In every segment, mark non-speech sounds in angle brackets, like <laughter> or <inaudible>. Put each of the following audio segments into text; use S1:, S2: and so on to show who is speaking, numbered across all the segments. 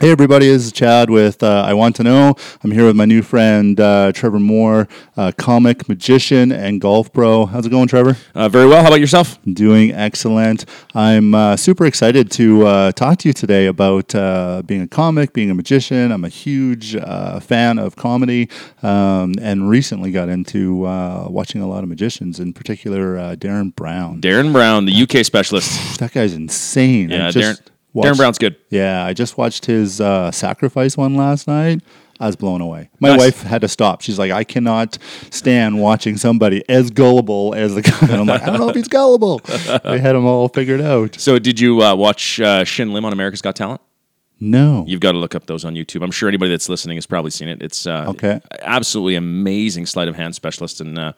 S1: Hey everybody, this is Chad with uh, I Want to Know. I'm here with my new friend uh, Trevor Moore, uh, comic, magician, and golf pro. How's it going, Trevor?
S2: Uh, very well. How about yourself?
S1: Doing excellent. I'm uh, super excited to uh, talk to you today about uh, being a comic, being a magician. I'm a huge uh, fan of comedy um, and recently got into uh, watching a lot of magicians, in particular uh, Darren Brown.
S2: Darren Brown, the UK specialist.
S1: that guy's insane. I
S2: Yeah, Darren,
S1: just
S2: Darren
S1: watched-
S2: Brown's good.
S1: Yeah, I just watched his uh, sacrifice one last night. I was blown away. My
S2: Nice.
S1: wife had to stop. She's like, I cannot stand watching somebody as gullible as the guy. And I'm like, I don't know if he's gullible. They had him all figured out.
S2: So, did you uh, watch uh, Shin Lim on America's Got Talent?
S1: No.
S2: You've got to look up those on YouTube. I'm sure anybody that's listening has probably seen it. It's uh,
S1: Okay.
S2: absolutely amazing sleight of hand specialist and uh,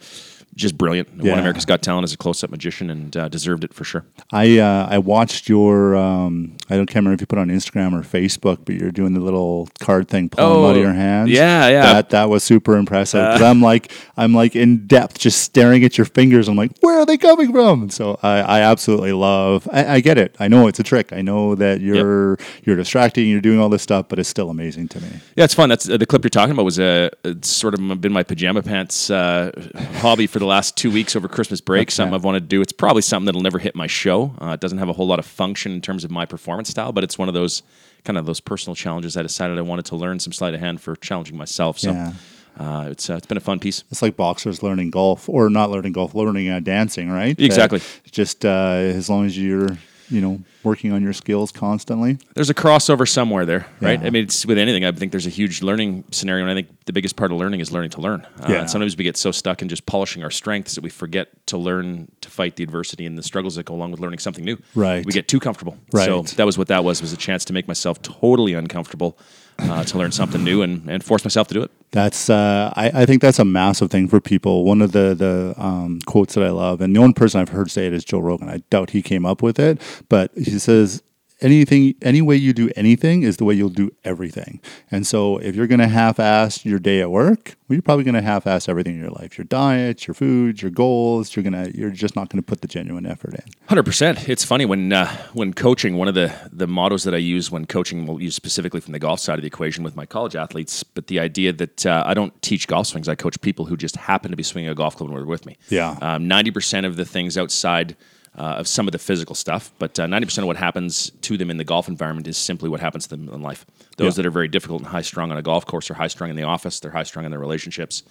S2: just brilliant.
S1: Yeah.
S2: Won America's Got Talent as a close up magician and uh, deserved it for sure.
S1: I uh, I watched your um, I don't can't remember if you put it on Instagram or Facebook, but you're doing the little card thing pulling them out of
S2: Oh,
S1: your hands.
S2: yeah, yeah. Uh.
S1: That that was super impressive. 'Cause I'm like I'm like in depth, just staring at your fingers. I'm like, where are they coming from? And so I, I absolutely love. I, I get it. I know it's a trick. I know that you're you're distracting. You're doing all this stuff, but it's still amazing to me.
S2: Yeah, it's fun. That's uh, the clip you're talking about. Was uh, it's sort of been my pajama pants uh, hobby for the last two weeks over Christmas break. Something I've wanted to do. It's probably something that'll never hit my show. Uh, it doesn't have a whole lot of function in terms of my performance style, but it's one of those kind of those personal challenges. I decided I wanted to learn some sleight of hand for challenging myself. So
S1: Yeah.
S2: uh, it's uh, it's been a fun piece.
S1: It's like boxers learning golf, or not learning golf, learning uh, dancing, right?
S2: Exactly.
S1: That just uh, as long as you're you know working on your skills constantly.
S2: There's a crossover somewhere there, right?
S1: Yeah.
S2: I mean, it's with anything. I think there's a huge learning scenario, and I think the biggest part of learning is learning to learn. Uh,
S1: Yeah.
S2: and sometimes we get so stuck in just polishing our strengths that we forget to learn to fight the adversity and the struggles that go along with learning something new.
S1: Right.
S2: We get too comfortable. So
S1: Right.
S2: that was what that was was a chance to make myself totally uncomfortable uh, to learn something new and, and force myself to do it.
S1: That's uh, I, I think that's a massive thing for people. One of the the um, quotes that I love, and the only person I've heard say it is Joe Rogan. I doubt he came up with it, but he says anything, any way you do anything is the way you'll do everything. And so, if you're going to half-ass your day at work, well, you're probably going to half-ass everything in your life: your diet, your food, your goals. You're gonna, you're just not going to put the genuine effort in.
S2: Hundred percent. It's funny when uh, when coaching. One of the the mottos that I use when coaching, we'll use specifically from the golf side of the equation with my college athletes. But the idea that uh, I don't teach golf swings. I coach people who just happen to be swinging a golf club and were with me. Um,
S1: Yeah.
S2: Ninety percent of the things outside uh, of some of the physical stuff, but uh, ninety percent of what happens to them in the golf environment is simply what happens to them in life. Those
S1: Yeah.
S2: that are very difficult and high strung on a golf course are high strung in the office. They're high strung in their relationships.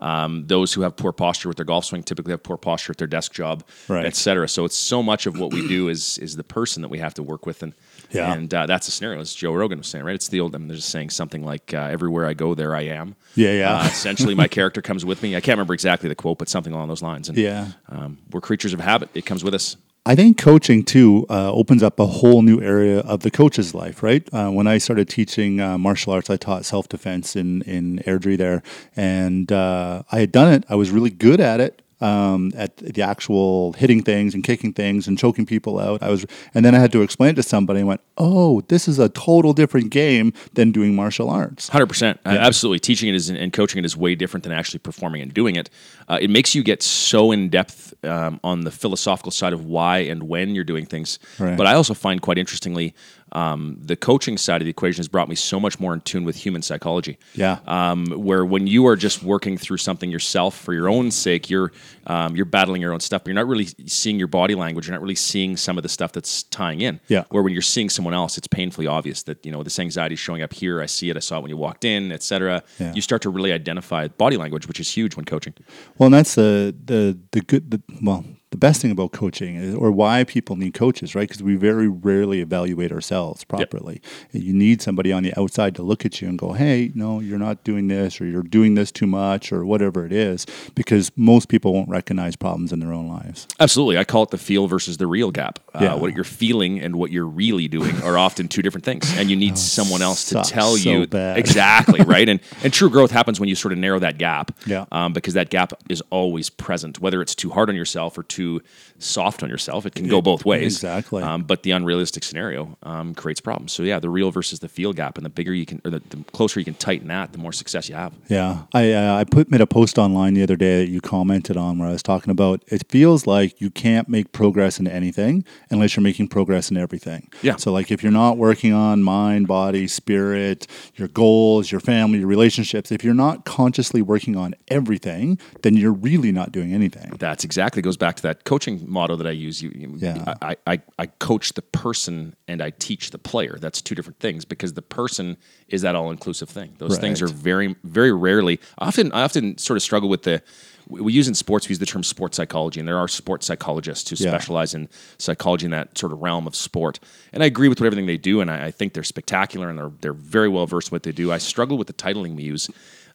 S2: Um, those who have poor posture with their golf swing typically have poor posture at their desk job,
S1: Right.
S2: et cetera. So it's so much of what we do is is the person that we have to work with, and
S1: Yeah.
S2: and uh, that's the scenario. As Joe Rogan was saying, right? It's the old. I mean, they're just saying something like, uh, "Everywhere I go, there I am."
S1: Yeah, yeah.
S2: Uh, essentially, my character comes with me. I can't remember exactly the quote, but something along those lines. And
S1: Yeah.
S2: um, we're creatures of habit. It comes with us.
S1: I think coaching too uh, opens up a whole new area of the coach's life, right? Uh, when I started teaching uh, martial arts, I taught self defense in in Airdrie there, and uh, I had done it. I was really good at it um, at the actual hitting things and kicking things and choking people out. I was, and then I had to explain it to somebody. and went, "Oh, this is a total different game than doing martial arts."
S2: Hundred percent, absolutely. Teaching it is and coaching it is way different than actually performing and doing it. Uh, it makes you get so in depth um, on the philosophical side of why and when you're doing things.
S1: Right.
S2: But I also find quite interestingly, um, the coaching side of the equation has brought me so much more in tune with human psychology.
S1: Yeah.
S2: Um, where when you are just working through something yourself for your own sake, you're um, you're battling your own stuff, but you're not really seeing your body language. You're not really seeing some of the stuff that's tying in.
S1: Yeah.
S2: Where when you're seeing someone else, it's painfully obvious that you know this anxiety is showing up here. I see it. I saw it when you walked in, etc.
S1: Yeah.
S2: You start to really identify body language, which is huge when coaching.
S1: Well, and that's the the the good the, well the best thing about coaching is, or why people need coaches, right? Because we very rarely evaluate ourselves properly. You need somebody on the outside to look at you and go, "Hey, no, you're not doing this, or you're doing this too much, or whatever it is." Because most people won't recognize problems in their own lives.
S2: Absolutely, I call it the feel versus the real gap. Uh,
S1: Yeah.
S2: What you're feeling and what you're really doing are often two different things, and you need someone else to
S1: Oh, sucks
S2: tell
S1: so
S2: you
S1: bad. <laughs>
S2: exactly right. And and true growth happens when you sort of narrow that gap.
S1: Yeah.
S2: Um, because that gap is always present, whether it's too hard on yourself or too too soft on yourself. It can go both ways.
S1: Exactly.
S2: Um, but the unrealistic scenario um, creates problems. So yeah, the real versus the feel gap, and the bigger you can, or the, the closer you can tighten that, the more success you have.
S1: Yeah, I uh, I put made a post online the other day that you commented on where I was talking about it feels like you can't make progress in anything unless you're making progress in everything.
S2: Yeah.
S1: So like if you're not working on mind, body, spirit, your goals, your family, your relationships, if you're not consciously working on everything, then you're really not doing anything.
S2: That's exactly goes back to that coaching motto that I use. You, you-
S1: Yeah.
S2: I, I, I coach the person and I teach the player. That's two different things because the person is that all inclusive thing. Those
S1: Right.
S2: things are very very rarely. I Often I often sort of struggle with the. We we use in sports. We use the term sports psychology, and there are sports psychologists who
S1: Yeah.
S2: specialize in psychology in that sort of realm of sport. And I agree with what everything they do, and I, I think they're spectacular and they're they're very well versed in what they do. I struggle with the titling we use.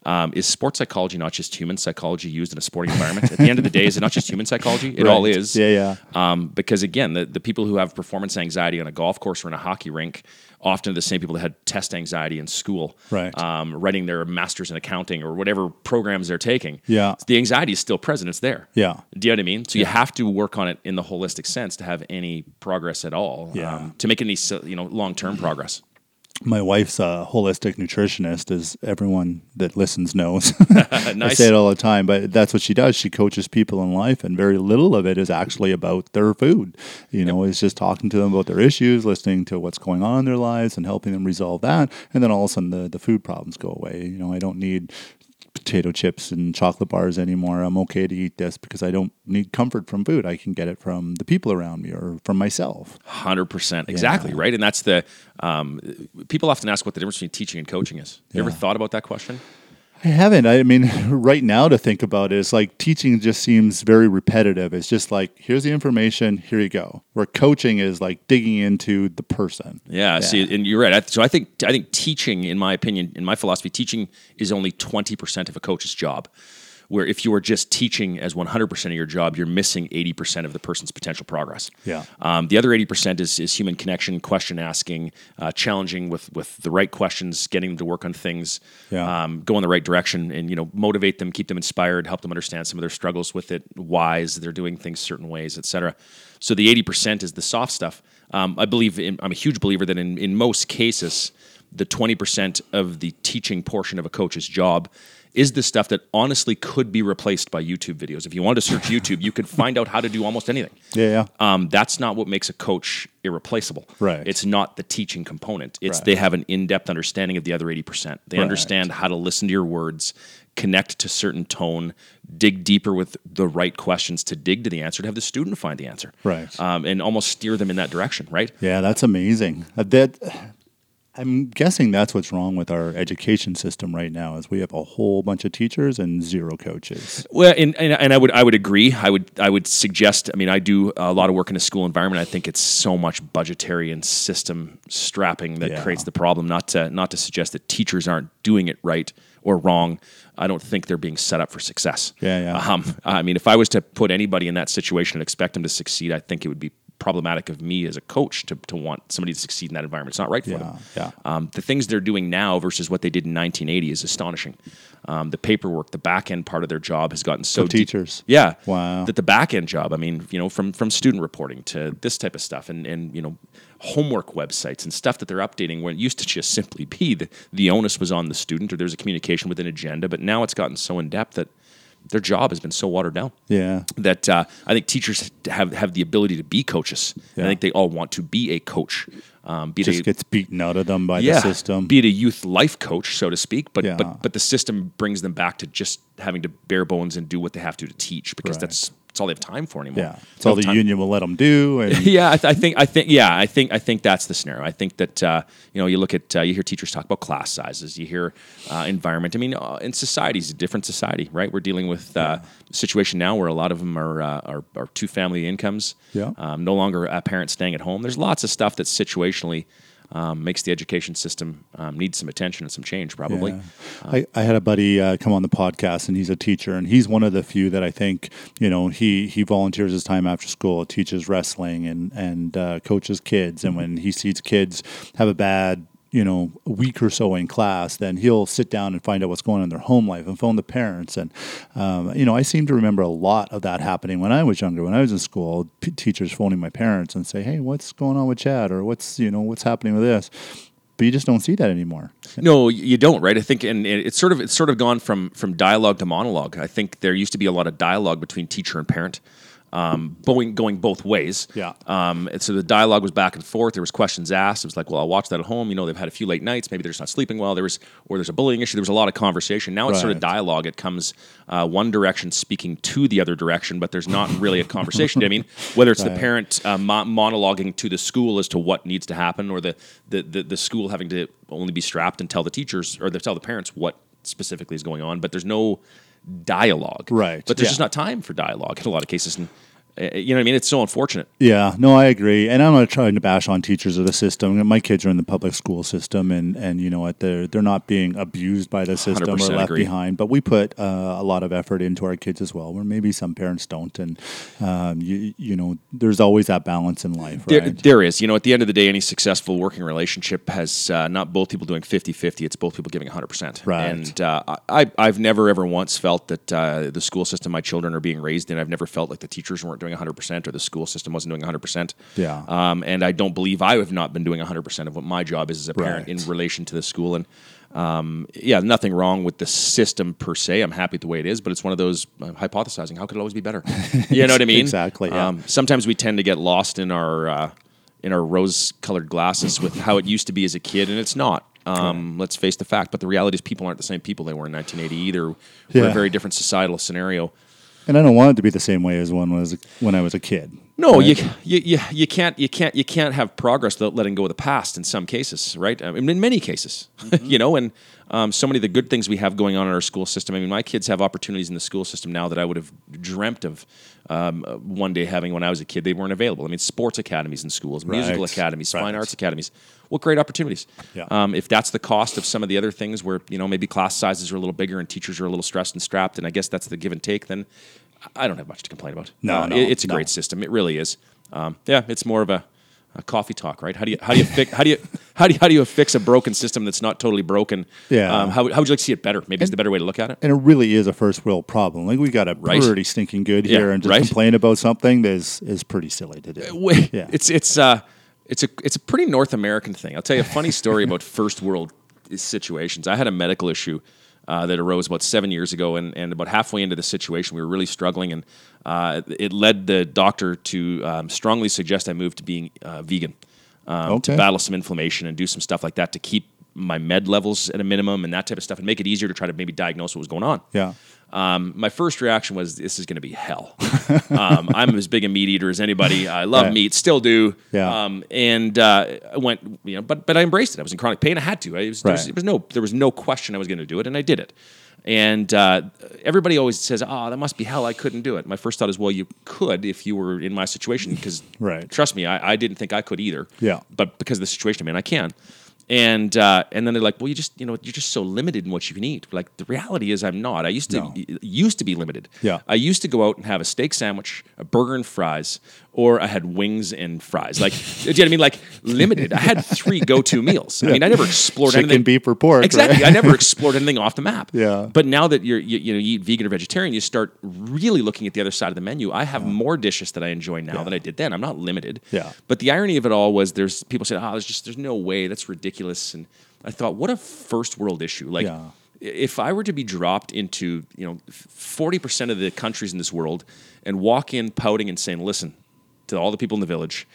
S2: Um, is sports psychology not just human psychology used in a sporting environment? At the end of the day, is it not just human psychology? It all
S1: Right.
S2: is.
S1: Yeah, yeah.
S2: Um, because again, the, the people who have performance anxiety on a golf course or in a hockey rink often are the same people that had test anxiety in school,
S1: Right.
S2: Um, writing their master's in accounting or whatever programs they're taking.
S1: Yeah.
S2: The anxiety is still present, it's there.
S1: Yeah.
S2: Do you know what I mean? So you have to work on it in the holistic sense to have any progress at all, um,
S1: Yeah.
S2: to make any s- you know long term
S1: <laughs>
S2: progress. <laughs>
S1: My wife's a holistic nutritionist, as everyone that listens knows. <laughs> I
S2: nice.
S1: say it all the time, but that's what she does. She coaches people in life, and very little of it is actually about their food. You know, it's just talking to them about their issues, listening to what's going on in their lives, and helping them resolve that. And then all of a sudden, the, the food problems go away. You know, I don't need potato chips and chocolate bars anymore. I'm okay to eat this because I don't need comfort from food. I can get it from the people around me or from myself.
S2: Hundred percent, exactly right, and that's the um, people often ask what the difference between teaching and coaching is. You ever thought about that question?
S1: I haven't. I mean, <laughs> right now to think about it, it's like teaching just seems very repetitive. It's just like, here's the information, here you go. Where coaching is like digging into the person.
S2: Yeah, see, and you're right. I, so I think I think teaching, in my opinion, in my philosophy, teaching is only twenty percent of a coach's job. Where if you are just teaching as one hundred percent of your job, you're missing eighty percent of the person's potential progress.
S1: Yeah.
S2: Um, the other eighty percent is is human connection, question asking, uh, challenging with with the right questions, getting them to work on things,
S1: Yeah.
S2: um, go in the right direction, and you know motivate them, keep them inspired, help them understand some of their struggles with it, whys they're doing things certain ways, etc. So the eighty percent is the soft stuff. Um, I believe in, I'm a huge believer that in in most cases, the twenty percent of the teaching portion of a coach's job is the stuff that honestly could be replaced by YouTube videos. If you wanted to search YouTube, you could find out how to do almost anything.
S1: Yeah, yeah.
S2: Um, that's not what makes a coach irreplaceable.
S1: Right.
S2: It's not the teaching component. It's
S1: Right.
S2: they have an in-depth understanding of the other 80%. They
S1: Right.
S2: understand how to listen to your words, connect to certain tone, dig deeper with the right questions to dig to the answer, to have the student find the answer.
S1: Right.
S2: Um, and almost steer them in that direction, right?
S1: Yeah, that's amazing. Uh, That I'm guessing that's what's wrong with our education system right now is we have a whole bunch of teachers and zero coaches.
S2: Well, and, and and I would I would agree. I would I would suggest. I mean, I do a lot of work in a school environment. I think it's so much budgetary and system strapping that
S1: Yeah.
S2: creates the problem. Not to not to suggest that teachers aren't doing it right or wrong. I don't think they're being set up for success.
S1: Yeah, yeah.
S2: Um, I mean, if I was to put anybody in that situation and expect them to succeed, I think it would be problematic of me as a coach to, to want somebody to succeed in that environment. It's not right for
S1: Yeah,
S2: them.
S1: yeah.
S2: Um, the things they're doing now versus what they did in 1980 is astonishing. Um, the paperwork, the back end part of their job has gotten so
S1: For
S2: deep-
S1: teachers.
S2: yeah,
S1: Wow.
S2: That the back end job. I mean, you know, from from student reporting to this type of stuff, and and you know, homework websites and stuff that they're updating. Where it used to just simply be the the onus was on the student, or there's a communication with an agenda, but now it's gotten so in depth that their job has been so watered down
S1: Yeah.
S2: that uh, I think teachers have have the ability to be coaches. I
S1: Yeah.
S2: think they all want to be a coach. Um, be
S1: Just
S2: they,
S1: gets beaten out of them by the system.
S2: be it a youth life coach, so to speak, but
S1: Yeah.
S2: but but the system brings them back to just having to bare bones and do what they have to to teach because
S1: Right.
S2: that's it's all they have time for anymore.
S1: yeah. It's
S2: They
S1: all
S2: don't have
S1: the
S2: time-
S1: union will let them do. And
S2: <laughs> yeah, I, th- I think I think yeah, I think I think that's the scenario. I think that uh, you know you look at uh, you hear teachers talk about class sizes, you hear uh, environment. I mean, uh, in society's a different society, right? We're dealing with uh, a situation now where a lot of them are uh, are, are two family incomes,
S1: Yeah.
S2: um, no longer uh, parents staying at home. There's lots of stuff that situationally. Um, makes the education system um, need some attention and some change, probably.
S1: Yeah. I, I had a buddy uh, come on the podcast, and he's a teacher, and he's one of the few that I think you know he he volunteers his time after school, teaches wrestling, and and uh, coaches kids, and when he sees kids have a bad you know a week or so in class, then he'll sit down and find out what's going on in their home life and phone the parents. And um, you know, I seem to remember a lot of that happening when I was younger. When I was in school, p- teachers phoning my parents and say, "Hey, what's going on with Chad?" or "What's you know what's happening with this." But you just don't see that anymore.
S2: No, you don't, right? I think, and it- it's sort of it's sort of gone from from dialogue to monologue. I think there used to be a lot of dialogue between teacher and parent, um, going going both ways.
S1: Yeah.
S2: Um, and so the dialogue was back and forth. There was questions asked. It was like, well, I'll watch that at home. You know, they've had a few late nights. Maybe they're just not sleeping well. There was or there's a bullying issue. There was a lot of conversation. Now it's sort of
S1: Right.
S2: dialogue. It comes uh, one direction speaking to the other direction, but there's not really a conversation.
S1: <laughs>
S2: I mean, whether it's the parent uh, mo- monologuing to the school as to what needs to happen, or the, the, the, the school having to only be strapped and tell the teachers or they tell the parents what specifically is going on, but there's no dialogue.
S1: Right,
S2: But there's
S1: yeah.
S2: just not time for dialogue in a lot of cases. And, uh, you know what I mean? It's so unfortunate.
S1: Yeah, no, I agree, and I'm not trying to bash on teachers or the system. My kids are in the public school system, and and you know what, they're they're not being abused by the system or
S2: 100%
S1: left
S2: agree.
S1: behind. But we put uh, a lot of effort into our kids as well, where maybe some parents don't, and um, you you know, there's always that balance in life,
S2: There,
S1: right?
S2: there is. You know, at the end of the day, any successful working relationship has uh, not both people doing 50 50, it's both people giving 100%.
S1: Right.
S2: And uh, I, I've never, ever once felt that uh, the school system my children are being raised in, I've never felt like the teachers weren't doing 100% or the school system wasn't doing 100%.
S1: Yeah.
S2: Um, and I don't believe I have not been doing 100% of what my job is as a parent
S1: Right.
S2: in relation to the school. And um, yeah, nothing wrong with the system per se. I'm happy with the way it is, but it's one of those uh, hypothesizing. How could it always
S1: <laughs>
S2: be better? You know what I mean?
S1: Exactly, yeah.
S2: Um, sometimes we tend to get lost in our uh, in our rose-colored glasses with how it used to be as a kid, and it's not. Um, Let's face the fact. But the reality is, people aren't the same people they were in 1980 either. We're in
S1: Yeah.
S2: a very different societal scenario.
S1: And I don't want it to be the same way as one was when I was a kid.
S2: No, you, you you you can't you can't you can't have progress without letting go of the past. In some cases, right? I mean, in many cases,
S1: Mm-hmm.
S2: <laughs> you know, and um, so many of the good things we have going on in our school system. I mean, my kids have opportunities in the school system now that I would have dreamt of um, uh, one day having when I was a kid. They weren't available. I mean, sports academies in schools, musical
S1: Right.
S2: academies, fine
S1: Right.
S2: arts academies. What great opportunities!
S1: Yeah.
S2: Um, if that's the cost of some of the other things, where you know maybe class sizes are a little bigger and teachers are a little stressed and strapped, and I guess that's the give and take. Then I don't have much to complain about.
S1: No,
S2: Uh,
S1: no,
S2: it- it's a
S1: no.
S2: great system. It really is. Um, yeah, it's more of a, a coffee talk, right? How do you how do you fix how do you how do you, how do you fix a broken system that's not totally broken?
S1: Yeah.
S2: Um, how, would- how would you like to see it better? Maybe it's the better way to look at it.
S1: And it really is a first world problem. Like we got it
S2: Right.
S1: pretty stinking good
S2: Yeah,
S1: here, and just
S2: right.
S1: complain about something that is is pretty silly to do.
S2: <laughs> Wait,
S1: Uh, Yeah.
S2: It's it's uh it's a it's a pretty North American thing. I'll tell you a funny story about <laughs> first world situations. I had a medical issue uh, that arose about seven years ago, and, and about halfway into the situation, we were really struggling, and uh, it led the doctor to um, strongly suggest I move to being uh, vegan um, to
S1: Okay.
S2: battle some inflammation and do some stuff like that to keep my med levels at a minimum and that type of stuff, and make it easier to try to maybe diagnose what was going on.
S1: Yeah.
S2: Um, my first reaction was, "This is going to
S1: <laughs>
S2: be hell." um, I'm as big a meat eater as anybody. I love
S1: Right.
S2: meat, still do.
S1: Yeah.
S2: Um, and uh, I went, you know, but but I embraced it. I was in chronic pain. I had to. I, it was, there, was,
S1: Right.
S2: there was no there was no question I was going to do it, and I did it. And uh, everybody always says, "Oh, that must be hell. I couldn't do it." My first thought is, "Well, you could if you were in my situation," because
S1: Right.
S2: trust me, I, I didn't think I could either.
S1: Yeah.
S2: But because of the situation, man, I can. And uh, and then they're like, well, you just you know you're just so limited in what you can eat. Like the reality is, I'm not. I used to
S1: No.
S2: y- used to be limited.
S1: Yeah.
S2: I used to go out and have a steak sandwich, a burger and fries, or I had wings and fries. Like, <laughs> do you know what I mean? Like limited. I had three go to meals. I mean, I never explored
S1: Chicken,
S2: anything.
S1: beef, or pork,
S2: Exactly.
S1: right?
S2: I
S1: <laughs>
S2: never explored anything off the map.
S1: Yeah.
S2: But now that you're you, you know you eat vegan or vegetarian, you start really looking at the other side of the menu. I have more dishes that I enjoy now than I did then. I'm not limited.
S1: Yeah.
S2: But the irony of it all was there's people said, "Ah, there's just there's no way that's ridiculous." And I thought, what a first world issue. Like,
S1: Yeah.
S2: if I were to be dropped into you know forty percent of the countries in this world and walk in pouting and saying, "Listen." To all the people in the village,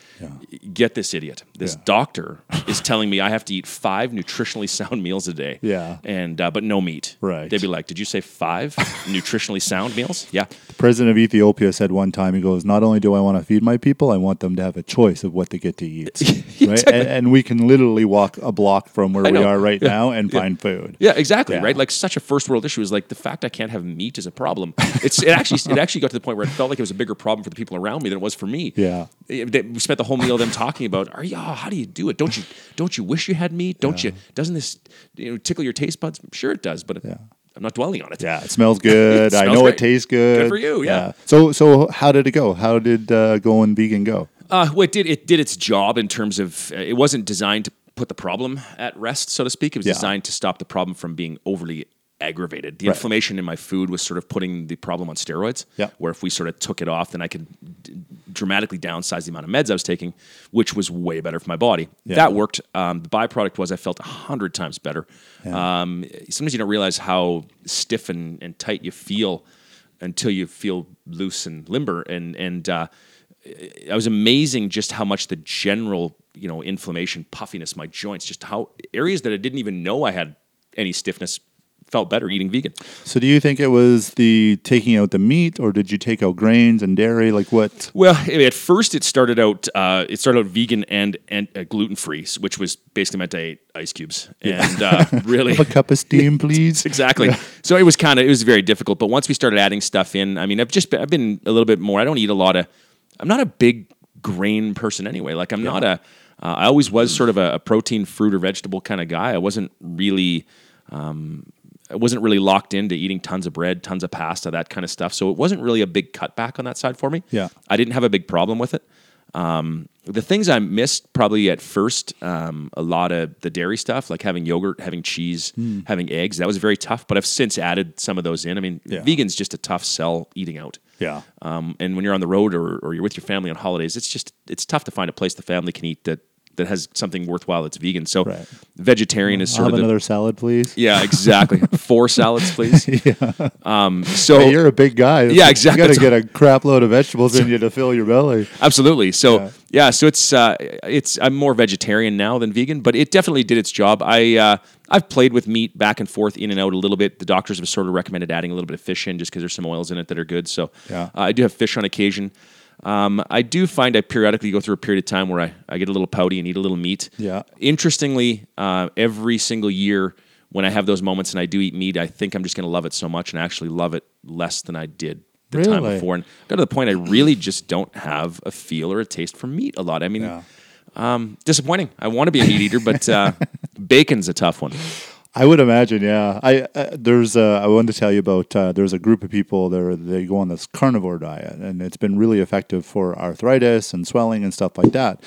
S2: get this idiot. This
S1: Yeah.
S2: doctor is telling me I have to eat five nutritionally sound meals a day.
S1: Yeah.
S2: and uh, but no meat.
S1: Right.
S2: They'd be like, "Did you
S1: <laughs>
S2: say five nutritionally sound meals?" Yeah.
S1: President of Ethiopia said one time, he goes, Not only do I want to feed my people, I want them to have a choice of what they get to
S2: <laughs>
S1: eat. right? and, and we can literally walk a block from where
S2: I
S1: we
S2: know.
S1: are right now and find food.
S2: Yeah, exactly.
S1: Yeah.
S2: Right, like such a first world issue is like the fact I can't have meat is a problem. It's it actually it actually got to the point where it felt like it was a bigger problem for the people around me than it was for me.
S1: Yeah.
S2: It- they- we spent the whole meal them talking about, are you? oh, how do you do it? Don't you don't you wish you had meat? Don't you? Doesn't this you know, tickle your taste buds? Sure, it does, but I'm not dwelling on it.
S1: Yeah, it
S2: <laughs>
S1: smells good. I
S2: smells
S1: know
S2: great.
S1: it tastes good.
S2: Good for you, yeah.
S1: So, so how did it go? How did uh, going vegan go?
S2: Uh, well, it did it did its job in terms of uh, it eh, wasn't designed to put the problem at rest, so to speak. It was
S1: Yeah.
S2: designed to stop the problem from being overly aggravated. The
S1: Right.
S2: inflammation in my food was sort of putting the problem on steroids.
S1: Yeah.
S2: Where if we sort of took it off, then I could d- dramatically downsize the amount of meds I was taking, which was way better for my body.
S1: Yeah.
S2: That worked. Um, the byproduct was I felt a hundred times better. Um, sometimes you don't realize how stiff and, and tight you feel until you feel loose and limber and and uh, I was amazing just how much the general, you know, inflammation, puffiness, my joints, just how areas that I didn't even know I had any stiffness felt better eating vegan.
S1: So, do you think it was the taking out the meat, or did you take out grains and dairy? Like what?
S2: Well, I mean, at first it started out uh, it started out vegan and and uh, gluten free, which was basically meant I ate ice cubes and uh,
S1: <laughs>
S2: really
S1: A
S2: <laughs>
S1: cup of steam, please.
S2: exactly. So it was kind of it was very difficult. But once we started adding stuff in, I mean, I've just been, I've been a little bit more. I don't eat a lot of. I'm not a big grain person anyway. Like I'm not a. Uh, I always was sort of a, a protein, fruit, or vegetable kind of guy. I wasn't really. um, I wasn't really locked into eating tons of bread, tons of pasta, that kind of stuff. So it wasn't really a big cutback on that side for me.
S1: Yeah.
S2: I didn't have a big problem with it. Um, the things I missed probably at first, um, a lot of the dairy stuff, like having yogurt, having cheese,
S1: Hmm.
S2: having eggs, that was very tough. But I've since added some of those in. I mean,
S1: Yeah.
S2: vegan's just a tough sell eating out.
S1: Yeah.
S2: Um, and when you're on the road or, or you're with your family on holidays, it's just it's tough to find a place the family can eat that that has something worthwhile that's vegan. So
S1: Right.
S2: vegetarian is
S1: I'll
S2: sort
S1: have
S2: of the,
S1: another salad, please.
S2: yeah, exactly.
S1: <laughs>
S2: Four salads, please. Um, so
S1: Hey, you're a big guy.
S2: Yeah, exactly.
S1: You got to get a crap load of vegetables in you to fill your belly.
S2: <laughs> absolutely. So yeah, so it's uh, it's I'm more vegetarian now than vegan, but it definitely did its job. I uh, I've played with meat back and forth, in and out a little bit. The doctors have sort of recommended adding a little bit of fish in, just because there's some oils in it that are good. So
S1: Yeah.
S2: uh, I do have fish on occasion. Um, I do find I periodically go through a period of time where I, I get a little pouty and eat a little meat.
S1: Yeah.
S2: Interestingly, uh, every single year when I have those moments and I do eat meat, I think I'm just going to love it so much and I actually love it less than I did the time
S1: Really?
S2: before. And got to the point I really just don't have a feel or a taste for meat a lot. I mean,
S1: Yeah.
S2: um, disappointing. I want to be a meat eater, but
S1: <laughs>
S2: uh, bacon's a tough one.
S1: I would imagine, yeah. I uh, there's uh, I wanted to tell you about uh, there's a group of people that are, they go on this carnivore diet, and it's been really effective for arthritis and swelling and stuff like that.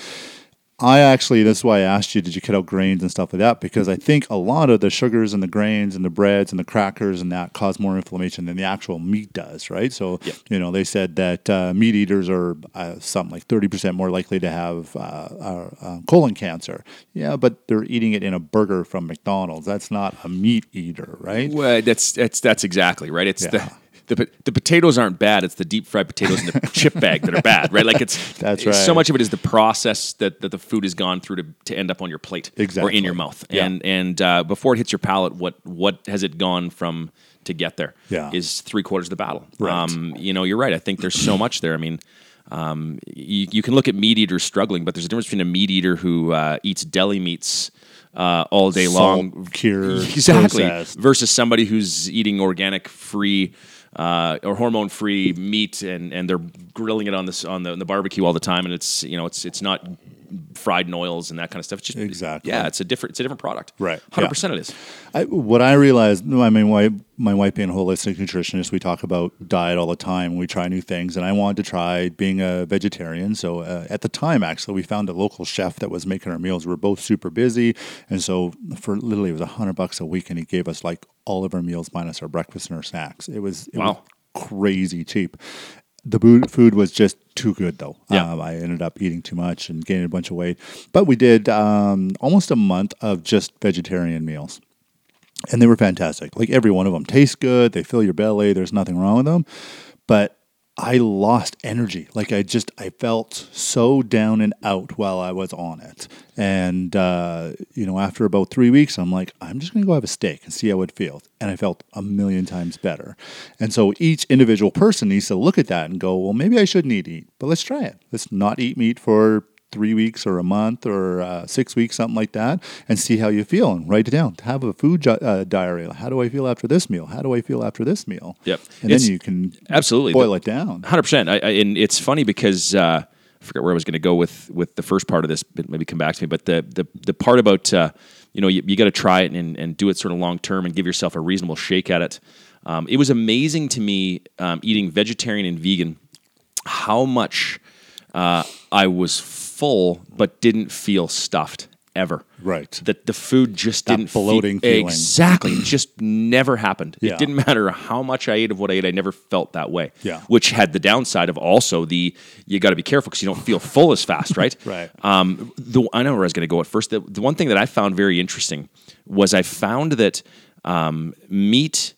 S1: I actually that's why I asked you, did you cut out grains and stuff like that? Because I think a lot of the sugars and the grains and the breads and the crackers and that cause more inflammation than the actual meat does, right? So you know they said that uh, meat eaters are uh, something like thirty percent more likely to have uh, uh, uh, colon cancer. Yeah, but they're eating it in a burger from McDonald's. That's not a meat eater, right?
S2: Well, that's that's that's exactly right. It's
S1: Yeah.
S2: the, the po- the potatoes aren't bad. It's the deep fried potatoes in
S1: <laughs>
S2: the chip bag that are bad, right? Like it's
S1: That's
S2: it's- So
S1: right.
S2: much of it is the process that, that the food has gone through to, to end up on your plate or
S1: Exactly.
S2: in your mouth,
S1: Yeah.
S2: and and uh, before it hits your palate, what what has it gone from to get there?
S1: Yeah.
S2: is three quarters of the battle.
S1: Right.
S2: Um, you know, you're right. I think there's so much there. I mean. Um, you, you can look at meat eaters struggling, but there's a difference between a meat eater who uh, eats deli meats uh, all day long,
S1: Salt, cured,
S2: <laughs> exactly,
S1: processed.
S2: versus somebody who's eating organic free uh, or hormone free meat and, and they're grilling it on this on the, on the barbecue all the time and it's you know it's it's not fried in oils and that kind of stuff. It's just,
S1: Exactly.
S2: Yeah, it's a different it's a different product.
S1: Right,
S2: Hundred
S1: yeah.
S2: percent it is.
S1: I, what I realized, I mean, my, my wife being a holistic nutritionist, we talk about diet all the time. We try new things, and I wanted to try being a vegetarian. So uh, at the time, actually, we found a local chef that was making our meals. We were both super busy, and so for literally it was a hundred bucks a week, and he gave us like all of our meals minus our breakfast and our snacks. It was it
S2: Wow.
S1: was crazy cheap. The boo- food was just too good, though.
S2: Yeah.
S1: Um, I ended up eating too much and gaining a bunch of weight. But we did um, almost a month of just vegetarian meals and they were fantastic. Like every one of them tastes good. They fill your belly. There's nothing wrong with them. But I lost energy. Like I just, I felt so down and out while I was on it. And, uh, you know, after about three weeks, I'm like, I'm just going to go have a steak and see how it feels. And I felt a million times better. And so each individual person needs to look at that and go, well, maybe I shouldn't eat meat, but let's try it. Let's not eat meat for three weeks or a month or uh, six weeks, something like that, and see how you feel and write it down. Have a food ju- uh, diary. How do I feel after this meal? How do I feel after this meal?
S2: Yep.
S1: And
S2: It's-
S1: then you can
S2: Absolutely.
S1: boil it down.
S2: Hundred percent. I, I, and it's funny because uh, I forget where I was going to go with with the first part of this. But maybe come back to me. But the the, the part about uh, you know you, you got to try it and, and do it sort of long term and give yourself a reasonable shake at it. Um, it was amazing to me um, eating vegetarian and vegan how much uh, I was full but didn't feel stuffed. ever.
S1: Right.
S2: That the food just didn't
S1: bloating
S2: feel,
S1: feeling.
S2: exactly. it just never happened.
S1: Yeah.
S2: It didn't matter how much I ate of what I ate. I never felt that way.
S1: Yeah.
S2: Which had the downside of also the you got to be careful because you don't feel full as fast, right?
S1: <laughs> Right.
S2: Um, the, I know where I was going to go at first. The, the one thing that I found very interesting was I found that um, meat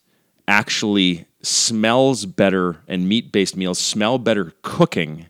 S2: actually smells better, and meat-based meals smell better cooking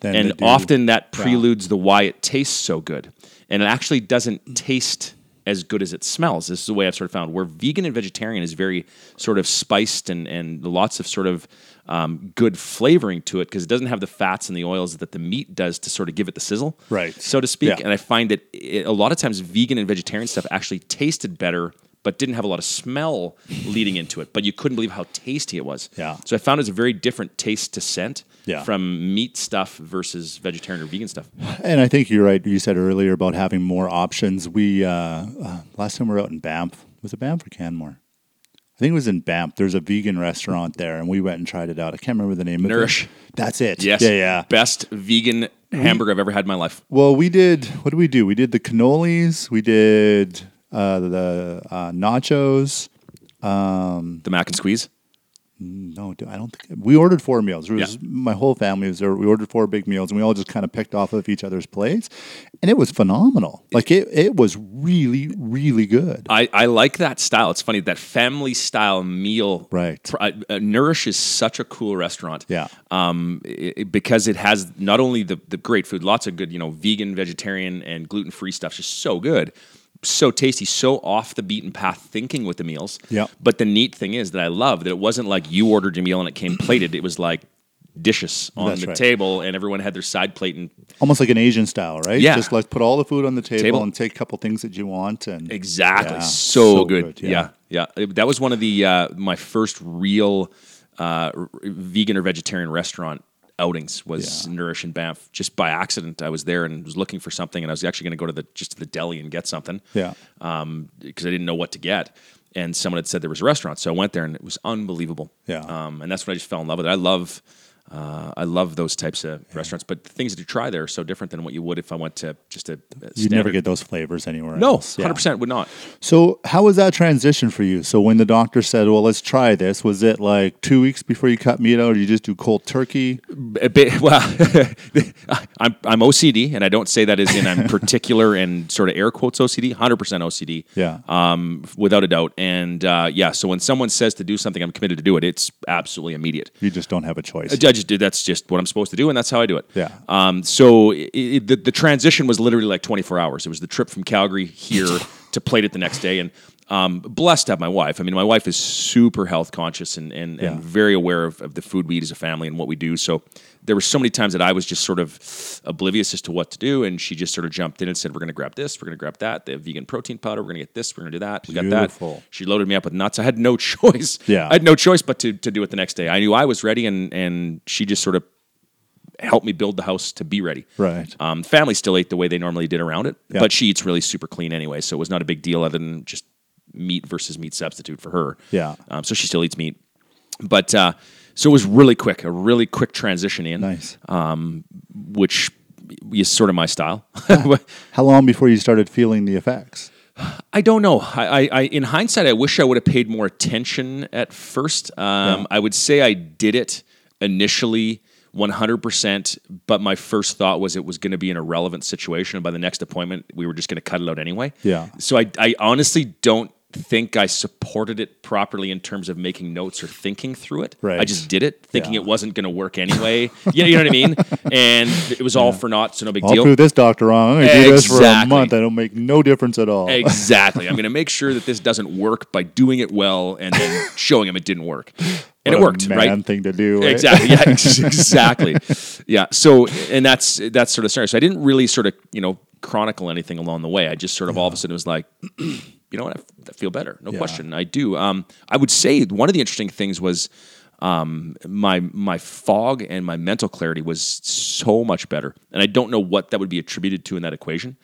S1: Than they
S2: and
S1: do-
S2: often that preludes the why it tastes so good and it actually doesn't taste as good as it smells this is the way i've sort of found where vegan and vegetarian is very sort of spiced and, and lots of sort of um, good flavoring to it because it doesn't have the fats and the oils that the meat does to sort of give it the sizzle
S1: Right.
S2: so to speak
S1: Yeah.
S2: and i find that it, a lot of times vegan and vegetarian stuff actually tasted better but didn't have a lot of smell leading into it but you couldn't believe how tasty it was
S1: Yeah.
S2: so i found it was a very different taste to scent
S1: Yeah.
S2: from meat stuff versus vegetarian or vegan
S1: <sighs>
S2: stuff.
S1: And I think you're right. You said earlier about having more options. We uh, uh, last time we were out in Banff was it Banff or Canmore? I think it was in Banff. There's a vegan restaurant there, and we went and tried it out. I can't remember the name.
S2: Nourish.
S1: Of it. That's it.
S2: Yes.
S1: Yeah. Yeah.
S2: Best vegan hamburger I've ever had in my life.
S1: Well, we did. What did we do? We did the cannolis. We did uh, the uh, nachos.
S2: The mac and squeeze.
S1: No, dude, I don't think we ordered four meals. It was, My whole family was there. We ordered four big meals, and we all just kind of picked off of each other's plates, and it was phenomenal. Like it, it was really, really good.
S2: I, I like that style. It's funny that family style meal.
S1: Right.
S2: pr- Uh, uh, Nourish is such a cool restaurant.
S1: Yeah.
S2: um, i i- because it has not only the, the great food, lots of good, you know, vegan, vegetarian, and gluten free stuff, just so good, so tasty, so off the beaten path thinking with the meals.
S1: Yeah.
S2: But the neat thing is that I love that it wasn't like you ordered your meal and it came plated. It was like dishes on
S1: That's
S2: the
S1: right.
S2: table, and everyone had their side plate and
S1: almost like an Asian style, right?
S2: Yeah.
S1: Just like put all the food on the table,
S2: Table.
S1: and take a couple things that you want, and
S2: Exactly.
S1: Yeah.
S2: So,
S1: So
S2: good.
S1: good, yeah.
S2: Yeah. yeah. It- That was one of the uh, my first real uh, r- vegan or vegetarian restaurant outings was Nourish in Banff. Just by accident, I was there and was looking for something, and I was actually going to go to the just to the deli and get something.
S1: Yeah.
S2: Um, because I didn't know what to get. And someone had said there was a restaurant, so I went there, and it was unbelievable.
S1: Yeah.
S2: Um, and that's when I just fell in love with it. I love, uh, I love those types of restaurants. But the things that you try there are so different than what you would if I went to just a. a
S1: you never
S2: standard-
S1: get those flavors anywhere.
S2: No,
S1: else.
S2: hundred percent would not.
S1: So, how was that transition for you? So, when the doctor said, "Well, let's try this," was it like two weeks before you cut meat out, or you just do cold turkey?
S2: a bit, <laughs> well, I'm I'm OCD, and I don't say that as in I'm particular and sort of air quotes OCD. Hundred percent OCD.
S1: Yeah.
S2: Um, without a doubt, and uh, yeah. So when someone says to do something, I'm committed to do it. It's absolutely immediate.
S1: You just don't have a choice.
S2: I Uh, just did. That's just what I'm supposed to do, and that's how I do it.
S1: Yeah.
S2: Um. So i i the the transition was literally like 24 hours. It was the trip from
S1: <laughs>
S2: Calgary here to Plate it the next day, and um, blessed to have my wife. I mean, my wife is super health conscious and and, and very aware of, of the food we eat as a family and what we do. So there were so many times that I was just sort of oblivious as to what to do, and she just sort of jumped in and said, "We're going to grab this. We're going to grab that. The vegan protein powder. We're going to get this. We're going to do that. We got
S1: Beautiful.
S2: that." She loaded me up with nuts. I had no <laughs> choice.
S1: Yeah.
S2: I had no choice but to, to do it the next day. I knew I was ready, and and she just sort of helped me build the house to be ready.
S1: Right.
S2: Um, family still ate the way they normally did around it,
S1: Yeah.
S2: but she eats really super clean anyway, so it was not a big deal other than just meat versus meat substitute for her.
S1: Yeah.
S2: Um, so she still eats meat, but uh, so it was really quick, a really quick transition in,
S1: Nice.
S2: uh, which is sort of my style. <laughs>
S1: How long before you started feeling the effects?
S2: I don't know. I, I, I in hindsight, I wish I would have paid more attention at first. Um, I would say I did it initially 100%, but my first thought was it was going to be an irrelevant situation. And by the next appointment, we were just going to cut it out anyway.
S1: Yeah.
S2: So I, I honestly don't think I supported it properly in terms of making notes or thinking through it.
S1: Right.
S2: I just did it thinking it wasn't going to work anyway. <laughs> you, know, you know what I mean? And it was all for naught, so no big
S1: I'll
S2: deal.
S1: prove this doctor wrong. I'm going to do this for a
S2: Exactly.
S1: month. I don't make no difference at all.
S2: Exactly. I'm going to make sure that this doesn't work by doing it well
S1: <laughs>
S2: and then showing him it didn't work.
S1: <laughs> What
S2: And it
S1: a
S2: worked,
S1: man
S2: right?
S1: thing to do. right?
S2: Exactly.
S1: <laughs>
S2: Yeah. ex- exactly. Yeah. So, and that's that's sort of sorry. So I didn't really sort of you know chronicle anything along the way. I just sort of all of a sudden was like, <clears throat> you know what, I, f- I feel better. No question, I do. Um, I would say one of the interesting things was. Um, my my fog and my mental clarity was so much better, and I don't know what that would be attributed to in that equation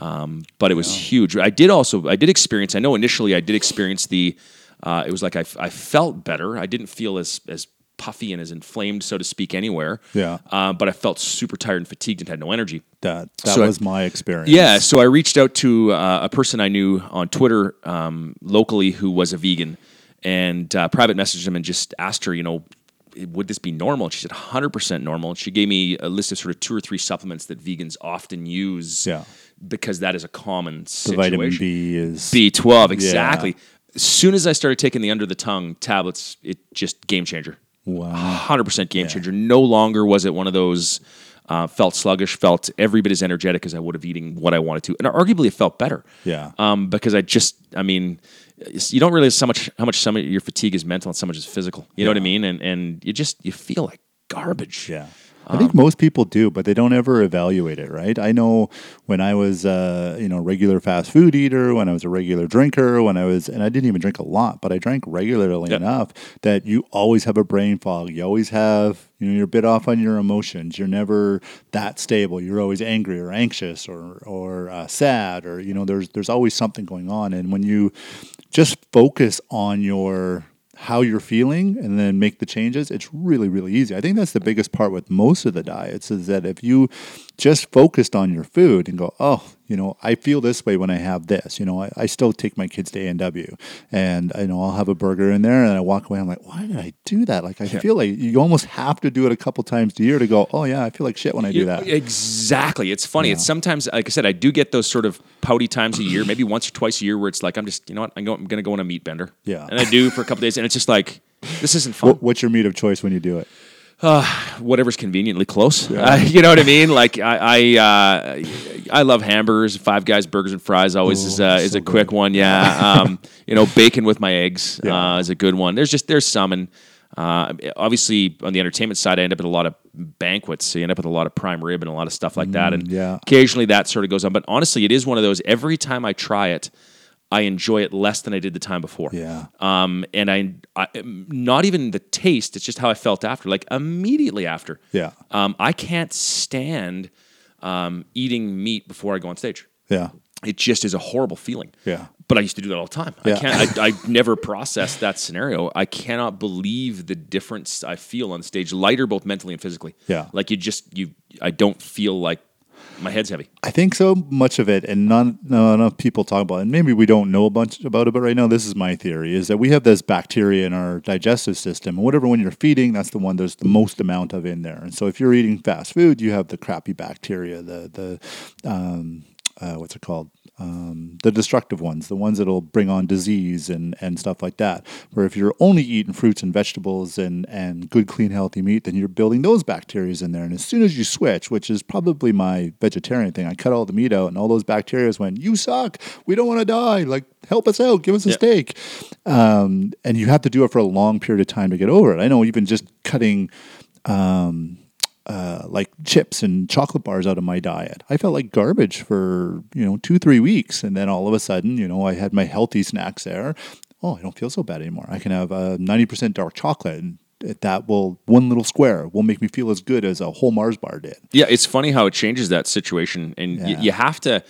S2: but it was huge. I did also I did experience. I know initially I did experience the. Uh, it was like I, I felt better. I didn't feel as as puffy and as inflamed, so to speak, anywhere.
S1: Yeah.
S2: Uh, but I felt super tired and fatigued and had no energy.
S1: That that
S2: So I-
S1: was my experience.
S2: Yeah, so I reached out to uh, a person I knew on Twitter um, locally who was a vegan, and uh, private messaged him and just asked her, you know, would this be normal? And she said 100% normal. And she gave me a list of sort of two or three supplements that vegans often use
S1: Yeah.
S2: because that is a common
S1: The
S2: situation.
S1: vitamin B is
S2: B12, exactly. As soon as I started taking the under the tongue tablets, it just game changer.
S1: wow.
S2: 100% game changer. No longer was it one of those uh, felt sluggish, felt every bit as energetic as I would have eating what I wanted to. And arguably it felt better.
S1: Yeah.
S2: Um, because I just, I mean, it's- you don't realize how much, how much some of your fatigue is mental and so much is physical. You know what I mean? And, and you just, you feel like garbage.
S1: Yeah. I think most people do, but they don't ever evaluate it, right? I know when I was, uh, you know, regular fast food eater, when I was a regular drinker, when I was, and I didn't even drink a lot, but I drank regularly
S2: Yeah.
S1: enough that you always have a brain fog. You always have, you know, you're a bit off on your emotions. You're never that stable. You're always angry or anxious or or uh, sad or you know, there's there's always something going on. And when you just focus on your how you're feeling and then make the changes it's really really easy i think that's the biggest part with most of the diets is that if you just focused on your food and go oh you know i feel this way when i have this you know i, I still take my kids to a&w and you know i'll have a burger in there and i walk away i'm like why did i do that like i feel like you almost have to do it a couple times a year to go oh yeah i feel like shit when i do
S2: You-
S1: that
S2: Exactly. It's funny. It's sometimes, like I said, I do get those sort of pouty times a year, maybe once or twice a year, where it's like, I'm just, you know what, I'm going, I'm going to go on a meat bender.
S1: Yeah.
S2: And I do for a couple days, and it's just like, this isn't fun.
S1: What- what's your meat of choice when you do it
S2: Whatever's conveniently close. Uh, <laughs> you know what I mean? Like I, I, uh, I love hamburgers, Five Guys burgers and fries. Always is a, is a quick one.
S1: <laughs>
S2: Yeah. Um, you know, bacon with my eggs
S1: Yeah.
S2: uh, is a good one. There's just there's some and. Uh, obviously, on the entertainment side, I end up at a lot of banquets. So you end up with a lot of prime rib and a lot of stuff like that. And
S1: Mm, yeah.
S2: occasionally that sort of goes on. But honestly, it is one of those. Every time I try it, I enjoy it less than I did the time before
S1: yeah
S2: um, and I, I not even the taste it's just how i felt after like immediately after
S1: Yeah.
S2: um, i can't stand um, eating meat before i go on stage
S1: yeah
S2: it just is a horrible feeling
S1: Yeah.
S2: but i used to do that all the time
S1: Yeah.
S2: i can't I, I never processed that scenario i cannot believe the difference i feel on stage lighter both mentally and physically
S1: Yeah.
S2: like you just you i don't feel like my head's heavy
S1: I think so much of it, and none, not enough people talk about it. And maybe we don't know a bunch about it, but right now, this is my theory: is that we have this bacteria in our digestive system, and whatever one you're feeding, that's the one there's the most amount of in there. And so, if you're eating fast food, you have the crappy bacteria, the the um, uh, what's it called? Um, the destructive ones, the ones that'll bring on disease and, and stuff like that. Where if you're only eating fruits and vegetables and, and good, clean, healthy meat, then you're building those bacteria in there. And as soon as you switch, which is probably my vegetarian thing, I cut all the meat out and all those bacteria went, You suck. We don't want to die. Like, help us out. Give us a steak. Um, and you have to do it for a long period of time to get over it. I know even just cutting uh, like chips and chocolate bars out of my diet. I felt like garbage for you know two three weeks, and then all of a sudden, you know, I had my healthy snacks there. Oh, I don't feel so bad anymore. I can have uh, ninety percent dark chocolate, and that will one little square will make me feel as good as a whole Mars bar did.
S2: Yeah, it's funny how it changes that situation, and y-
S1: Yeah.
S2: you have to.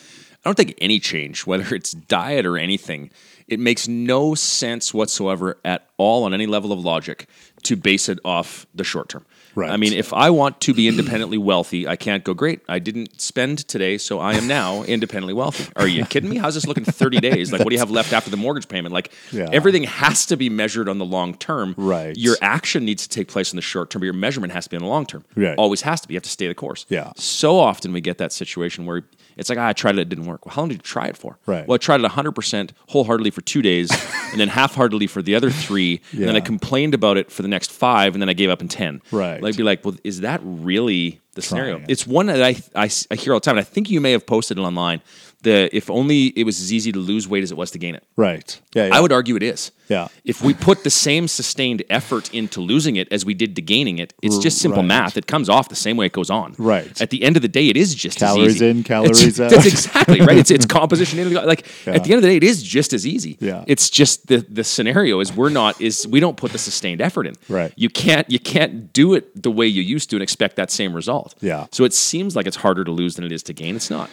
S2: I don't think any change, whether it's diet or anything, it makes no sense whatsoever at all on any level of logic to base it off the short term.
S1: Right.
S2: I mean, if I want to be independently wealthy, I can't go great. I didn't spend today, so I am now <laughs> independently wealthy. Are you kidding me? How's this looking 30 days? Like what do you have left after the mortgage payment? Like
S1: Yeah.
S2: everything has to be measured on the long term.
S1: Right.
S2: Your action needs to take place in the short term, but your measurement has to be in the long term.
S1: Right.
S2: Always has to be. You have to stay the course.
S1: Yeah.
S2: So often we get that situation where it's like, ah, I tried it, it didn't work. Well, how long did you try it for?
S1: Right.
S2: Well, I tried it 100% wholeheartedly for
S1: <laughs>
S2: two days and then half heartedly for the other three. And then I
S1: Yeah.
S2: complained about it for the next five and then I gave up in 10.
S1: Right.
S2: Like, be like, well, is that really the scenario?
S1: it.
S2: It's one that I, I, I hear all the time. And I think you may have posted it online. The if only it was as easy to lose weight as it was to gain it.
S1: Right? Yeah. yeah.
S2: I would argue it is.
S1: Yeah.
S2: If we put the same sustained effort into losing it as we did to gaining it, it's just simple
S1: right.
S2: math. It comes off the same way it goes on.
S1: Right.
S2: At the end of the day, it is just
S1: Calories
S2: as easy.
S1: in, calories
S2: It's-
S1: out.
S2: That's exactly right.
S1: <laughs>
S2: It's it's composition. in- Like
S1: Yeah.
S2: at the end of the day, it is just as easy.
S1: Yeah.
S2: It's just the the scenario is we're not is we don't put the sustained effort in.
S1: Right.
S2: You can't you can't do it the way you used to and expect that same result.
S1: Yeah.
S2: So it seems like it's harder to lose than it is to gain. It's not.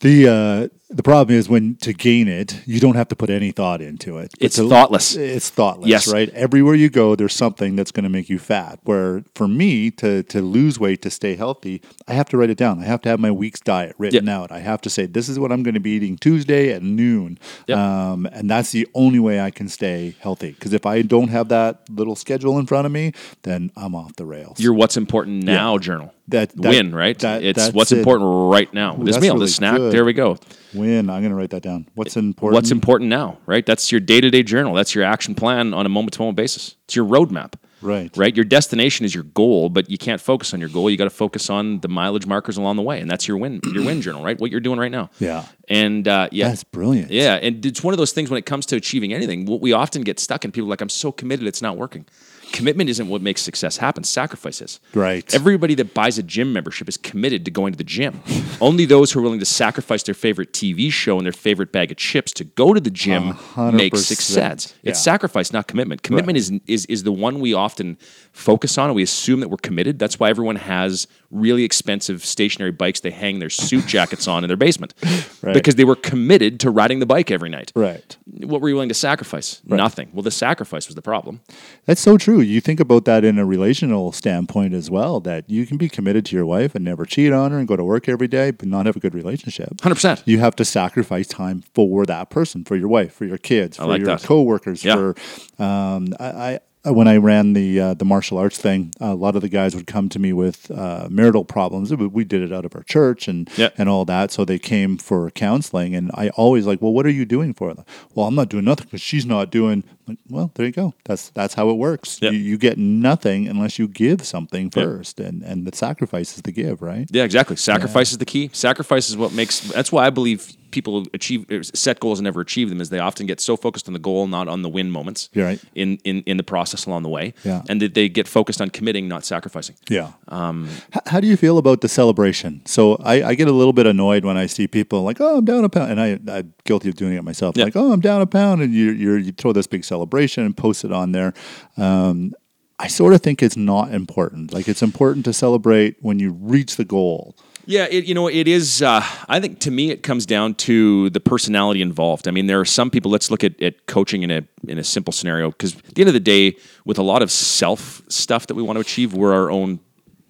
S1: The uh, the problem is when to gain it, you don't have to put any thought into it. But
S2: It's
S1: to-
S2: thoughtless.
S1: It's thoughtless,
S2: Yes.
S1: right? Everywhere you go, there's something that's going to make you fat. Where for me to to lose weight to stay healthy, I have to write it down. I have to have my week's diet written out. I have to say this is what I'm going to be eating Tuesday at noon,
S2: Yep.
S1: um, and that's the only way I can stay healthy. Because if I don't have that little schedule in front of me, then I'm off the rails.
S2: Your what's important now journal.
S1: That- that-
S2: win, right?
S1: that-
S2: it's
S1: that's
S2: what's
S1: it.
S2: important right now. this
S1: that's
S2: meal,
S1: really
S2: this snack,
S1: good.
S2: there we go.
S1: when I'm going to write that down. What's important?
S2: What's important now, right? That's your day to day journal. That's your action plan on a moment to moment basis. It's your roadmap.
S1: Right.
S2: Right. Your destination is your goal, but you can't focus on your goal. You got to focus on the mileage markers along the way, and that's your win, your win journal, right? What you're doing right now.
S1: Yeah.
S2: And uh, yeah,
S1: That's brilliant.
S2: Yeah, and it's one of those things when it comes to achieving anything. What we often get stuck in people are like I'm so committed, it's not working. Commitment isn't what makes success happen. Sacrifice is.
S1: Right.
S2: Everybody that buys a gym membership is committed to going to the gym. <laughs> Only those who are willing to sacrifice their favorite TV show and their favorite bag of chips to go to the gym make
S1: 100%.
S2: success. It's
S1: Yeah.
S2: sacrifice, not commitment. Commitment is, is is the one we often focus on, and we assume that we're committed. That's why everyone has really expensive stationary bikes they hang their suit jackets on in their basement,
S1: <laughs> Right.
S2: because they were committed to riding the bike every night.
S1: Right.
S2: What were you willing to sacrifice? Nothing. Well, the sacrifice was the problem.
S1: That's so true. You think about that in a relational standpoint as well, that you can be committed to your wife and never cheat on her and go to work every day, but not have a good relationship.
S2: Hundred percent.
S1: You have to sacrifice time for that person, for your wife, for your kids, for
S2: like
S1: your
S2: that.
S1: coworkers.
S2: Yeah.
S1: For um, I, I when I ran the uh, the martial arts thing, a lot of the guys would come to me with uh, marital problems. It- We did it out of our church and
S2: Yeah.
S1: and all that, so they came for counseling. And I always like, well, what are you doing for them? Well, I'm not doing nothing because she's not doing. Like, well, there you go. That's that's how it works.
S2: Yeah.
S1: You, you get nothing unless you give something
S2: Yeah.
S1: first, and and the sacrifice is the give, right?
S2: Yeah, exactly. Sacrifice is the key. Sacrifice is what makes. That's why I believe people achieve er, set goals and never achieve them is they often get so focused on the goal, not on the win moments.
S1: You're right.
S2: In in in the process along the way.
S1: Yeah.
S2: And that they get focused on committing, not sacrificing.
S1: Yeah.
S2: Um,
S1: H- how do you feel about the celebration? So I, I get a little bit annoyed when I see people like, oh, I'm down a pound, and I, I'm guilty of doing it myself.
S2: Yeah.
S1: Like, oh, I'm down a pound, and you you're, you throw this big celebration and post it on there. Um, I sort of think it's not important. Like, it's important to celebrate when you reach the goal.
S2: Yeah, it, you know, it is. Uh, I think to me, it comes down to the personality involved. I mean, there are some people. Let's look at, at coaching in a in a simple scenario because at the end of the day, with a lot of self stuff that we want to achieve, we're our own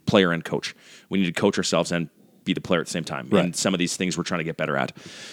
S2: player and coach. We need to coach ourselves and be the player at the same time.
S1: Right.
S2: And some of these things we're trying to get better at.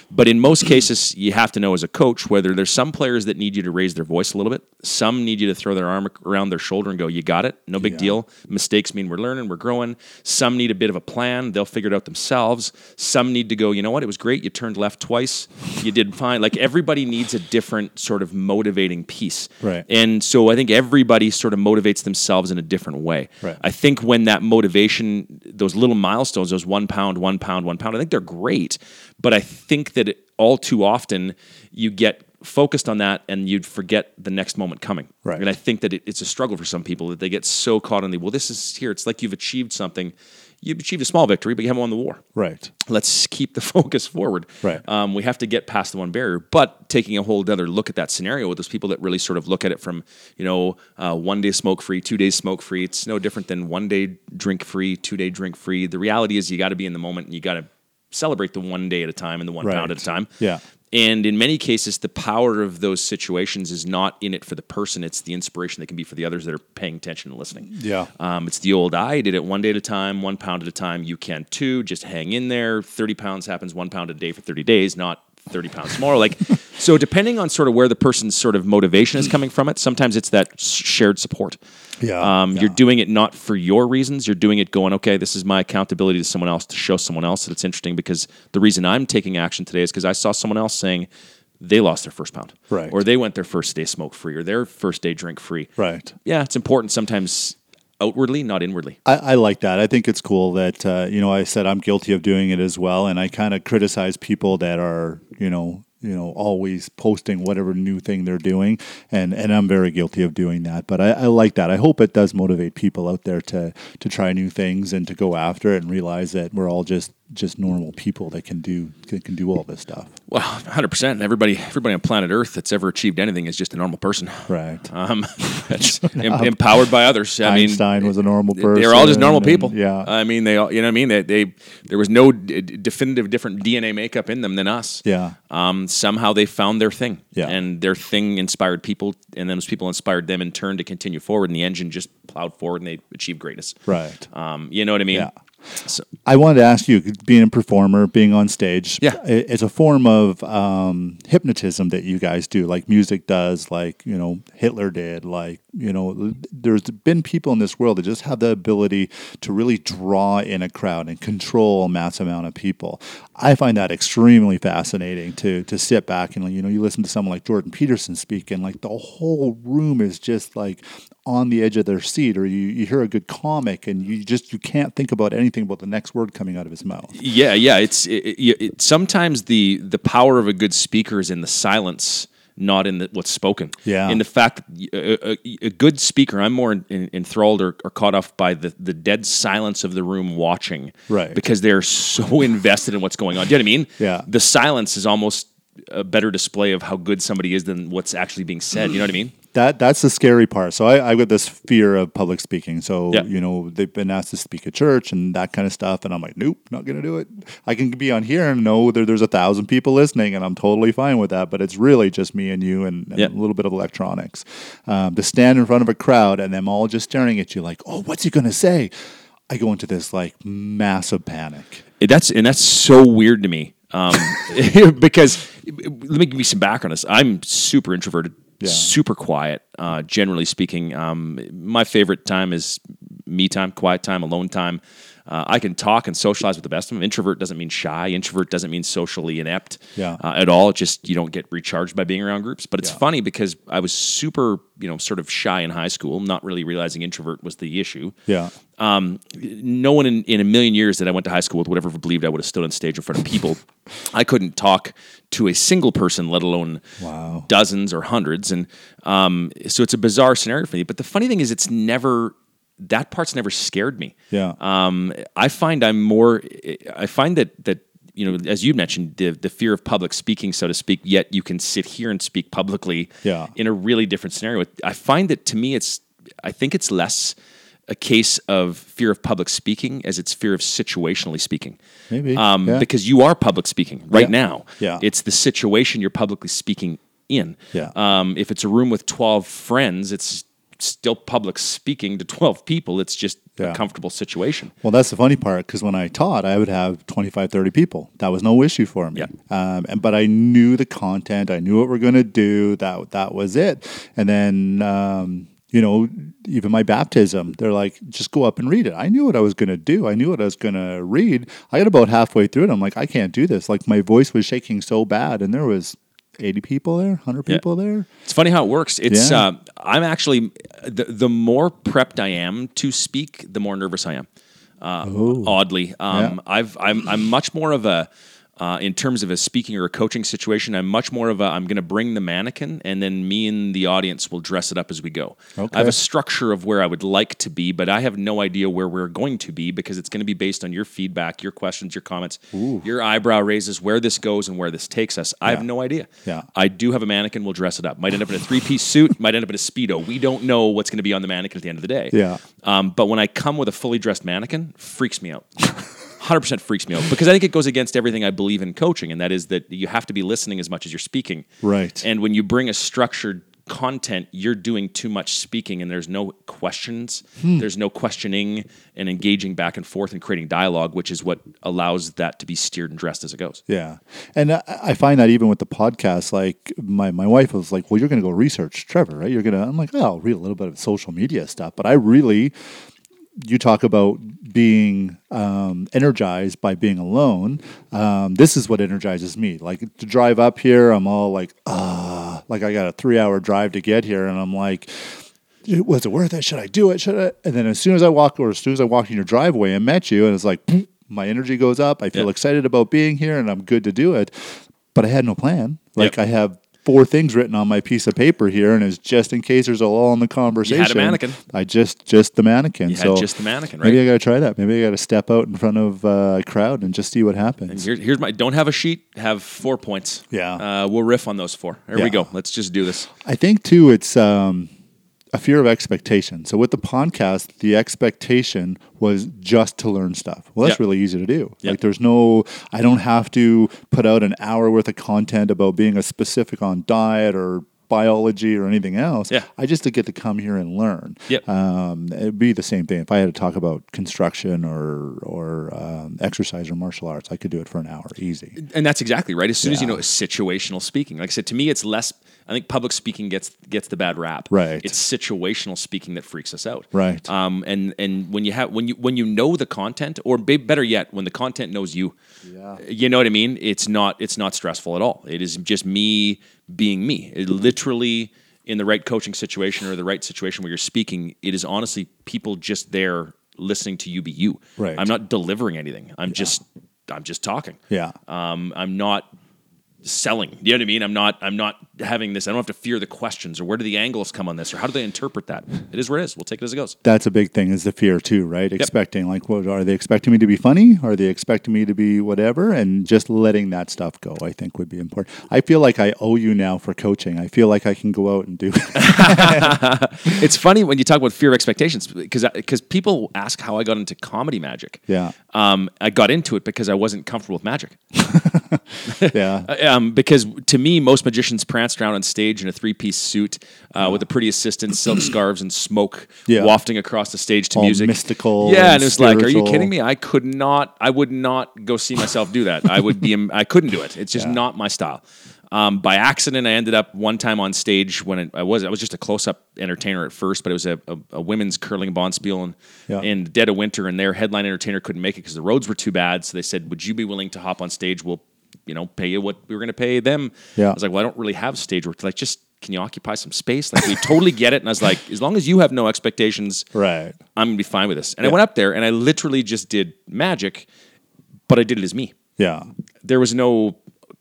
S2: But in most cases, you have to know as a coach whether there's some players that need you to raise their voice a little bit. Some need you to throw their arm around their shoulder and go, "You got it. No big
S1: Yeah.
S2: deal." Mistakes mean we're learning, we're growing. Some need a bit of a plan; they'll figure it out themselves. Some need to go, "You know what? It was great. You turned left twice. You did fine." Like everybody needs a different sort of motivating piece.
S1: Right.
S2: And so I think everybody sort of motivates themselves in a different way.
S1: Right.
S2: I think when that motivation, those little milestones, those one pound, one pound, one pound, I think they're great. But I think that it, all too often you get focused on that and you'd forget the next moment coming.
S1: Right.
S2: And I think that it, it's a struggle for some people that they get so caught in the, well, this is here. It's like you've achieved something. You've achieved a small victory, but you haven't won the war
S1: Right.
S2: let's keep the <laughs> focus forward.
S1: Right.
S2: Um, we have to get past the one barrier. But taking a whole other look at that scenario with those people that really sort of look at it from, you know, uh, one day smoke free, two days smoke free, it's no different than one day drink free, two day drink free. The reality is you got to be in the moment and you got to celebrate the one day at a time and the one pound
S1: Right.
S2: at a time.
S1: Yeah.
S2: And in many cases, the power of those situations is not in it for the person. It's the inspiration that can be for the others that are paying attention and listening.
S1: Yeah.
S2: Um, it's the old I did it one day at a time, one pound at a time. You can too. Just hang in there. 30 pounds happens one pound a day for 30 days, not 30 pounds more. Like, so depending on sort of where the person's sort of motivation is coming from, it sometimes it's that s- shared support.
S1: Yeah,
S2: Um, You're doing it not for your reasons. You're doing it going, okay, this is my accountability to someone else to show someone else that it's interesting because the reason I'm taking action today is because I saw someone else saying they lost their first pound.
S1: Right.
S2: Or they went their first day smoke free or their first day drink free
S1: Right.
S2: yeah, it's important sometimes outwardly, not inwardly.
S1: I, I like that. I think it's cool that uh, you know I said I'm guilty of doing it as well, and I kind of criticize people that are you know you know always posting whatever new thing they're doing, and and I'm very guilty of doing that. But I, I like that. I hope it does motivate people out there to to try new things and to go after it and realize that we're all just just normal people that can do that can do all this stuff.
S2: Well, 100%. Everybody everybody on planet Earth that's ever achieved anything is just a normal person.
S1: Right.
S2: Um, <laughs> that's em- empowered by others. I mean,
S1: Einstein was a normal person.
S2: They're all just normal
S1: and-
S2: people. Uh,
S1: yeah.
S2: I mean, they all, you know what I mean? They, they there was no d- definitive different DNA makeup in them than us.
S1: Yeah.
S2: Um, somehow they found their thing.
S1: Yeah.
S2: And their thing inspired people, and those people inspired them in turn to continue forward, and the engine just plowed forward and they achieved greatness.
S1: Right.
S2: Um, you know what I mean?
S1: Yeah.
S2: So,
S1: I wanted to ask you, being a performer, being on stage,
S2: Yeah.
S1: i- it's a form of um, hypnotism that you guys do, like music does, like you know Hitler did, like you know, there's been people in this world that just have the ability to really draw in a crowd and control a mass amount of people. I find that extremely fascinating to to sit back and you know you listen to someone like Jordan Peterson speak, and like the whole room is just like on the edge of their seat or you, you hear a good comic and you just you can't think about anything but the next word coming out of his mouth
S2: yeah, yeah. It's it, it, it, sometimes the the power of a good speaker is in the silence, not in the, what's spoken.
S1: Yeah.
S2: In the fact that a, a, a good speaker, I'm more in, in, enthralled or, or caught off by the the dead silence of the room watching.
S1: Right.
S2: Because they're so <laughs> invested in what's going on. Do you know what I mean?
S1: Yeah.
S2: The silence is almost a better display of how good somebody is than what's actually being said. You know what I mean?
S1: that that's the scary part so i i got this fear of public speaking so
S2: Yeah.
S1: you know they've been asked to speak at church and that kind of stuff and i'm like nope not gonna do it i can be on here and know that there's a thousand people listening and i'm totally fine with that but it's really just me and you and, and
S2: Yeah.
S1: a little bit of electronics um, to stand in front of a crowd and them all just staring at you like oh what's he gonna say i go into this like massive panic
S2: That's and that's so weird to me. Um, <laughs> because let me give you some background on this. I'm super introverted,
S1: Yeah.
S2: super quiet. Uh, generally speaking, um, my favorite time is me time, quiet time, alone time. Uh, I can talk and socialize with the best of them. Introvert doesn't mean shy. Introvert doesn't mean socially inept
S1: Yeah.
S2: uh, at all. It just you don't get recharged by being around groups. But it's
S1: Yeah.
S2: funny because I was super, you know, sort of shy in high school, not really realizing introvert was the issue
S1: yeah
S2: um, no one in, in a million years that I went to high school with would ever have believed I would have stood on stage in front of people. I couldn't talk to a single person, let alone
S1: Wow.
S2: dozens or hundreds. And um, so it's a bizarre scenario for me. But the funny thing is, it's never that part's never scared me.
S1: Yeah.
S2: Um, I find I'm more. I find that that you know, as you mentioned, the the fear of public speaking, so to speak. Yet you can sit here and speak publicly.
S1: Yeah.
S2: In a really different scenario, I find that to me, it's. I think it's less a case of fear of public speaking as it's fear of situationally speaking.
S1: Maybe,
S2: Um,
S1: yeah.
S2: Because you are public speaking right
S1: Yeah.
S2: now.
S1: Yeah.
S2: It's the situation you're publicly speaking in.
S1: Yeah.
S2: Um, if it's a room with 12 friends, it's still public speaking to 12 people. It's just
S1: Yeah.
S2: a comfortable situation.
S1: Well, that's the funny part because when I taught, I would have 25, 30 people. That was no issue for me.
S2: Yeah.
S1: Um, and, but I knew the content, I knew what we're going to do. That, that was it. And then, um, you know, even my baptism, they're like, just go up and read it. I knew what I was going to do. I knew what I was going to read. I got about halfway through it. I'm like, I can't do this. Like, my voice was shaking so bad, and there was 80 people there, 100
S2: Yeah.
S1: people there.
S2: It's funny how it works. It's
S1: Yeah.
S2: uh, I'm actually the, the more prepped I am to speak, the more nervous I am. Uh, oddly, um, I've I'm I'm much more of a uh, in terms of a speaking or a coaching situation. I'm much more of a I'm going to bring the mannequin, and then me and the audience will dress it up as we go.
S1: Okay.
S2: I have a structure of where I would like to be, but I have no idea where we're going to be because it's going to be based on your feedback, your questions, your comments, your eyebrow raises, where this goes and where this takes us. I have no idea.
S1: Yeah.
S2: I do have a mannequin. We'll dress it up. Might end up in a three piece suit. Might end up in a speedo. We don't know what's going to be on the mannequin at the end of the day.
S1: Yeah.
S2: Um, but when I come with a fully dressed mannequin, freaks me out. 100% freaks me out because I think it goes against everything I believe in coaching, and that is that you have to be listening as much as you're speaking.
S1: Right.
S2: And when you bring a structured content, you're doing too much speaking, and there's no questions,
S1: Hmm.
S2: there's no questioning and engaging back and forth and creating dialogue, which is what allows that to be steered and dressed as it goes.
S1: Yeah. And I, I find that even with the podcast, like my, my wife was like, well, you're going to go research Trevor, right? You're going to, I'm like, oh, I'll read a little bit of social media stuff. But I really, you talk about being um, energized by being alone. Um, this is what energizes me. Like to drive up here, I'm all like, ah, like I got a three hour drive to get here. And I'm like, was it worth it? Should I do it? Should I? And then as soon as I walk, or as soon as I walked in your driveway and met you, and it's like my energy goes up. I feel
S2: Yeah.
S1: excited about being here, and I'm good to do it. But I had no plan. Like
S2: Yep.
S1: I have four things written on my piece of paper here, and it's just in case there's a lull in the conversation.
S2: mannequin.
S1: I just just the mannequin.
S2: You had
S1: so
S2: just the mannequin, right?
S1: Maybe I got to try that. Maybe I got to step out in front of uh, a crowd and just see what happens.
S2: Here, here's my. Don't have a sheet. Have four points.
S1: Yeah.
S2: Uh, we'll riff on those four. There
S1: Yeah.
S2: we go. Let's just do this.
S1: I think too, it's um, a fear of expectation. So with the podcast, the expectation was just to learn stuff. Well, that's
S2: Yeah.
S1: really easy to do.
S2: Yeah.
S1: Like there's no, I don't have to put out an hour worth of content about being a specific on diet or biology or anything else.
S2: Yeah.
S1: I just get to come here and learn.
S2: Yep.
S1: Um, it'd be the same thing if I had to talk about construction or or um, exercise or martial arts. I could do it for an hour, easy.
S2: And that's exactly right. As soon as you know it's situational speaking, like I said, to me, it's less. I think public speaking gets gets the bad rap.
S1: Right.
S2: It's situational speaking that freaks us out.
S1: Right.
S2: Um. And and when you have when you when you know the content, or be, better yet, when the content knows you.
S1: Yeah.
S2: You know what I mean? It's not it's not stressful at all. It is just me being me. It literally in the right coaching situation or the right situation where you're speaking, it is honestly people just there listening to you be you.
S1: Right.
S2: I'm not delivering anything. I'm just I'm just talking.
S1: Yeah.
S2: Um, I'm not selling. You know what I mean? I'm not. I'm not having this. I don't have to fear the questions or where do the angles come on this or how do they interpret that? It is what it is. We'll take it as it goes.
S1: that's a big thing is the fear too, right? Expecting like, what are they expecting me to be funny? Are they expecting me to be whatever? And just letting that stuff go, I think, would be important. I feel like I owe you now for coaching. I feel like I can go out and
S2: <laughs>
S1: do. <laughs>
S2: It's funny when you talk about fear of expectations because because people ask how I got into comedy magic.
S1: Yeah.
S2: Um, I got into it because I wasn't comfortable with magic.
S1: yeah,
S2: um, because to me, most magicians pranced around on stage in a three-piece suit uh, with a pretty assistant, silk scarves, and smoke
S1: Yeah.
S2: wafting across the stage to
S1: All
S2: music.
S1: mystical
S2: yeah. And,
S1: and
S2: it was like, are you
S1: spiritual.
S2: kidding me? I could not. I would not go see myself do that. I would
S1: <laughs>
S2: be. I couldn't do it. It's just not my style. Um, by accident, I ended up one time on stage when it, I was I was just a close-up entertainer at first, but it was a, a, a women's curling bonspiel and
S1: Yeah.
S2: in the dead of winter, and their headline entertainer couldn't make it because the roads were too bad. So they said, "Would you be willing to hop on stage? We'll, you know, pay you what we were going to pay them."
S1: Yeah.
S2: I was like, "Well, I don't really have stage work. They're Like, just can you occupy some space? Like, we totally get it." And I was like, "As long as you have no expectations,
S1: <laughs> right.
S2: I'm gonna be fine with this." And I went up there and I literally just did magic, but I did it as me.
S1: Yeah,
S2: There was no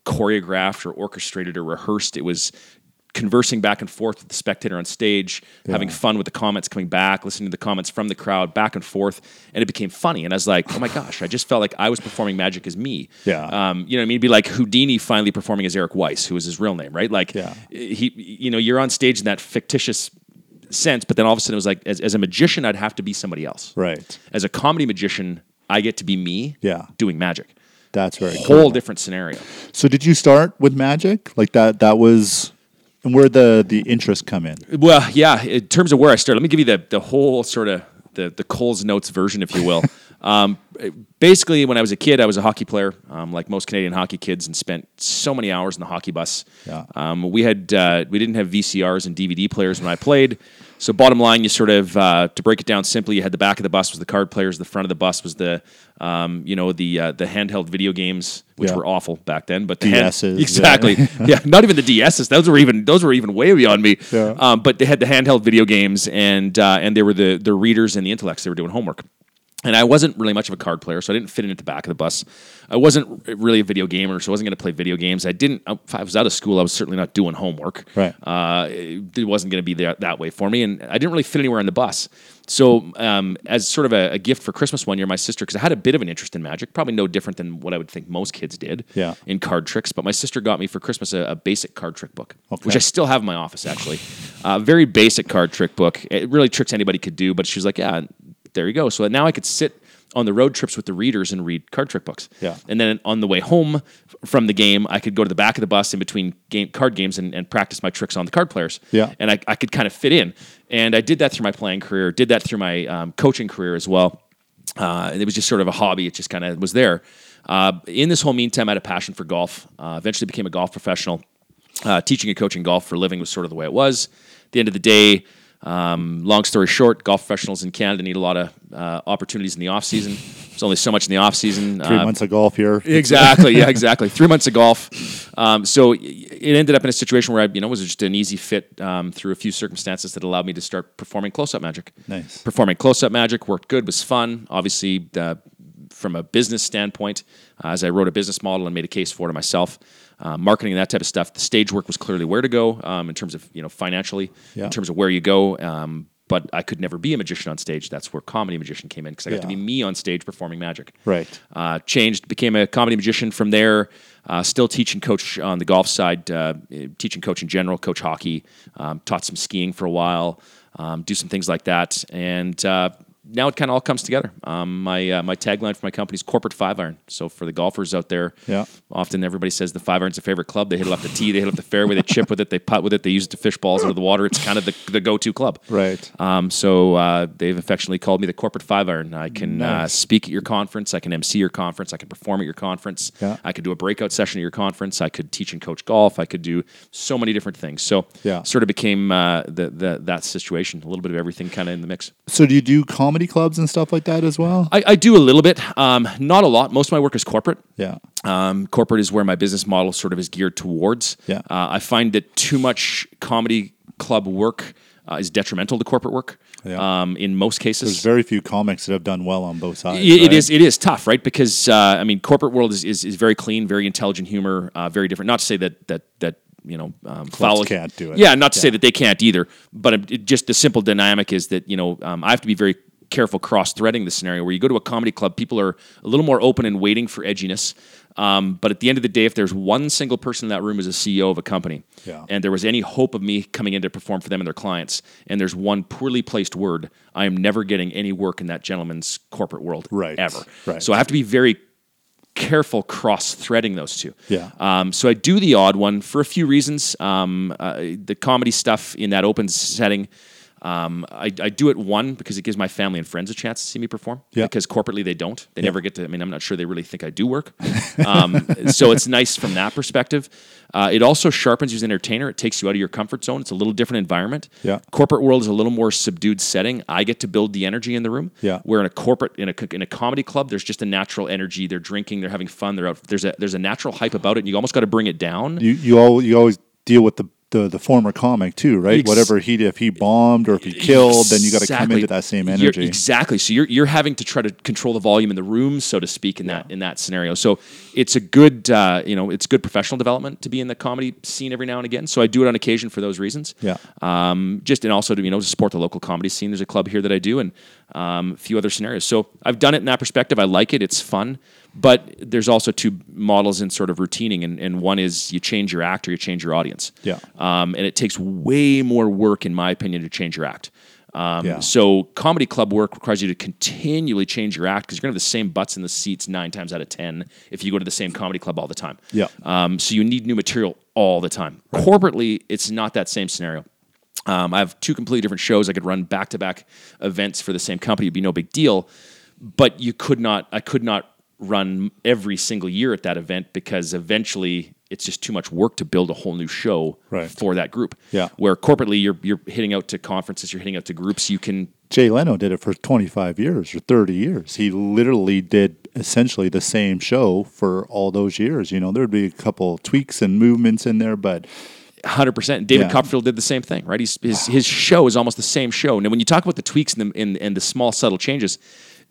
S2: choreographed or orchestrated or rehearsed. It was conversing back and forth with the spectator on stage, having fun with the comments coming back, listening to the comments from the crowd back and forth, and it became funny. And I was like, oh my gosh, I just felt like I was performing magic as me.
S1: Yeah.
S2: Um, you know what I mean? It'd be like Houdini finally performing as Eric Weiss, who was his real name, right? Like
S1: Yeah.
S2: he you know, you're on stage in that fictitious sense, but then all of a sudden it was like as, as a magician, I'd have to be somebody else.
S1: right.
S2: As a comedy magician, I get to be me
S1: Yeah.
S2: doing magic
S1: That's very
S2: whole
S1: cool.
S2: different scenario.
S1: So, did you start with magic like that? That was, and where the the interest come in?
S2: Well, yeah. In terms of where I started, let me give you the the whole sort of the the Cole's notes version, if you
S1: <laughs>
S2: will. um, basically, when I was a kid, I was a hockey player, um, like most Canadian hockey kids, and spent so many hours in the hockey bus.
S1: Yeah.
S2: Um, we had uh, we didn't have VCRs and DVD players when I played. So bottom line, you sort of uh, to break it down simply, you had the back of the bus was the card players, the front of the bus was the um, you know the uh, the handheld video games, which
S1: Yeah.
S2: were awful back then. But the hand-
S1: DSs, yeah.
S2: <laughs> exactly, yeah, not even the DSs. Those were even those were even way beyond me.
S1: Yeah.
S2: Um, but they had the handheld video games, and uh, and they were the the readers and the intellects. They were doing homework. And I wasn't really much of a card player, so I didn't fit in at the back of the bus. I wasn't r- really a video gamer, so I wasn't going to play video games. I didn't. um, If I was out of school, I was certainly not doing homework.
S1: Right.
S2: Uh, it it wasn't going to be there that way for me, and I didn't really fit anywhere on the bus. So, um, as sort of a, a gift for Christmas one year, my sister, because I had a bit of an interest in magic, probably no different than what I would think most kids did
S1: Yeah.
S2: in card tricks, but my sister got me for Christmas a, a basic card trick book,
S1: Okay.
S2: which I still have in my office actually. uh, very basic card trick book. It really tricks anybody could do, but she was like, yeah, there you go. So now I could sit on the road trips with the readers and read card trick books.
S1: Yeah.
S2: And then on the way home f- from the game, I could go to the back of the bus in between game card games and, and practice my tricks on the card players.
S1: Yeah.
S2: And I, I could kind of fit in. And I did that through my playing career, did that through my um, coaching career as well. Uh, and it was just sort of a hobby. It just kind of was there. Uh, in this whole meantime, I had a passion for golf. Uh, eventually became a golf professional. Uh, teaching and coaching golf for a living was sort of the way it was. At the end of the day, um, long story short, golf professionals in Canada need a lot of uh, opportunities in the off season. There's only so much in the off season.
S1: Three months of golf here.
S2: <laughs> Exactly. Yeah, exactly. Three months of golf. Um, so it ended up in a situation where I, you know, was just an easy fit um, through a few circumstances that allowed me to start performing close-up magic.
S1: Nice.
S2: Performing close-up magic worked good, was fun. Obviously, uh, from a business standpoint, uh, as I wrote a business model and made a case for it myself. uh, marketing and that type of stuff. The stage work was clearly where to go um, in terms of you know financially,
S1: Yeah.
S2: in terms of where you go. Um, but I could never be a magician on stage. That's where comedy magician came in because I got to
S1: Yeah.
S2: be me on stage performing magic.
S1: Right.
S2: Uh, changed, became a comedy magician from there. Uh, still teaching coach on the golf side, uh, teaching coach in general, coach hockey. Um, taught some skiing for a while, um, do some things like that, and uh, now it kind of all comes together. Um, my uh, my tagline for my company is corporate five iron. So for the golfers out there,
S1: Yeah.
S2: often everybody says the five iron's a favorite club. They hit it off the tee, they hit it off the fairway, they chip with it, they putt with it, they use it to fish balls into the water. It's kind of the, the go to club.
S1: Right.
S2: Um, so uh, they've affectionately called me the corporate five iron. I can uh,
S1: Nice.
S2: speak at your conference. I can MC your conference. I can perform at your conference.
S1: Yeah.
S2: I could do a breakout session at your conference. I could teach and coach golf. I could do so many different things. So
S1: Yeah.
S2: sort of became uh, the, the, that situation. A little bit of everything kind of in the mix.
S1: So do you do comedy clubs and stuff like that as well?
S2: I, I do a little bit, um, not a lot. Most of my work is corporate.
S1: yeah.
S2: Um, corporate is where my business model sort of is geared towards.
S1: Yeah.
S2: Uh, I find that too much comedy club work uh, is detrimental to corporate work.
S1: Yeah.
S2: Um, in most cases,
S1: There's very few comics that have done well on both sides.
S2: it,
S1: right?
S2: it is it is tough, right? Because uh, I mean, corporate world is, is, is very clean, very intelligent humor, uh, very different. Not to say that that that you know um, foul
S1: can't do it.
S2: Yeah, not to say that they can't either. But it, it just the simple dynamic is that you know um, I have to be very careful cross threading the scenario where you go to a comedy club, people are a little more open and waiting for edginess. Um, but at the end of the day, if there's one single person in that room is a CEO of a company,
S1: Yeah.
S2: and there was any hope of me coming in to perform for them and their clients, and there's one poorly placed word, I am never getting any work in that gentleman's corporate world
S1: Right,
S2: ever.
S1: right.
S2: So I have to be very careful cross threading those two.
S1: Yeah.
S2: Um, so I do the odd one for a few reasons. Um, uh, the comedy stuff in that open setting, um, I, I do it one because it gives my family and friends a chance to see me perform.
S1: Yeah.
S2: Because corporately they don't. They never get to. I mean, I'm not sure they really think I do work.
S1: <laughs>
S2: Um, so it's nice from that perspective. Uh, it also sharpens you as an entertainer. It takes you out of your comfort zone. It's a little different environment.
S1: Yeah.
S2: Corporate world is a little more subdued setting. I get to build the energy in the room.
S1: Yeah.
S2: Where in a corporate in a co- in a comedy club, there's just a natural energy. They're drinking. They're having fun. They're out. There's a there's a natural hype about it. and You almost got to bring it down.
S1: You you all you always deal with the the, the former comic too, right?
S2: Ex-
S1: Whatever he if he bombed or if he killed, then you got to come
S2: Exactly.
S1: into that same
S2: You're-
S1: energy.
S2: exactly. So you're you're having to try to control the volume in the room, so to speak, in that in that scenario. So it's a good uh, you know it's good professional development to be in the comedy scene every now and again. So I do it on occasion for those reasons.
S1: Yeah.
S2: Um, just and also to you know to support the local comedy scene. There's a club here that I do and um, a few other scenarios. So I've done it in that perspective. I like it. It's fun. But there's also two models in sort of routining, and, and one is you change your act or you change your audience.
S1: Yeah.
S2: Um, and it takes way more work, in my opinion, to change your act. Um,
S1: Yeah.
S2: So comedy club work requires you to continually change your act because you're gonna have the same butts in the seats nine times out of ten if you go to the same comedy club all the time.
S1: Yeah.
S2: Um, so you need new material all the time. Corporately, it's not that same scenario. Um, I have two completely different shows. I could run back to back events for the same company. It'd be no big deal. But you could not. I could not run every single year at that event because eventually it's just too much work to build a whole new show
S1: Right.
S2: for that group.
S1: Yeah.
S2: Where corporately you're you're hitting out to conferences, you're hitting out to groups. You can
S1: Jay Leno did it for 25 years or 30 years. He literally did essentially the same show for all those years. You know, there'd be a couple tweaks and movements in there, but
S2: hundred percent. David
S1: Yeah.
S2: Copperfield did the same thing, right? He's, his his show is almost the same show. Now, when you talk about the tweaks and the, and, and the small subtle changes,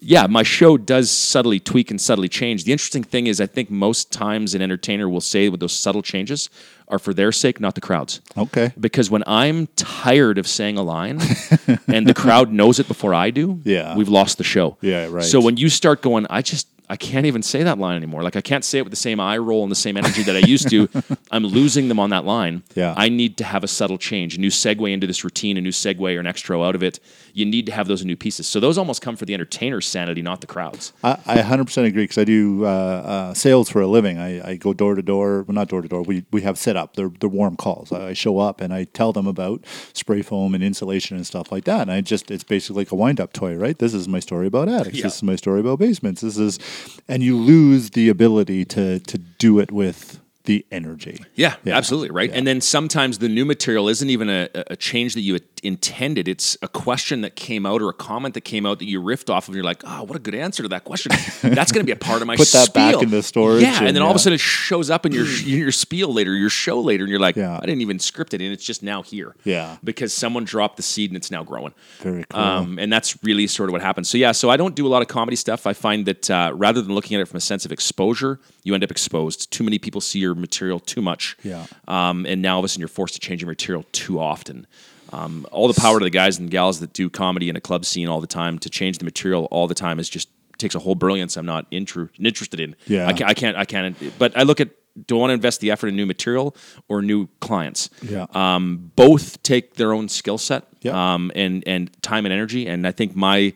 S2: yeah, my show does subtly tweak and subtly change. The interesting thing is, I think most times an entertainer will say with those subtle changes are for their sake, not the crowd's.
S1: okay.
S2: Because when I'm tired of saying a line
S1: <laughs>
S2: and the crowd knows it before I do,
S1: Yeah.
S2: we've lost the show.
S1: Yeah, right.
S2: So when you start going, I just I can't even say that line anymore. Like I can't say it with the same eye roll and the same energy that I used
S1: <laughs>
S2: to. I'm losing them on that line.
S1: Yeah.
S2: I need to have a subtle change, a new segue into this routine, a new segue or an extra out of it. You need to have those new pieces. So those almost come for the entertainer's sanity, not the crowd's.
S1: I, I 100% agree because I do uh, uh, sales for a living. I, I go door to door, well, not door to door. We, we have set up, they're, they're warm calls. I, I show up and I tell them about spray foam and insulation and stuff like that. And I just, it's basically like a wind up toy, right? This is my story about attics.
S2: Yeah.
S1: This is my story about basements. This is, and you lose the ability to, to do it with the energy.
S2: Yeah, absolutely, right? And then sometimes the new material isn't even a, a change that you had intended. It's a question that came out or a comment that came out that you riffed off of. And you're like, oh, what a good answer to
S1: <laughs>
S2: that question. That's going to be a part of my
S1: Put that back
S2: spiel."
S1: in the storage
S2: Yeah, and,
S1: and
S2: then all of a
S1: yeah.
S2: sudden it shows up in your in your spiel later, your show later, and you're like,
S1: Yeah.
S2: I didn't even script it, and it's just now here.
S1: Yeah.
S2: because someone dropped the seed and it's now growing.
S1: Very cool.
S2: Um, and that's really sort of what happens. So yeah, so I don't do a lot of comedy stuff. I find that uh, rather than looking at it from a sense of exposure, you end up exposed. Too many people see your material too much.
S1: Yeah.
S2: Um, and now all of a sudden you're forced to change your material too often. Um, all the power to the guys and gals that do comedy in a club scene all the time to change the material all the time is just takes a whole brilliance I'm not intru- interested in.
S1: Yeah.
S2: I can't, I can't, I can't, but I look at, do I want to invest the effort in new material or new clients?
S1: Yeah.
S2: Um, both take their own skill set
S1: Yeah.
S2: um, and, and time and energy. And I think my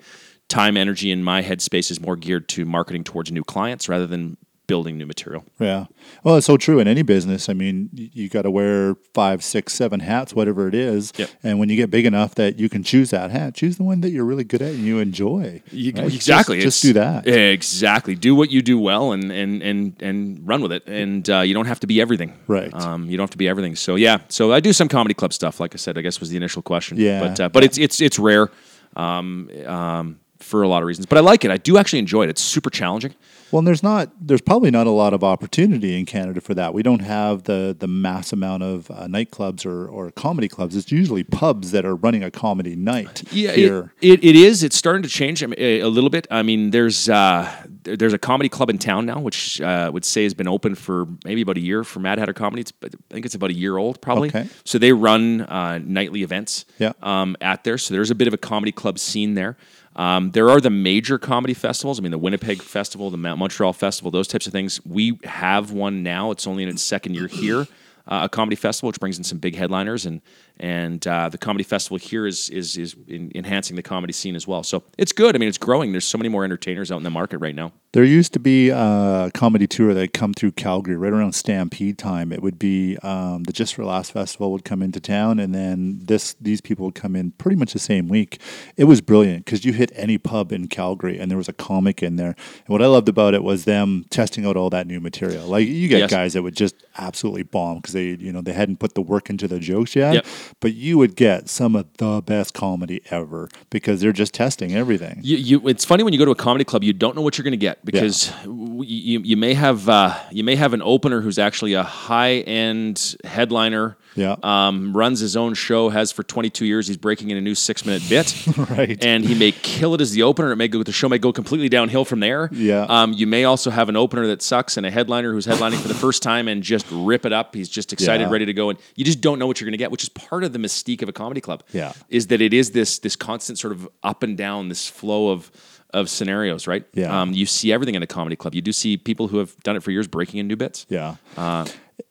S2: time, energy, and my headspace is more geared to marketing towards new clients rather than building new material.
S1: Yeah. Well, it's so true in any business. I mean, y- you got to wear five, six, seven hats, whatever it is.
S2: Yep.
S1: And when you get big enough that you can choose that hat, choose the one that you're really good at and you enjoy.
S2: You,
S1: right? Just-
S2: Exactly.
S1: Just,
S2: It's-
S1: do that.
S2: Exactly. Do what you do well, and and and and run with it. And uh, you don't have to be everything.
S1: Right.
S2: Um, you don't have to be everything. So yeah. So I do some comedy club stuff. Like I said, I guess was the initial question.
S1: Yeah.
S2: But uh, but it's it's it's rare. Um, um, for a lot of reasons, but I like it. I do actually enjoy it. It's super challenging.
S1: Well, and there's not, there's probably not a lot of opportunity in Canada for that. We don't have the the mass amount of uh, nightclubs or, or comedy clubs. It's usually pubs that are running a comedy night
S2: Yeah, it,
S1: here.
S2: it, it is. It's starting to change I mean, a a little bit. I mean, there's uh, there- there's a comedy club in town now, which uh, I would say has been open for maybe about a year for Mad Hatter Comedy. It's, I think it's about a year old, probably.
S1: Okay.
S2: So they run uh, nightly events
S1: Yeah.
S2: um, at there. So there's a bit of a comedy club scene there. Um, there are the major comedy festivals. I mean, the Winnipeg Festival, the Mount Montreal Festival, those types of things. We have one now. It's only in its second year here. Uh, a comedy festival, which brings in some big headliners, and and uh, the comedy festival here is is is in, enhancing the comedy scene as well. So it's good. I mean, it's growing. There's so many more entertainers out in the market right now.
S1: There used to be a comedy tour that come through Calgary right around Stampede time. It would be um, the Just for Last Festival would come into town, and then this these people would come in pretty much the same week. It was brilliant because you hit any pub in Calgary, and there was a comic in there. And what I loved about it was them testing out all that new material. Like you get
S2: Yes.
S1: guys that would just absolutely bomb because they you know they hadn't put the work into the jokes yet,
S2: Yep.
S1: but you would get some of the best comedy ever because they're just testing everything.
S2: You, you, it's funny when you go to a comedy club, you don't know what you're going to get because w you, you may have uh, you may have an opener who's actually a high end headliner.
S1: Yeah.
S2: um, runs his own show, has for 22 years. He's breaking in a new six minute bit,
S1: <laughs> Right.
S2: And he may kill it as the opener. It may go the show may go completely downhill from there.
S1: Yeah.
S2: Um, you may also have an opener that sucks and a headliner who's headlining for the first time and just rip it up. He's just excited,
S1: Yeah.
S2: ready to go, and you just don't know what you're going to get, which is part of the mystique of a comedy club
S1: Yeah.
S2: is that it is this this constant sort of up and down, this flow of of scenarios, right?
S1: Yeah.
S2: Um, you see everything in a comedy club. You do see people who have done it for years breaking in new bits.
S1: Yeah.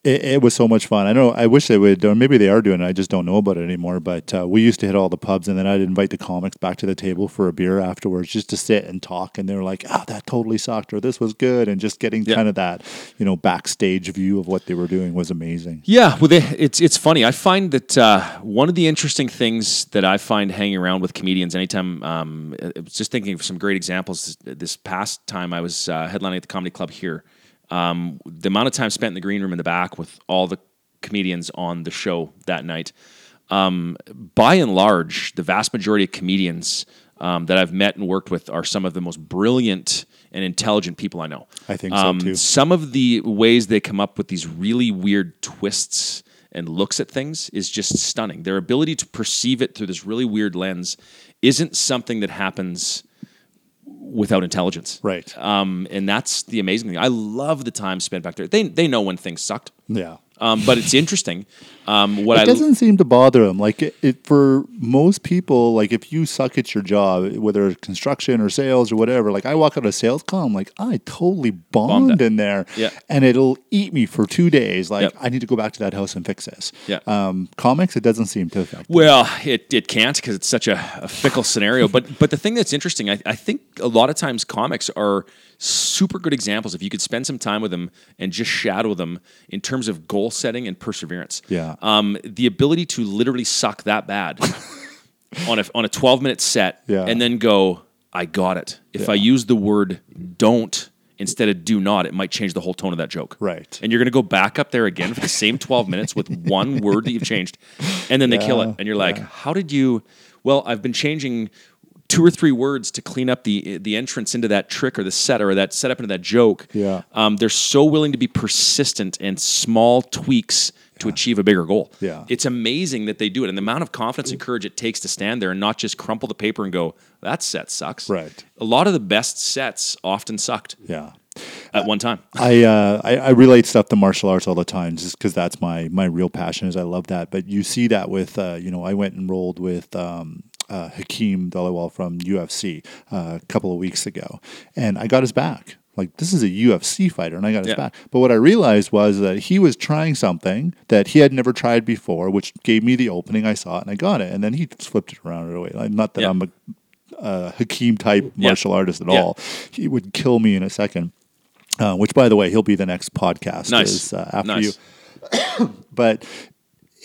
S1: it, it was so much fun. I know. I wish they would, or maybe they are doing it. I just don't know about it anymore. But uh, we used to hit all the pubs, and then I'd invite the comics back to the table for a beer afterwards, just to sit and talk. And they were like, "Oh, that totally sucked," or "This was good," and just getting
S2: Yeah.
S1: kind of that, you know, backstage view of what they were doing was amazing.
S2: Yeah, well, they, it's it's funny. I find that uh, one of the interesting things that I find hanging around with comedians anytime. Um, I I was just thinking of some great examples. This, this past time, I was uh, headlining at the comedy club here. Um, the amount of time spent in the green room in the back with all the comedians on the show that night. Um, by and large, the vast majority of comedians um, that I've met and worked with are some of the most brilliant and intelligent people I know. Um,
S1: I think so, too.
S2: Some of the ways they come up with these really weird twists and looks at things is just stunning. Their ability to perceive it through this really weird lens isn't something that happens without intelligence.
S1: Right.
S2: Um, and that's the amazing thing. I love the time spent back there. They, they know when things sucked.
S1: Yeah.
S2: Um, but it's interesting. Um, what
S1: It
S2: I
S1: doesn't seem to bother them. Like it, it for most people, like if you suck at your job, whether it's construction or sales or whatever, like I walk out of sales com, like I totally bombed,
S2: Bombed it.
S1: in there,
S2: Yeah.
S1: and it'll eat me for two days. Like
S2: Yep.
S1: I need to go back to that house and fix this.
S2: Yeah.
S1: Um, comics, it doesn't seem to affect.
S2: Well, it, it can't because it's such a, a fickle scenario. But but the thing that's interesting, I, I think a lot of times comics are super good examples if you could spend some time with them and just shadow them in terms of goal setting and perseverance.
S1: Yeah.
S2: Um, the ability to literally suck that
S1: <laughs>
S2: bad on a on a twelve minute set
S1: Yeah.
S2: and then go, I got it. If I use the word don't instead of do not, it might change the whole tone of that joke.
S1: Right.
S2: And you're going to go back up there again for the same 12 minutes with one word that you've changed. And then they kill it. And you're like, how did you? Well, I've been changing two or three words to clean up the the entrance into that trick or the set or that setup into that joke.
S1: Yeah.
S2: Um, they're so willing to be persistent and small tweaks to achieve a bigger goal.
S1: Yeah.
S2: It's amazing that they do it. And the amount of confidence and courage it takes to stand there and not just crumple the paper and go, that set sucks.
S1: Right.
S2: A lot of the best sets often sucked.
S1: Yeah.
S2: at one time.
S1: I, uh, I I relate stuff to martial arts all the time, just because that's my my real passion. Is I love that. But you see that with uh, you know I went and rolled with. Um, uh, Hakeem Dolewal from UFC uh, a couple of weeks ago, and I got his back. Like this is a UFC fighter, and I got his
S2: Yeah.
S1: back. But what I realized was that he was trying something that he had never tried before, which gave me the opening. I saw it and I got it, and then he just flipped it around right away. Like, not that
S2: Yeah.
S1: I'm a uh, Hakeem type
S2: Yeah.
S1: martial artist at
S2: Yeah.
S1: all. He would kill me in a second. Uh, which, by the way, he'll be the next podcast
S2: Nice.
S1: is, uh, after
S2: Nice.
S1: you <coughs> but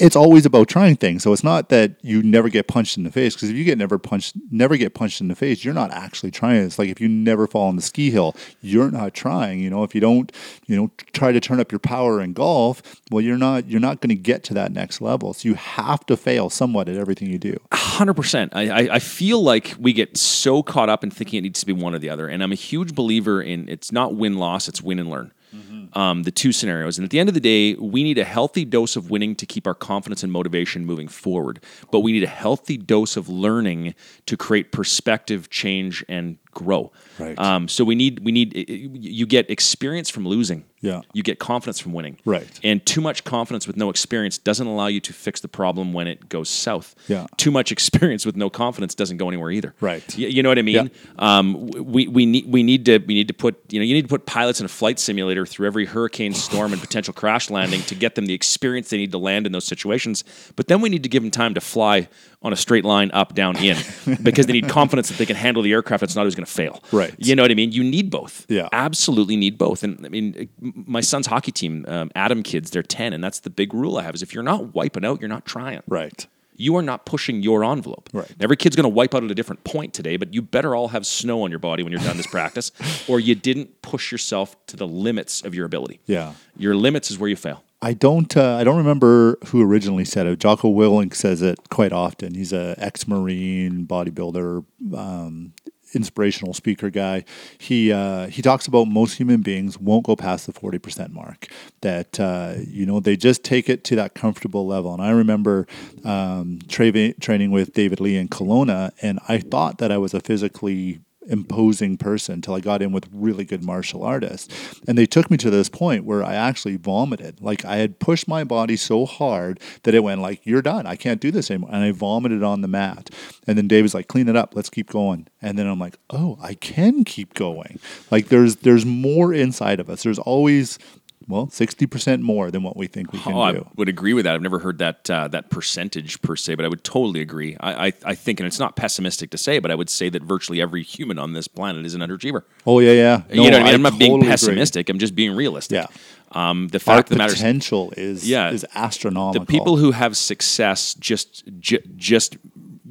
S1: it's always about trying things. So it's not that you never get punched in the face because if you get never punched, never get punched in the face, you're not actually trying. It's like if you never fall on the ski hill, you're not trying. You know, if you don't, you know, try to turn up your power in golf, well, you're not you're not going to get to that next level. So you have to fail somewhat at everything you do.
S2: hundred percent. I, I I feel like we get so caught up in thinking it needs to be one or the other, and I'm a huge believer in it's not win loss, it's win and learn.
S1: Mm-hmm.
S2: Um, the two scenarios, and at the end of the day, we need a healthy dose of winning to keep our confidence and motivation moving forward. But we need a healthy dose of learning to create perspective, change, and grow.
S1: Right.
S2: Um, so we need we need you get experience from losing.
S1: Yeah.
S2: You get confidence from winning.
S1: Right.
S2: And too much confidence with no experience doesn't allow you to fix the problem when it goes south.
S1: Yeah.
S2: Too much experience with no confidence doesn't go anywhere either.
S1: Right.
S2: Y- you know what I mean? Um, w- we, we need we need to we need to put you know you need to put pilots in a flight simulator through every hurricane, storm, and potential crash landing to get them the experience they need to land in those situations. But then we need to give them time to fly on a straight line up,
S1: <laughs>
S2: down, in, because they need confidence that they can handle the aircraft. It's not who's going to fail.
S1: Right.
S2: You know what I mean? You need both
S1: Yeah.
S2: absolutely need both. And I mean, m- my son's hockey team, um, Adam kids, they're 10. And that's the big rule I have is if you're not wiping out, you're not trying.
S1: Right.
S2: You are not pushing your envelope.
S1: Right.
S2: Every kid's going to wipe out at a different point today, but you better all have snow on your body when you're done this
S1: <laughs>
S2: practice, or you didn't push yourself to the limits of your ability.
S1: Yeah.
S2: Your limits is where you fail.
S1: I don't. Uh, I don't remember who originally said it. Jocko Willink says it quite often. He's a ex-marine bodybuilder, um, inspirational speaker guy. He uh, he talks about most human beings won't go past the forty percent mark. That uh, you know they just take it to that comfortable level. And I remember um, tra- training with David Lee in Kelowna, and I thought that I was a physically imposing person until I got in with really good martial artists. And they took me to this point where I actually vomited. Like I had pushed my body so hard that it went like, you're done. I can't do this anymore. And I vomited on the mat. And then David's like, clean it up. Let's keep going. And then I'm like, oh, I can keep going. Like there's there's more inside of us. There's always well, sixty percent more than what we think we can
S2: Oh,
S1: do.
S2: I would agree with that. I've never heard that uh, that percentage per se, but I would totally agree. I, I, I think, and it's not pessimistic to say, but I would say that virtually every human on this planet is an underachiever.
S1: Oh yeah, yeah.
S2: you
S1: No,
S2: know what I mean? I'm not being
S1: totally agree.
S2: pessimistic. I'm just being realistic.
S1: Yeah.
S2: Um, the
S1: Our
S2: fact of the matter is,
S1: potential is
S2: Yeah.
S1: is astronomical.
S2: the people who have success just ju- just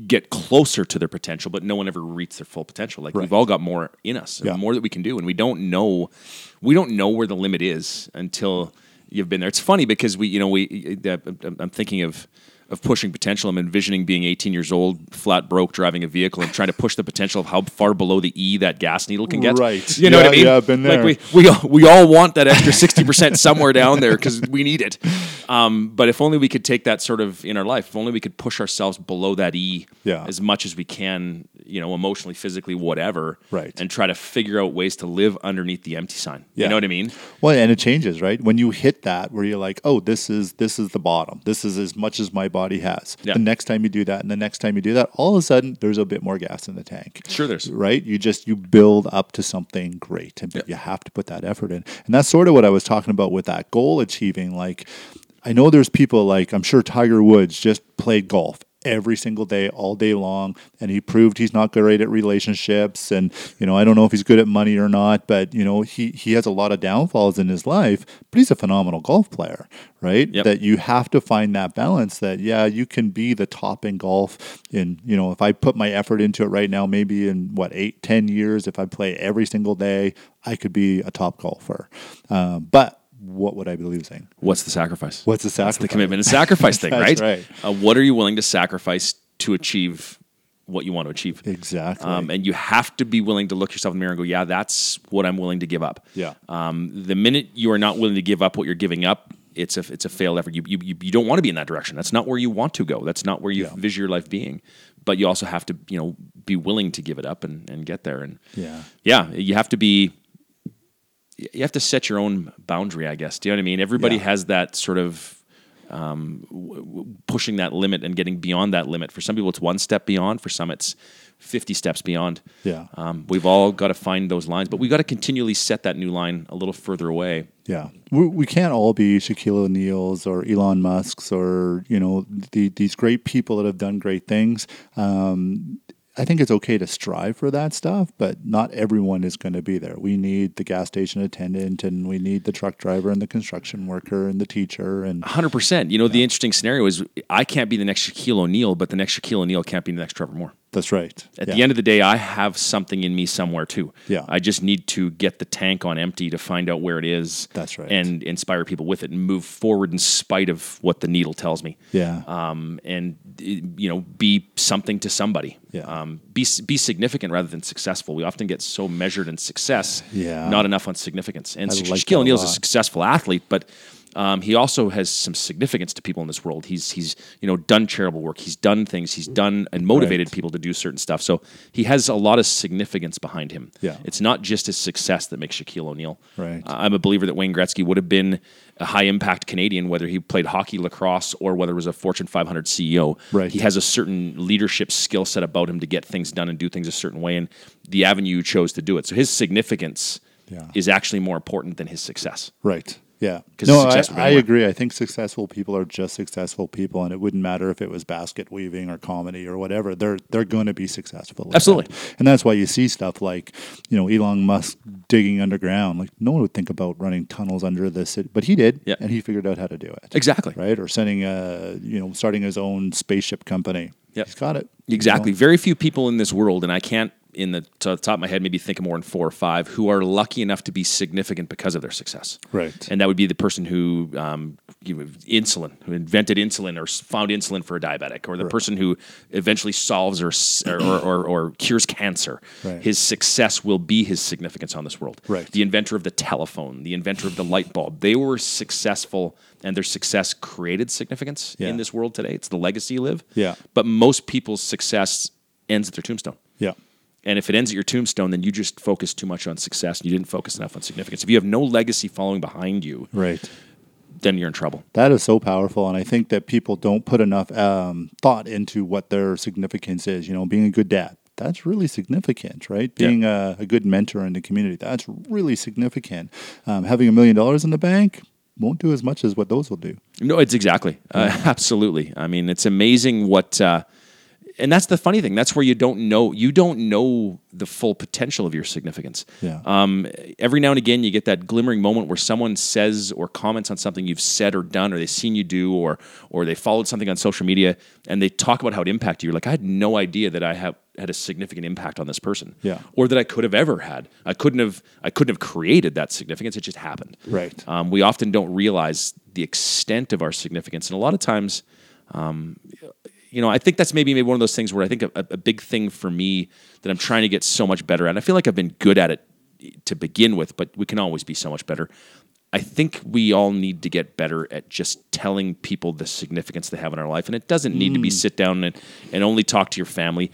S2: get closer to their potential, but no one ever reaches their full potential. Like we've all got more in us, and
S1: Yeah.
S2: more that we can do, and we don't know we don't know where the limit is until you've been there. It's funny because we you know we uh, I'm- I'm thinking of. Of pushing potential, I'm envisioning being 18 years old, flat broke, driving a vehicle, and trying to push the potential of how far below the E that gas needle can get.
S1: Right.
S2: You know what I
S1: Yeah,
S2: mean?
S1: yeah, I've been
S2: Like
S1: there.
S2: we, we all, we all want that extra 60% somewhere down there because we need it. Um, but if only we could take that sort of in our life, if only we could push ourselves below that E
S1: Yeah.
S2: as much as we can, you know, emotionally, physically, whatever.
S1: Right.
S2: And try to figure out ways to live underneath the empty sign.
S1: Yeah.
S2: You know what I mean?
S1: Well, and it changes, right? When you hit that, where you're like, "Oh, this is this is the bottom. This is as much as my body has."
S2: Yeah.
S1: The next time you do that, and the next time you do that, all of a sudden there's a bit more gas in the tank.
S2: Sure there's.
S1: right. You just you build up to something great, and you have to put that effort in. And that's sort of what I was talking about with that goal achieving. Like, I know there's people like I'm sure Tiger Woods just played golf. Every single day, all day long, and he proved he's not great at relationships. And you know, I don't know if he's good at money or not, but you know, he he has a lot of downfalls in his life. But he's a phenomenal golf player, right?
S2: Yep.
S1: That you have to find that balance. That yeah, you can be the top in golf. In you know, if I put my effort into it right now, maybe in what eight, ten years, if I play every single day, I could be a top golfer. Uh, but what would I be losing?
S2: What's the sacrifice?
S1: What's the sacrifice?
S2: That's the commitment and sacrifice
S1: <laughs>
S2: thing,
S1: That's
S2: right?
S1: right.
S2: Uh, what are you willing to sacrifice to achieve what you want to achieve?
S1: Exactly.
S2: Um, and you have to be willing to look yourself in the mirror and go, yeah, that's what I'm willing to give up.
S1: Yeah.
S2: Um, the minute you are not willing to give up what you're giving up, it's a it's a failed effort. You you you you don't want to be in that direction. That's not where you want to go. That's not where you
S1: Yeah.
S2: envision your life being. But you also have to you know be willing to give it up and, and get there. And
S1: Yeah.
S2: yeah, you have to be you have to set your own boundary, I guess. Do you know what I mean? Everybody
S1: Yeah.
S2: has that sort of um, pushing that limit and getting beyond that limit. For some people, it's one step beyond. For some, it's 50 steps beyond.
S1: Yeah.
S2: Um, we've all got to find those lines, but we got to continually set that new line a little further away.
S1: Yeah, we, we can't all be Shaquille O'Neal's or Elon Musk's or you know the, these great people that have done great things. Um, I think it's okay to strive for that stuff, but not everyone is going to be there. We need the gas station attendant, and we need the truck driver, and the construction worker, and the teacher, and
S2: 100%. You know, the interesting scenario is I can't be the next Shaquille O'Neal, but the next Shaquille O'Neal can't be the next Trevor Moore.
S1: that's right.
S2: At
S1: yeah.
S2: the end of the day, I have something in me somewhere too.
S1: Yeah.
S2: I just need to get the tank on empty to find out where it is.
S1: That's right.
S2: And inspire people with it and move forward in spite of what the needle tells me.
S1: Yeah.
S2: Um, and eh, you know, be something to somebody.
S1: Yeah.
S2: Um, be s- be significant rather than successful. We often get so measured in success.
S1: Yeah.
S2: Not enough on significance. And
S1: I
S2: Sk-
S1: like that
S2: Shaquille
S1: a
S2: O'Neal's a
S1: lot.
S2: successful athlete, but. Um, he also has some significance to people in this world. He's he's you know done charitable work. He's done things. He's done and motivated
S1: Right.
S2: people to do certain stuff. So he has a lot of significance behind him.
S1: Yeah.
S2: It's not just his success that makes Shaquille O'Neal.
S1: Right.
S2: I- Uh, I'm a believer that Wayne Gretzky would have been a high impact Canadian, whether he played hockey, lacrosse, or whether it was a Fortune 500 CEO.
S1: Right.
S2: E He has a certain leadership skill set about him to get things done and do things a certain way, and the avenue you chose to do it. So his significance
S1: Yeah.
S2: is actually more important than his success.
S1: Right. Yeah.
S2: 'Cause
S1: No, I,
S2: success would
S1: I
S2: anywhere.
S1: agree. I think successful people are just successful people, and it wouldn't matter if it was basket weaving or comedy or whatever. They're they're going to be successful. at
S2: Absolutely.
S1: that. And that's why you see stuff like you know Elon Musk digging underground. Like no one would think about running tunnels under the city, but he did,
S2: Yeah.
S1: and he figured out how to do it.
S2: Exactly.
S1: Right. Or sending a you know starting his own spaceship company.
S2: Yep.
S1: He's got it.
S2: Exactly.
S1: You know?
S2: Very few people in this world, and I can't in the, to the top of my head maybe think of more than four or five who are lucky enough to be significant because of their success.
S1: Right.
S2: And that would be the person who um, you know, insulin, who invented insulin or s- found insulin for a diabetic, or the person who eventually solves or s- or, or, or, or cures cancer.
S1: Right.
S2: His success will be his significance on this world.
S1: Right.
S2: The inventor of the telephone, the inventor of the light bulb, they were successful, and their success created significance
S1: Yeah.
S2: in this world today. It's the legacy you live.
S1: Yeah.
S2: But most people's success ends at their tombstone.
S1: Yeah.
S2: And if it ends at your tombstone, then you just focus too much on success and you didn't focus enough on significance. If you have no legacy following behind you,
S1: Right.
S2: then you're in trouble.
S1: That is so powerful, and I think that people don't put enough um, thought into what their significance is. You know, being a good dad, that's really significant, right? Being a, a good mentor in the community, that's really significant. Um, having a million dollars in the bank won't do as much as what those will do.
S2: No, it's exactly. Uh,
S1: Hmm.
S2: <laughs> absolutely. I mean, it's amazing what. Uh, and that's the funny thing. That's where you don't know you don't know the full potential of your significance.
S1: Yeah.
S2: Um, every now and again, you get that glimmering moment where someone says or comments on something you've said or done, or they've seen you do, or or they followed something on social media, and they talk about how it impacted you. You're like, I had no idea that I have had a significant impact on this person,
S1: Yeah.
S2: or that I could have ever had. I couldn't have. I couldn't have created that significance. It just happened.
S1: Right.
S2: Um, we often don't realize the extent of our significance, and a lot of times you know, I think that's maybe maybe one of those things where I think a, a big thing for me that I'm trying to get so much better at. and I feel like I've been good at it eh, to begin with, but we can always be so much better. I think we all need to get better at just telling people the significance they have in our life, and it doesn't need
S1: Mm.
S2: to be sit down and, and only talk to your family.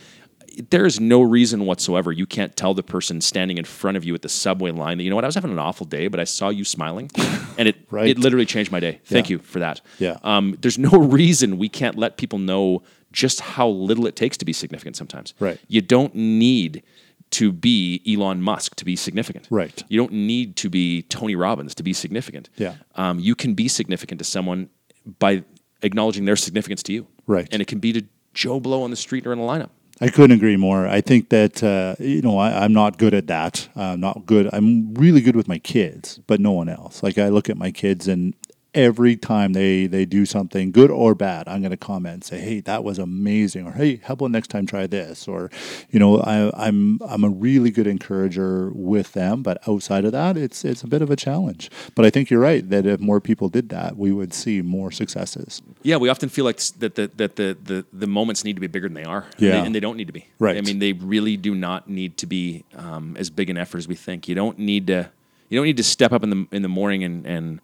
S2: There is no reason whatsoever you can't tell the person standing in front of you at the subway line that you know what I was having an awful day, but I saw you smiling, and it
S1: <laughs> Right.
S2: it literally changed my day. Thank
S1: Yeah.
S2: you for that.
S1: Yeah.
S2: Um, there's no <laughs> reason we can't let people know just how little it takes to be significant sometimes.
S1: Right.
S2: You don't need to be Elon Musk to be significant.
S1: Right.
S2: You don't need to be Tony Robbins to be significant.
S1: Yeah.
S2: Um, you can be significant to someone by acknowledging their significance to you.
S1: Right.
S2: And it can be to Joe Blow on the street or in a lineup.
S1: I couldn't agree more. I think that uh, you know I, I'm not good at that. I'm not good. I'm really good with my kids, but no one else. Like I look at my kids, and every time they they do something good or bad, I'm going to comment and say, "Hey, that was amazing," or "Hey, how about next time try this?" Or you know, I, I'm I'm a really good encourager with them, but outside of that, it's it's a bit of a challenge. But I think you're right that if more people did that, we would see more successes.
S2: Yeah, we often feel like s- that the that the the, the moments need to be bigger than they are. And they-
S1: Yeah.
S2: and they, don't need to be.
S1: Right.
S2: I mean, they really do not need to be um, as big an effort as we think. You don't need to you don't need to step up in the in the morning and and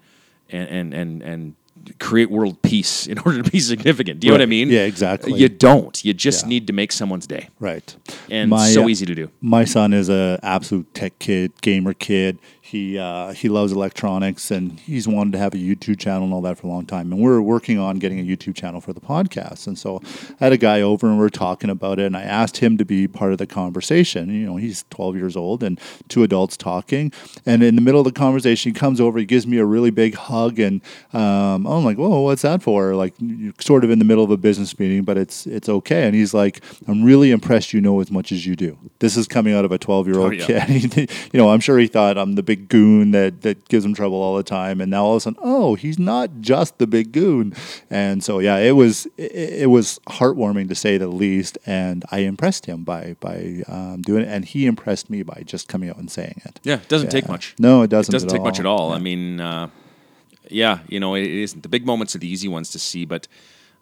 S2: and and and, and create world peace in <laughs> order to be significant. Do you know what I
S1: Right.
S2: mean?
S1: Yeah, exactly.
S2: You don't. You just
S1: Yeah.
S2: need to make someone's day.
S1: Right.
S2: And so
S1: uh,
S2: easy to do.
S1: My son is a absolute tech kid, gamer kid. He uh, he loves electronics, and he's wanted to have a YouTube channel and all that for a long time. And we're working on getting a YouTube channel for the podcast. And so I had a guy over, and we are talking about it. And I asked him to be part of the conversation. You know, he's 12 years old, and two adults talking. And in the middle of the conversation, he comes over, he gives me a really big hug, and um, I'm like, "Whoa, what's that for?" Like, you're sort of in the middle of a business meeting, but it's it's okay. And he's like, "I'm really impressed. You know as much as you do." This is coming out of a 12 year old
S2: Oh, yeah.
S1: <laughs> kid. He- you know, I'm sure he thought I'm the big goon that that gives him trouble all the time, and now all of a sudden, oh, he's not just the big goon. And so, yeah, it was it, it was heartwarming to say the least, and I impressed him by by um, doing it, and he impressed me by just coming out and saying it.
S2: Yeah, it doesn't take
S1: Yeah.
S2: much.
S1: No, it doesn't.
S2: It doesn't take much at all. I mean, uh, yeah, you know, it, it isn't the big moments are the easy ones to see, but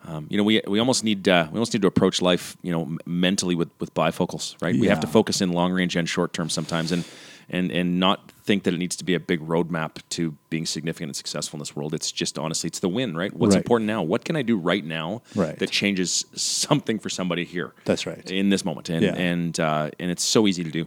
S2: um, you know, we we almost need uh, we almost need to approach life, you know, m- mentally with with bifocals, right? We have to
S1: Yeah.
S2: focus in long range and short term sometimes, and and and not think that it needs to be a big roadmap to being significant and successful in this world. It's just honestly, it's the win, right? What's
S1: Right.
S2: important now? What can I do right now
S1: Right.
S2: that changes something for somebody here?
S1: That's right.
S2: In this moment, and
S1: Yeah.
S2: and uh, and it's so easy to do.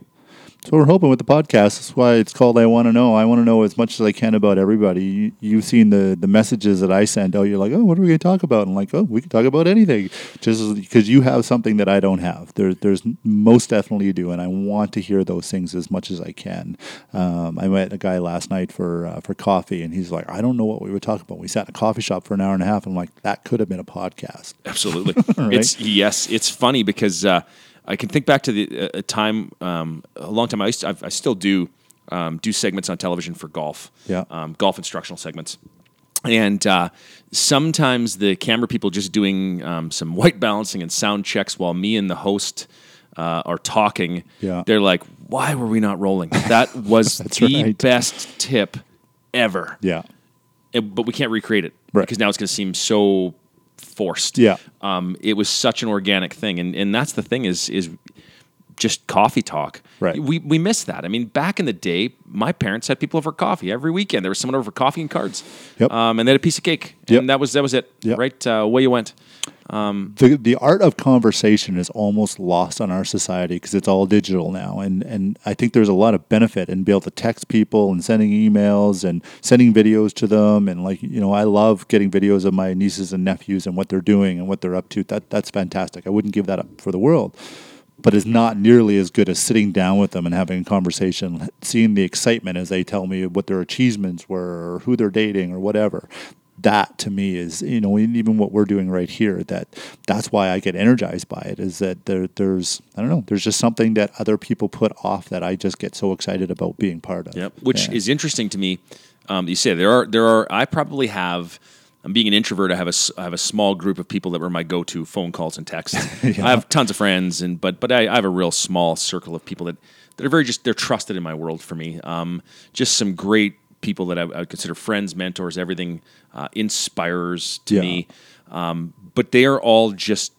S1: So we're hoping with the podcast. That's why it's called "I Want to Know." I want to know as much as I can about everybody. You, you've seen the the messages that I send out. You're like, "Oh, what are we going to talk about?" And like, "Oh, we can talk about anything," just because you have something that I don't have. There, there's most definitely you do, and I want to hear those things as much as I can. Um, I met a guy last night for uh, for coffee, and he's like, "I don't know what we were talking about." We sat in a coffee shop for an hour and a half. I'm like, "That could have been a podcast."
S2: Absolutely.
S1: <laughs> Right?
S2: It's yes, it's funny because uh, I can think back to the uh, a time um, a long time. I used to, I've, I still do um, do segments on television for golf.
S1: Yeah.
S2: Um, golf instructional segments. And uh, sometimes the camera people just doing um, some white balancing and sound checks while me and the host uh, are talking.
S1: Yeah.
S2: They're like, "Why were we not rolling? That
S1: <laughs>
S2: was the
S1: right.
S2: best tip ever."
S1: Yeah,
S2: it- but we can't recreate it
S1: Right.
S2: because now it's going to seem so forced.
S1: Yeah.
S2: um, it was such an organic thing, and and that's the thing is is just coffee talk.
S1: Right.
S2: we we miss that. I mean, back in the day, my parents had people over for coffee every weekend. There was someone over for coffee and cards.
S1: Yep.
S2: um, and they had a piece of cake.
S1: Yep.
S2: and that was that was it.
S1: Yep.
S2: right uh, away you went.
S1: the the art of conversation is almost lost on our society because it's all digital now, and and I think there's a lot of benefit in being able to text people and sending emails and sending videos to them, and like you know, I love getting videos of my nieces and nephews and what they're doing and what they're up to. That that's fantastic. I wouldn't give that up for the world. But it's not nearly as good as sitting down with them and having a conversation, seeing the excitement as they tell me what their achievements were or who they're dating or whatever that to me is you know and even what we're doing right here that that's why I get energized by it is that there there's I don't know there's just something that other people put off that I just get so excited about being part of
S2: Yep. Which
S1: Yeah.
S2: is interesting to me. Um, you say there are there are. I probably have. I'm being an introvert. I have a s- I have a small group of people that were my go-to phone calls and
S1: <laughs>
S2: texts. I have tons of friends, and but but I, I have a real small circle of people that that are very just they're trusted in my world for me. Um, just some great people that I, I would consider friends, mentors, everything, uh, inspirers to
S1: Yeah.
S2: me. Um, but they are all just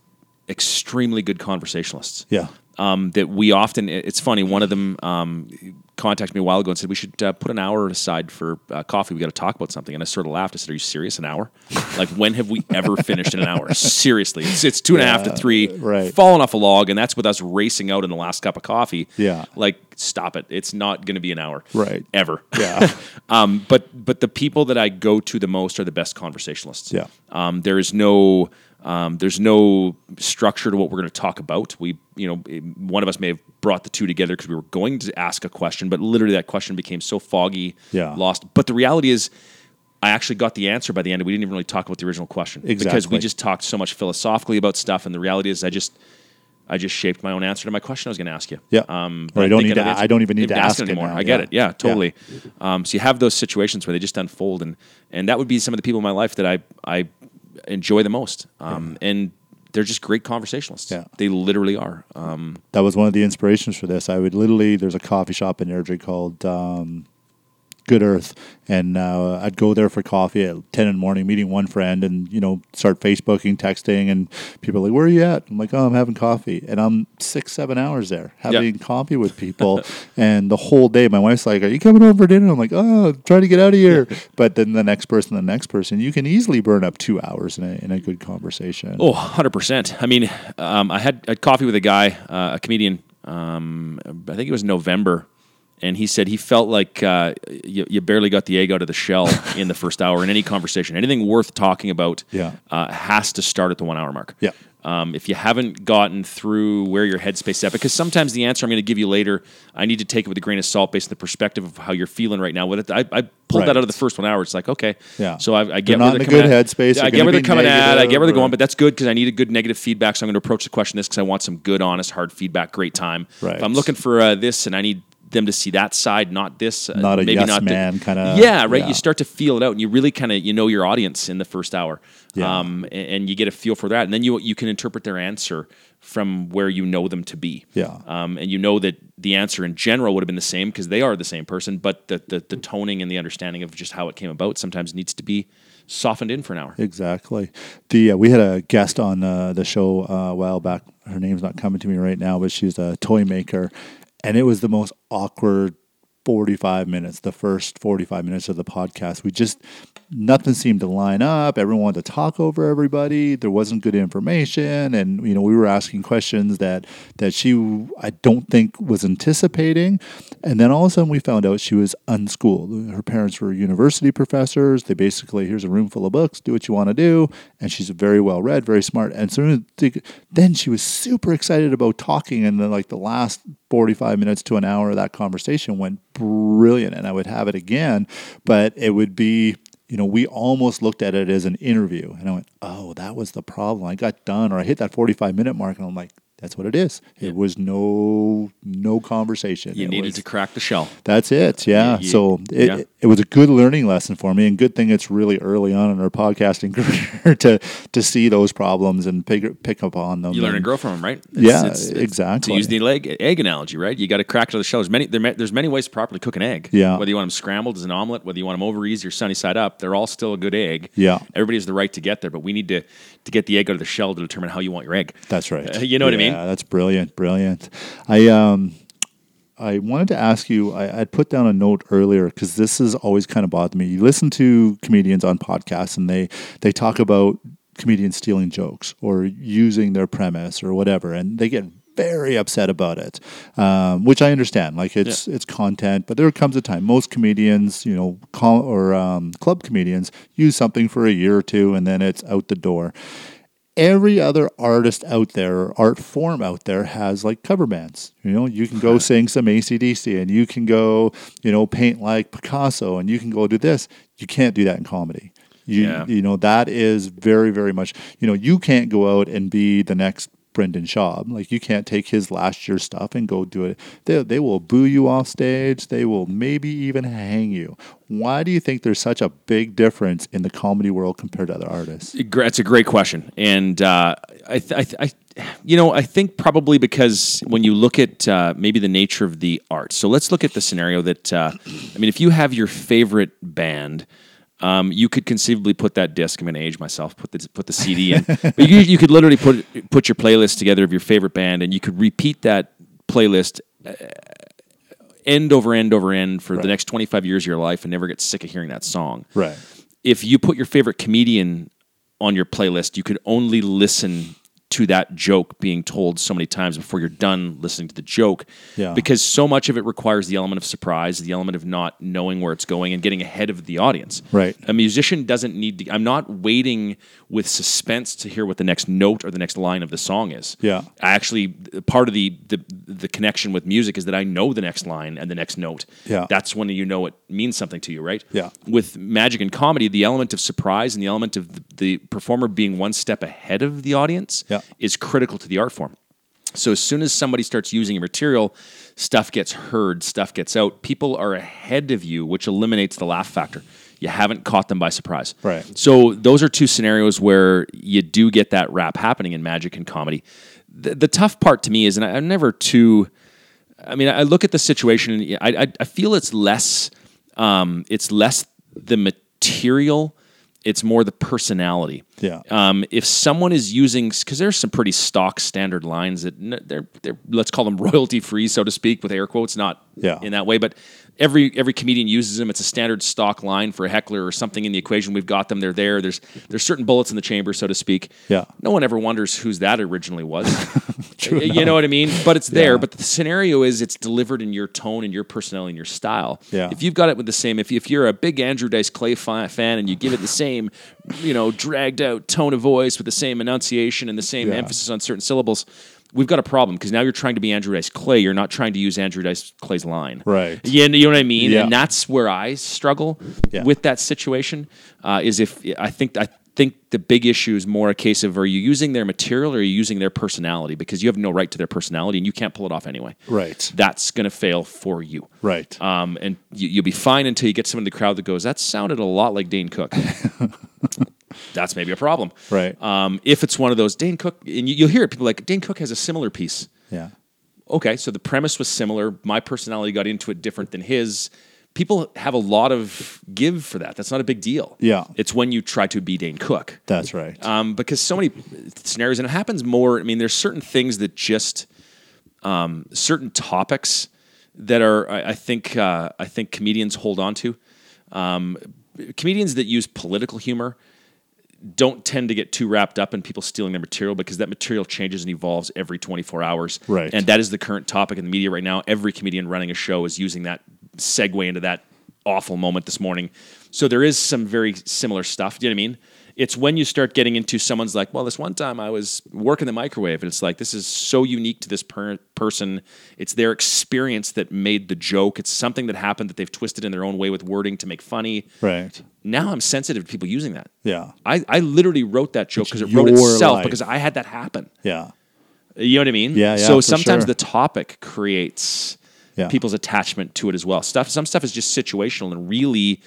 S2: extremely good conversationalists
S1: yeah
S2: um, that we often. it- It's funny. One of them um, contacted me a while ago and said we should uh, put an hour aside for uh, coffee. We got to talk about something. And I sort of laughed. I said, "Are you serious? An hour? like when have we ever finished in an hour? Seriously, it's, it's two and a half
S1: Yeah,
S2: to three.
S1: right.
S2: Falling off a log, and that's with us racing out in the last cup of coffee.
S1: Yeah.
S2: like stop it. It's not going to be an hour.
S1: Right.
S2: Ever.
S1: yeah <laughs>
S2: Um, but but the people that I go to the most are the best conversationalists.
S1: Yeah.
S2: Um, there is no um, there's no structure to what we're going to talk about. We you know it- one of us may have brought the two together because we were going to ask a question, but literally that question became so foggy,
S1: Yeah.
S2: lost. But the reality is. I actually got the answer by the end. We didn't even really talk about the original question because
S1: Exactly.
S2: we just talked so much philosophically about stuff. And the reality is, I just, I just shaped my own answer to my question I was going to ask you. Um,
S1: Yeah. Or I
S2: but
S1: don't
S2: think
S1: need to-
S2: I'd-
S1: I don't even need to ask it
S2: anymore.
S1: now.
S2: I get
S1: Yeah.
S2: it. Yeah,
S1: Yeah.
S2: totally. Um, so you have those situations where they just unfold, and and that would be some of the people in my life that I I enjoy the most. Um, and they're just great conversationalists.
S1: Yeah.
S2: they literally are. Um,
S1: that was one of the inspirations for this I would literally there's a coffee shop in Airdrie called um, Good Earth, and uh, I'd go there for coffee at ten in the morning, meeting one friend, and you know start Facebooking, texting, and people are like, "Where are you at?" I'm like, "Oh, I'm having coffee," and I'm six, seven hours there having coffee with people, and the whole day, my wife's like, "Are you coming over for dinner?" I'm like, "Oh, I'm trying to get out of here," but then the next person, the next person, you can easily burn up two hours in a, in a good conversation.
S2: Oh, 100%. I mean, um, I had, had coffee with a guy, uh, a comedian, um, I think it was November, and he said he felt like uh, you, you barely got the egg out of
S1: <laughs>
S2: the shell in the first hour in any conversation. Anything worth talking about
S1: Yeah.
S2: uh, has to start at the one hour mark.
S1: Yeah.
S2: Um, if you haven't gotten through where your headspace is at, because sometimes the answer I'm going to give you later, I need to take it with a grain of salt based on the perspective of how you're feeling right now. What if- I, I pulled
S1: Right.
S2: that out of the first one hour. It's like, okay,
S1: Yeah.
S2: So I, I
S1: They're
S2: get where
S1: not
S2: they're
S1: in a good
S2: coming at.
S1: headspace.
S2: Yeah, I
S1: They're
S2: get where
S1: gonna
S2: they're
S1: be
S2: coming at. I get where
S1: negative
S2: they're going,
S1: or-
S2: but that's good because I need a good negative feedback. So I'm going to approach the question this because I want some good, honest, hard feedback. Great time.
S1: Right.
S2: If I'm looking for uh, this and I need them to see that side, not this. uh,
S1: Not a
S2: maybe
S1: yes
S2: not the-
S1: man kinda-
S2: Yeah, right.
S1: yeah.
S2: You start to feel it out, and you really kind of you know your audience in the first hour.
S1: Yeah.
S2: Um, and, and you get a feel for that, and then you you can interpret their answer from where you know them to be.
S1: Yeah.
S2: Um, and you know that the answer in general would have been the same because they are the same person, but the, the the toning and the understanding of just how it came about sometimes needs to be softened in for an hour.
S1: Exactly. The uh, we had a guest on uh, the show uh, a while back. Her name's not coming to me right now, but she's a toy maker, and it was the most awkward forty-five minutes. The first forty-five minutes of the podcast, we just nothing seemed to line up. Everyone wanted to talk over everybody. There wasn't good information, and you know we were asking questions that that she I don't think was anticipating. And then all of a sudden, we found out she was unschooled. Her parents were university professors. They basically, here's a room full of books, do what you want to do. And she's very well read, very smart. And so then she was super excited about talking. And then, like, the last 45 minutes to an hour of that conversation went brilliant. And I would have it again, but it would be. You know, we almost looked at it as an interview, and I went, "Oh, that was the problem." I got done, or I hit that forty-five minute mark, and I'm like, "That's what it is." It was no no conversation.
S2: You
S1: It
S2: needed
S1: was-
S2: to crack the shell.
S1: that's it. Yeah.
S2: You-
S1: so it,
S2: yeah.
S1: it was a good learning lesson for me, and good thing it's really early on in our podcasting <laughs> career to to see those problems and pick pick up on them.
S2: You learn
S1: and
S2: and grow from them, right? It's-
S1: Um, Yeah,
S2: To
S1: exactly.
S2: use the leg, e-, egg analogy, right? You got to crack it to the shell. There's many, there, ma- there's many ways to properly cook an egg.
S1: Yeah.
S2: Whether you want them scrambled as an omelet, whether you want them over easy or sunny side up, they're all still a good egg.
S1: Yeah.
S2: Everybody has the right to get there, but we need to to get the egg out of the shell to determine how you want your egg.
S1: That's right.
S2: Uh, you know what I mean?
S1: Yeah, that's brilliant, brilliant. I um I wanted to ask you. I, I'd put down a note earlier because this has always kind of bothered me. You listen to comedians on podcasts, and they they talk about comedians stealing jokes or using their premise or whatever, and they get very upset about it, um, which I understand. Like it's it's content, but there comes a time. Most comedians, you know, call, or um, club comedians, use something for a year or two, and then it's out the door every other artist out there or art form out there has like cover bands you know you can go sing some acdc and you can go you know paint like picasso and you can go do this you can't do that in comedy you,
S2: Yeah.
S1: you know that is very very much you know you can't go out and be the next brendan schaub like you can't take his last year's stuff and go do it they, they will boo you off stage they will maybe even hang you why do you think there's such a big difference in the comedy world compared to other artists
S2: Gr- It's a great question, and uh, I, th- I, th- I, you know, I think probably because when you look at uh, maybe the nature of the art. So let's look at the scenario that uh, I mean, if you have your favorite band. Um, you could conceivably put that disc. I'm going to age myself. Put the put the CD in. but you, you could literally put put your playlist together of your favorite band, and you could repeat that playlist uh, end over end over end for the next 25 years of your life, and never get sick of hearing that song
S1: right
S2: if you put your favorite comedian on your playlist, you could only listen to that joke being told so many times before you're done listening to the joke.
S1: Yeah.
S2: Because so much of it requires the element of surprise, the element of not knowing where it's going and getting ahead of the audience.
S1: Right.
S2: A musician doesn't need to, I'm not waiting with suspense to hear what the next note or the next line of the song is.
S1: Yeah.
S2: I actually part of the, the the connection with music is that I know the next line and the next note.
S1: Yeah.
S2: That's when you know it means something to you, right?
S1: Yeah.
S2: With magic and comedy, the element of surprise and the element of the, the performer being one step ahead of the audience
S1: Yeah.
S2: is critical to the art form. So as soon as somebody starts using your material, stuff gets heard, stuff gets out. People are ahead of you, which eliminates the laugh factor. You haven't caught them by surprise.
S1: Right.
S2: So those are two scenarios where you do get that rap happening in magic and comedy. The, the tough part to me is, and I, I'm never too. I mean, I look at the situation, and I, I, I feel it's less, um, it's less the material, it's more the personality.
S1: Yeah.
S2: Um, if someone is using, because there's some pretty stock standard lines that n- they're, they're let's call them <laughs> royalty free, so to speak, with air quotes, not
S1: Yeah.
S2: in that way, but every every comedian uses them. It's a standard stock line for a heckler or something in the equation. We've got them. They're there. There's there's certain bullets in the chamber, so to speak.
S1: Yeah.
S2: No one ever wonders whose that originally was. <laughs> Y- you know what I mean? But it's there.
S1: Yeah.
S2: But the scenario is it's delivered in your tone and your personality and your style.
S1: Yeah.
S2: If you've got it with the same, if, if you're a big Andrew Dice Clay fi- fan and you give it the same, you know, dragged out tone of voice with the same enunciation and the same
S1: Yeah.
S2: emphasis on certain syllables, we've got a problem because now you're trying to be Andrew Dice Clay. You're not trying to use Andrew Dice Clay's line.
S1: Right.
S2: Yeah, you know what I mean?
S1: Yeah.
S2: And that's where I struggle
S1: Yeah.
S2: with that situation uh, is if I think I think the big issue is more a case of are you using their material or are you using their personality because you have no right to their personality and you can't pull it off anyway.
S1: Right.
S2: That's going to fail for you.
S1: Right.
S2: Um, and you, you'll be fine until you get someone in the crowd that goes, that sounded a lot like
S1: <laughs>
S2: Dane Cook. That's maybe a problem.
S1: Right.
S2: Um, if it's one of those Dane Cook, and you, you'll hear it, people like Dane Cook has a similar piece
S1: yeah.
S2: okay, so the premise was similar. My personality got into it different than his. People have a lot of give for that. That's not a big deal.
S1: Yeah.
S2: It's when you try to be Dane Cook.
S1: That's right.
S2: Um, because so many scenarios, and it happens more. I mean, there's certain things that just um, certain topics that are, I, I think, uh, I think comedians hold on to. Um, comedians that use political humor don't tend to get too wrapped up in people stealing their material because that material changes and evolves every 24 hours.
S1: Right.
S2: And that is the current topic in the media right now. Every comedian running a show is using that segue into that awful moment this morning. So there is some very similar stuff. Do you know what I mean? It's when you start getting into someone's like, well, this one time I was working the microwave, and it's like, this is so unique to this per- person. It's their experience that made the joke. It's something that happened that they've twisted in their own way with wording to make funny.
S1: right.
S2: Now I'm sensitive to people using that.
S1: Yeah.
S2: I, I literally wrote that joke because it
S1: It's
S2: wrote
S1: your
S2: itself
S1: life.
S2: because I had that happen.
S1: Yeah.
S2: You know what I mean?
S1: Yeah, yeah,
S2: So
S1: for
S2: sometimes
S1: sure.
S2: the topic creates
S1: Yeah.
S2: people's attachment to it as well. Stuff some stuff is just situational and really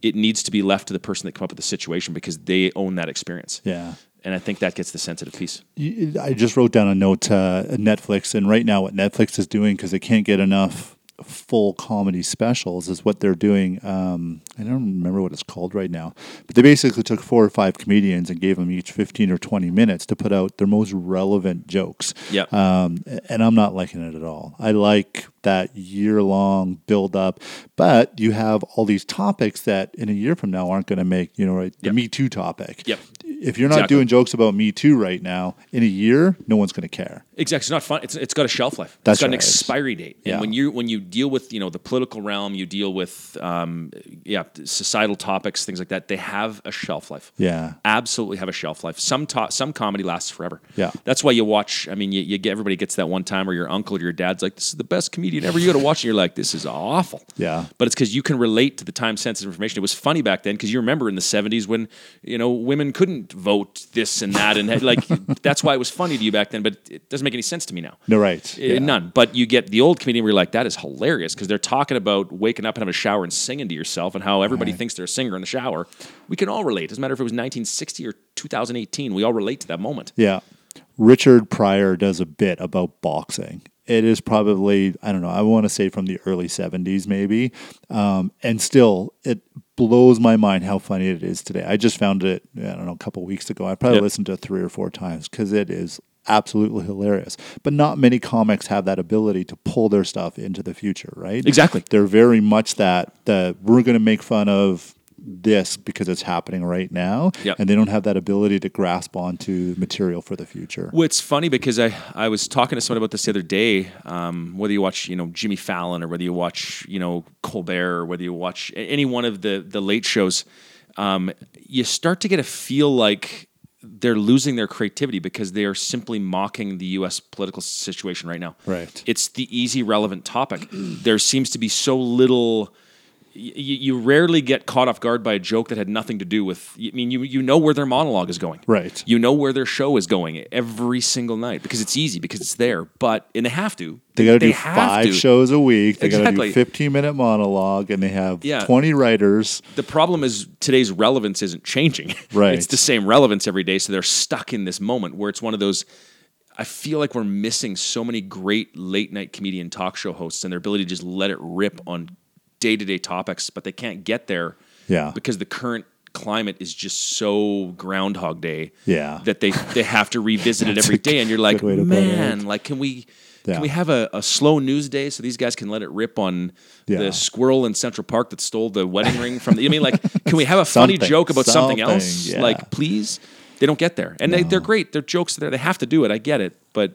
S2: it needs to be left to the person that come up with the situation because they own that experience.
S1: Yeah.
S2: And I think that gets the sensitive piece.
S1: You- I just wrote down a note uh, Netflix, and right now what Netflix is doing because they can't get enough full comedy specials is what they're doing. Um, I don't remember what it's called right now, but they basically took four or five comedians and gave them each fifteen or twenty minutes to put out their most relevant jokes.
S2: Yep.
S1: Um, and I'm not liking it at all. I like that year long build up, but you have all these topics that in a year from now aren't going to make you know right the
S2: Yep.
S1: Me Too topic.
S2: Yep.
S1: If you're not
S2: Exactly.
S1: doing jokes about Me Too right now, in a year, no one's going to care.
S2: Exactly. It's not fun. It's, it's got a shelf life.
S1: That's
S2: it's got an
S1: right.
S2: expiry date.
S1: Yeah.
S2: And when you when you deal with you know the political realm, you deal with um, yeah societal topics, things like that. They have a shelf life.
S1: Yeah.
S2: Absolutely have a shelf life. Some ta- some comedy lasts forever.
S1: Yeah.
S2: That's why you watch. I mean, you, you get everybody gets that one time, or your uncle or your dad's like, "This is the best comedian ever." You got to watch, and you're like, "This is awful."
S1: Yeah.
S2: But it's because you can relate to the time sensitive information. It was funny back then because you remember in the 70s when, you know, women couldn't vote this and that. And had- like, <laughs> that's why it was funny to you back then, but it doesn't make any sense to me now.
S1: No, right.
S2: Uh,
S1: Yeah.
S2: None. But you get the old comedian where you're like, that is hilarious because they're talking about waking up and having a shower and singing to yourself and how everybody thinks they're a singer in the shower. We can all relate. Doesn't matter if it was 1960 or 2018, we all relate to that moment.
S1: Yeah. Richard Pryor does a bit about boxing. It is probably, I don't know, I want to say from the early 70s maybe. Um, and still, it blows my mind how funny it is today. I just found it, I don't know, a couple weeks ago. I probably
S2: Yep.
S1: listened to it three or four times because it is absolutely hilarious. But not many comics have that ability to pull their stuff into the future, right?
S2: Exactly.
S1: They're very much that, that we're going to make fun of this because it's happening right now
S2: Yep.
S1: and they don't have that ability to grasp onto material for the future.
S2: Well, it's funny because I, I was talking to someone about this the other day. Um, whether you watch you know Jimmy Fallon or whether you watch you know Colbert or whether you watch a- any one of the the late shows, um, you start to get a feel like they're losing their creativity because they are simply mocking the U.S. political situation right now.
S1: Right.
S2: It's the easy relevant topic. there seems to be so little y- you rarely get caught off guard by a joke that had nothing to do with. I mean, you you know where their monologue is going,
S1: Right.
S2: You know where their show is going every single night because it's easy because it's there. But and they have to.
S1: They got to do
S2: have
S1: five
S2: to.
S1: shows a week. They got to
S2: Exactly.
S1: do fifteen minute monologue, and they have
S2: Yeah.
S1: twenty writers.
S2: The problem is today's relevance isn't changing. <laughs>
S1: Right.
S2: it's the same relevance every day, so they're stuck in this moment where it's one of those. I feel like we're missing so many great late night comedian talk show hosts and their ability to just let it rip on day to day topics, but they can't get there
S1: Yeah.
S2: because the current climate is just so Groundhog Day
S1: Yeah.
S2: that they they have to revisit it
S1: That's
S2: every
S1: a
S2: day, and you're like,
S1: good way to put it.
S2: man, like can we
S1: Yeah.
S2: can we have a, a slow news day so these guys can let it rip on
S1: Yeah.
S2: the squirrel in Central Park that stole the wedding ring from the? I mean, like, can we have a funny
S1: Something,
S2: joke about something,
S1: something,
S2: else?
S1: yeah.
S2: Like, please. They don't get there, and they, they're great. Their jokes are there. They have to do it. I get it, but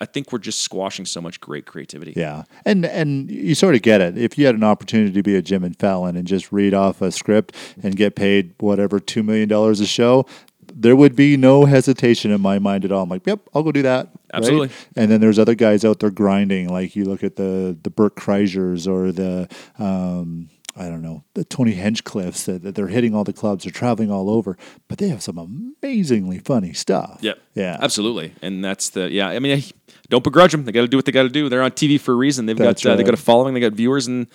S2: I think we're just squashing so much great creativity.
S1: Yeah, and and you sort of get it. If you had an opportunity to be a Jim and Fallon and just read off a script and get paid whatever two million dollars a show, there would be no hesitation in my mind at all. I'm like, yep, I'll go do that. right?
S2: Absolutely.
S1: And then there's other guys out there grinding. Like you look at the the Burt Kreischer's or the. Um, I don't know the Tony Hinchcliffs that, that they're hitting all the clubs, they're traveling all over, but they have some amazingly funny stuff.
S2: Yep.
S1: yeah,
S2: Absolutely. And that's the yeah. I mean, I, don't begrudge them. They got to do what they got to do. They're on TV for a reason. They've
S1: That's
S2: got uh, they
S1: right.
S2: got a following. They got viewers, and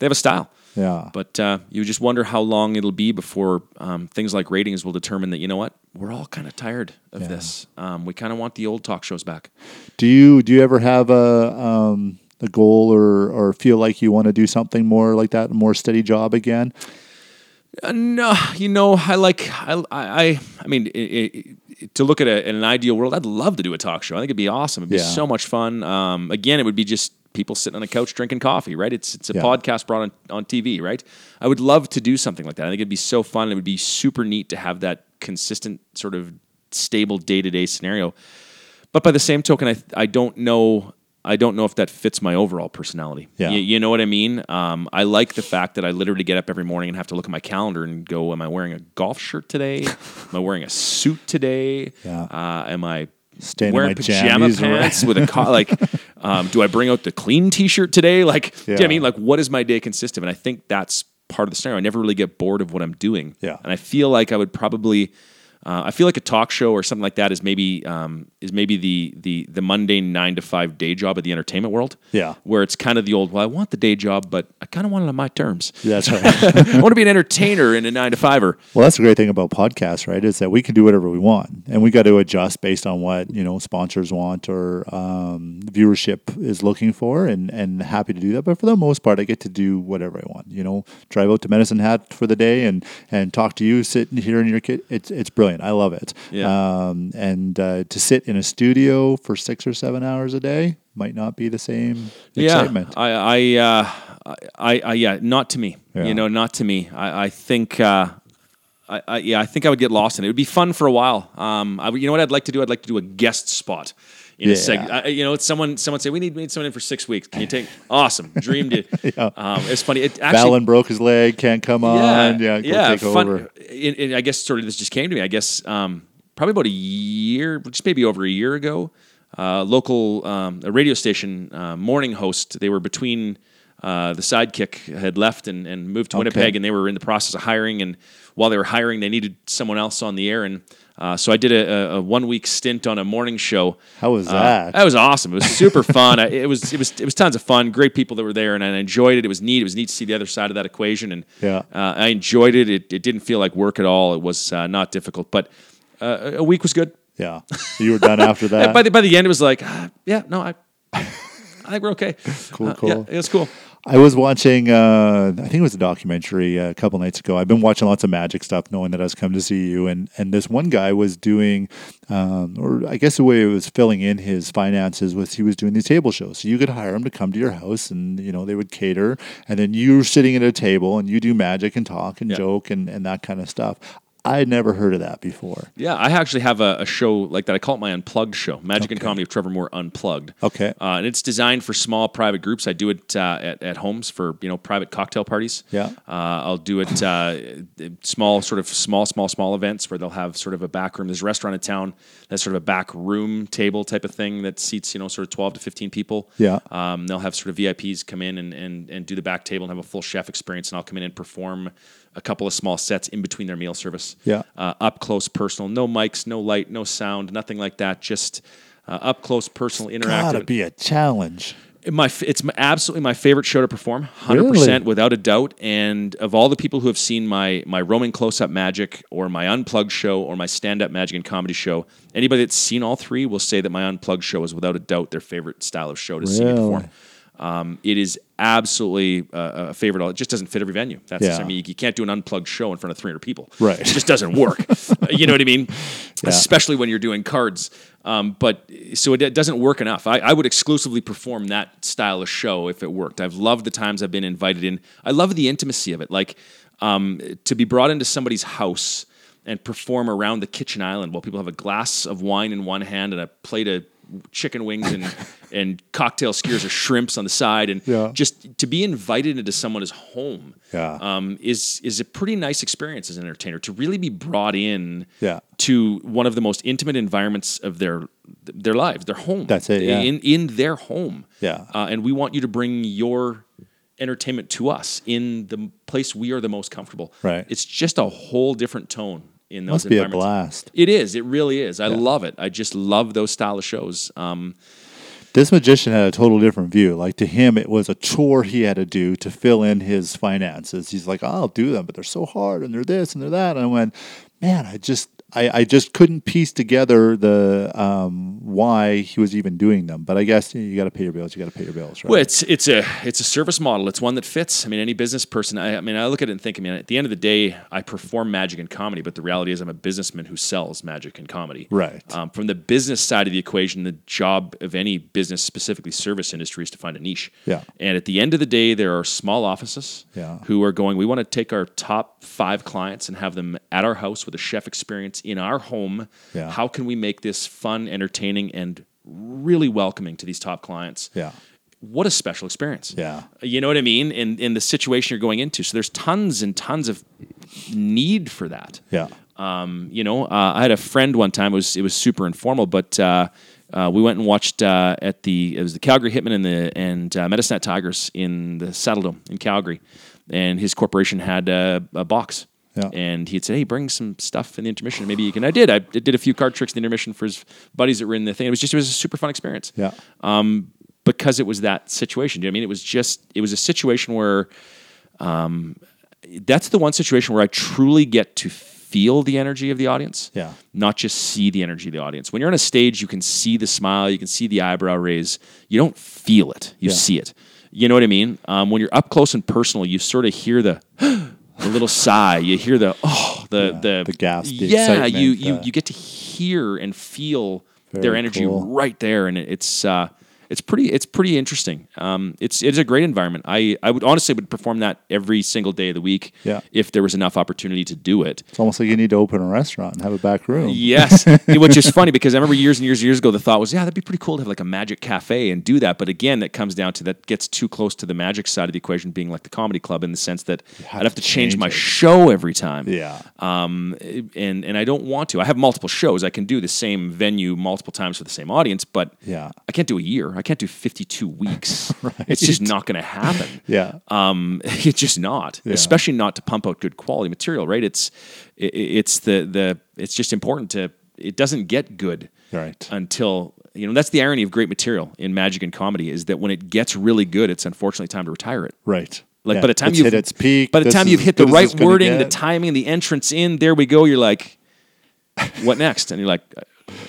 S2: they have a style.
S1: Yeah.
S2: But uh, you just wonder how long it'll be before um, things like ratings will determine that you know what we're all kind of tired of this. Um, we kind of want the old talk shows back.
S1: Do you do you ever have a um, a goal or or feel like you want to do something more like that, a more steady job again?
S2: Uh, no, you know, I like I I I- I mean, i i to look at a, in an ideal world, I'd love to do a talk show. I think it'd be awesome. It'd be
S1: Yeah.
S2: so much fun. Um, again, it would be just people sitting on a couch drinking coffee, right? It's it's a
S1: Yeah.
S2: podcast brought on on TV, right? I would love to do something like that. I think it'd be so fun. It would be super neat to have that consistent sort of stable day to day scenario. But by the same token, I I don't know I don't know if that fits my overall personality.
S1: Yeah.
S2: You, you know what I mean? Um, I like the fact that I literally get up every morning and have to look at my calendar and go, Am I wearing a golf shirt today? am I wearing a suit today?
S1: Yeah.
S2: Uh, am I
S1: Staying in
S2: wearing
S1: my
S2: pajama
S1: jammies around. <laughs>
S2: pants with a co- like? Um, do I bring out the clean T-shirt today? Like, do you know what I
S1: Yeah.
S2: mean? Like, what is my day consist of? And I think that's part of the scenario. I never really get bored of what I'm doing.
S1: Yeah.
S2: And I feel like I would probably, uh, I feel like a talk show or something like that is maybe um, is maybe the the the mundane nine to five day job of the entertainment world.
S1: Yeah.
S2: Where it's kind of the old, well, I want the day job, but I kind of want it on my terms.
S1: That's right.
S2: <laughs> I want to be an entertainer and a nine to fiver.
S1: well, that's the great thing about podcasts, right? Is that we can do whatever we want, and we got to adjust based on what you know sponsors want or um, viewership is looking for, and and happy to do that. But for the most part, I get to do whatever I want. You know, drive out to Medicine Hat for the day and and talk to you, sit here in your kid. It's it's brilliant. I love it.
S2: Yeah.
S1: um, and uh, to sit in a studio for six or seven hours a day might not be the same excitement.
S2: Yeah, I, I, uh, I, I, yeah, not to me.
S1: Yeah.
S2: You know, not to me. I, I think, uh, I, I, yeah, I think I would get lost in it. It would be fun for a while. Um, I, would- you know what I'd like to do? I'd like to do a guest spot. In a
S1: Yeah.
S2: seg- I, you know, it's someone. Someone say we need, we need someone in for six weeks.
S1: <laughs>
S2: Can you take? Awesome, dreamed it. um, it's funny. It actually,
S1: Fallon broke his leg, can't come on. Yeah, go take
S2: fun.
S1: over.
S2: It- it- I guess sort of this just came to me. I guess um, probably about a year, just maybe over a year ago, uh, local um, a radio station uh, morning host. They were between uh, the sidekick had left and, and moved to Winnipeg, and they were in the process of hiring. And while they were hiring, they needed someone else on the air. And uh, so I did a, a, a one week stint on a morning show.
S1: How was
S2: Uh,
S1: that?
S2: that was awesome. It was super fun. I, it was it was it was tons of fun. Great people that were there, and I enjoyed it. It was neat. It was neat to see the other side of that equation, and
S1: Yeah.
S2: uh, I enjoyed it. it. It didn't feel like work at all. It was uh, not difficult, but uh, a week was good.
S1: Yeah, you were done
S2: <laughs>
S1: after that.
S2: by the by the end, it was like, ah, yeah, no, I, I think we're okay. Cool,
S1: cool.
S2: Yeah, it was cool.
S1: I was watching, uh, I think it was a documentary uh, a couple nights ago. I've been watching lots of magic stuff, knowing that I was coming to see you. And, and this one guy was doing, um, or I guess the way it was filling in his finances was he was doing these table shows. So you could hire him to come to your house and, you know, they would cater. And then you're sitting at a table and you do magic and talk and
S2: Yeah.
S1: joke and, and that kind of stuff. I had never heard of that before.
S2: Yeah, I actually have a, a show like that. I call it my Unplugged show, Magic and Comedy of Trevor Moore Unplugged.
S1: Okay.
S2: uh, and it's designed for small private groups. I do it uh, at, at homes for you know private cocktail parties.
S1: Yeah.
S2: uh, I'll do it uh, small, sort of small, small, small events where they'll have sort of a back room. There's a restaurant in town that's sort of a back room table type of thing that seats you know sort of 12 to 15 people.
S1: Yeah.
S2: Um, they'll have sort of VIPs come in and, and, and do the back table and have a full chef experience, and I'll come in and perform a couple of small sets in between their meal service.
S1: Yeah.
S2: Uh, up close, personal. No mics, no light, no sound, nothing like that. Just uh, up close, personal,
S1: Gotta
S2: interactive.
S1: be a challenge.
S2: my, f- it's my, absolutely my favorite show to perform, hundred
S1: Really?
S2: percent, without a doubt. And of all the people who have seen my my Roman close up magic or my unplugged show or my stand up magic and comedy show, anybody that's seen all three will say that my unplugged show is without a doubt their favorite style of show to see me
S1: Really?
S2: perform. Um, it is absolutely uh, a favorite. It just doesn't fit every venue. That's
S1: Yeah.
S2: I mean, you, you can't do an unplugged show in front of 300 people.
S1: Right.
S2: It just doesn't work. you know what I mean? Especially when you're doing cards. Um, but so it, it doesn't work enough. I, I would exclusively perform that style of show if it worked. I've loved the times I've been invited in. I love the intimacy of it. Like um, to be brought into somebody's house and perform around the kitchen island while people have a glass of wine in one hand and a plate of chicken wings and, and cocktail skewers or shrimps on the side and
S1: Yeah.
S2: just to be invited into someone's home
S1: Yeah.
S2: um, is is a pretty nice experience as an entertainer to really be brought in
S1: Yeah.
S2: to one of the most intimate environments of their their lives, their home.
S1: That's it, yeah.
S2: In in their home.
S1: Yeah.
S2: Uh, and we want you to bring your entertainment to us in the place we are the most comfortable.
S1: Right.
S2: It's just a whole different tone in those
S1: Must be a
S2: environments.
S1: blast.
S2: It is. It really is. I love it. I just love those style of shows. Um,
S1: This magician had a total different view. Like to him, it was a chore he had to do to fill in his finances. He's like, I'll do them, but they're so hard and they're this and they're that. And I went, man, I just. I, I just couldn't piece together the um, why he was even doing them, but I guess you, got to pay your bills. You got to pay your bills, right?
S2: Well, it's it's a it's a service model. It's one that fits. I mean, any business person. I, I mean, I look at it and think. I mean, at the end of the day, I perform magic and comedy, but the reality is, I'm a businessman who sells magic and comedy.
S1: Right.
S2: Um, from the business side of the equation, the job of any business, specifically service industry, is to find a niche.
S1: Yeah.
S2: And at the end of the day, there are small offices
S1: Yeah.
S2: who are going. We want to take our top five clients and have them at our house with a chef experience in our home.
S1: Yeah.
S2: How can we make this fun, entertaining, and really welcoming to these top clients?
S1: Yeah.
S2: what a special experience.
S1: Yeah.
S2: You know what I mean? And in the situation you're going into. So there's tons and tons of need for that.
S1: Yeah.
S2: Um, you know, uh, I had a friend one time. It was it was super informal, but uh, uh, we went and watched uh, at the it was the Calgary Hitmen and the and uh, Medicine Hat Tigers in the Saddle Dome in Calgary, and his corporation had uh, a box.
S1: Yeah.
S2: And he'd say, "Hey, bring some stuff in the intermission. Maybe you can." I did. I did a few card tricks in the intermission for his buddies that were in the thing. It was just it was a super fun experience
S1: yeah,
S2: because it was that situation. Do you know what I mean? It was just it was a situation where um, that's the one situation where I truly get to feel the energy of the audience.
S1: Yeah.
S2: Not just see the energy of the audience. When you're on a stage, you can see the smile, you can see the eyebrow raise. You don't feel it. You
S1: Yeah.
S2: see it. You know what I mean? Um, when you're up close and personal, you sort of hear the <gasps> the little sigh. You hear the oh the the
S1: the gasp, the
S2: yeah, you
S1: excitement,
S2: you
S1: the-
S2: you get to hear and feel their
S1: Very
S2: energy
S1: cool.
S2: right there, and it- it's uh, it's pretty it's pretty interesting. Um, it's it's a great environment. I I would honestly would perform that every single day of the week.
S1: Yeah.
S2: if there was enough opportunity to do it.
S1: It's almost like you need to open a restaurant and have a back room.
S2: Yes, <laughs> which is funny because I remember years and years and years ago the thought was, yeah, that'd be pretty cool to have like a magic cafe and do that. But again, that comes down to that gets too close to the magic side of the equation being like the comedy club in the sense that
S1: have
S2: I'd have
S1: to
S2: to change,
S1: change
S2: my
S1: it.
S2: show every time.
S1: Yeah.
S2: Um, and and I don't want to. I have multiple shows. I can do the same venue multiple times for the same audience, but
S1: Yeah.
S2: I can't do a year. I can't do fifty
S1: <laughs>
S2: two weeks. It's just not going to happen.
S1: Yeah.
S2: Um, <laughs> it's just not, especially not to pump out good quality material, right? It's it, it's the the it's just important to it doesn't get good
S1: Right.
S2: until you know that's the irony of great material in magic and comedy is that when it gets really good, it's unfortunately time to retire it.
S1: Right.
S2: Like
S1: Yeah.
S2: by the time
S1: It's
S2: you've
S1: hit its peak,
S2: by the
S1: this
S2: time
S1: is
S2: you've
S1: as
S2: hit the
S1: good as
S2: right
S1: it's gonna
S2: wording, the
S1: get.
S2: timing, the entrance in, there we go. You're like, what next? And you're like,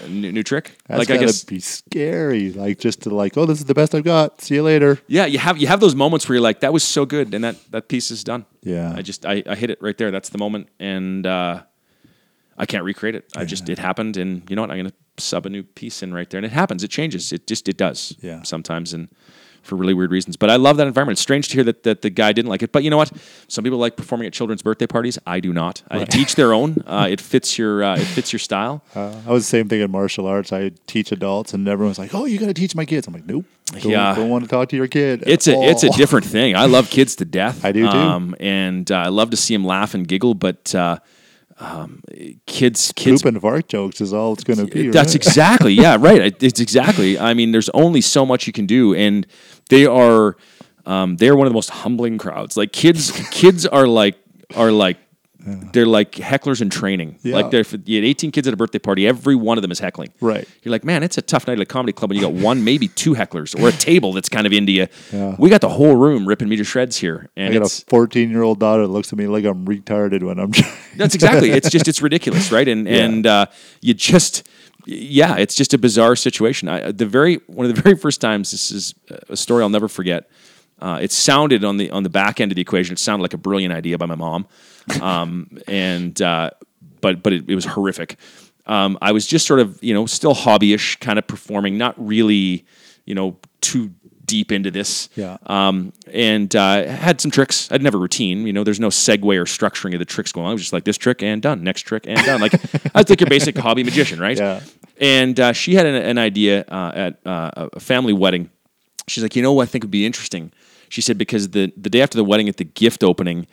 S2: "A new, new trick.
S1: That's
S2: like
S1: gotta be scary. Like just to like, oh, this is the best I've got. See you later.
S2: yeah, you have you have those moments where you're like, that was so good, and that that piece is done.
S1: Yeah.
S2: I just I, I hit it right there. That's the moment, and uh, I can't recreate it. I just it happened, and you know what? I'm gonna sub a new piece in right there, and it happens. It changes. It just it does.
S1: Yeah.
S2: sometimes and for really weird reasons. But I love that environment. It's strange to hear that that the guy didn't like it. But you know what? Some people like performing at children's birthday parties. I do not. I teach
S1: <laughs>
S2: their own. Uh, it fits your uh, it fits your style.
S1: Uh, I was the same thing in martial arts. I teach adults, and everyone's like, "Oh, you got to teach my kids." I'm like, "Nope, don't,
S2: Yeah.
S1: don't want to talk to your kid." at
S2: It's a it's a
S1: all."
S2: different thing. I love kids to
S1: <laughs>
S2: death.
S1: I do too.
S2: and uh, I love to see them laugh and giggle. But uh, um, kids,
S1: <laughs>
S2: kids,
S1: poop and fart jokes is all it's going to be.
S2: that's
S1: right?
S2: exactly yeah right. It- It's exactly. I mean, there's only so much you can do, and they are um, they're one of the most humbling crowds. Like kids, kids are like are like. They're like hecklers in training.
S1: Yeah.
S2: Like they're if you had 18 kids at a birthday party, every one of them is heckling.
S1: Right.
S2: You're like, man, it's a tough night at a comedy club when you got one, maybe two hecklers or a table that's kind of India. We got the whole room ripping me to shreds here, and
S1: I got
S2: it's,
S1: a 14 year old daughter that looks at me like I'm retarded when I'm <laughs> trying.
S2: that's exactly. It's just it's ridiculous, right? And and uh, you just yeah, it's just a bizarre situation. I, the very one of the very first times this is a story I'll never forget. Uh, it sounded on the on the back end of the equation. It sounded like a brilliant idea by my mom, um, <laughs> and uh, but but it, it was horrific. Um, I was just sort of you know still hobbyish, kind of performing, not really you know too deep into this.
S1: Yeah.
S2: Um, and uh, had some tricks. I'd never routine. You know, there's no segue or structuring of the tricks going on. I was just like this trick and done, next trick and
S1: <laughs>
S2: done. Like I was like your basic hobby magician, right?
S1: Yeah.
S2: And uh, she had an, an idea uh, at uh, a- a family wedding. She's like, you know what I think would be interesting? She said, because the, the day after the wedding at the gift opening,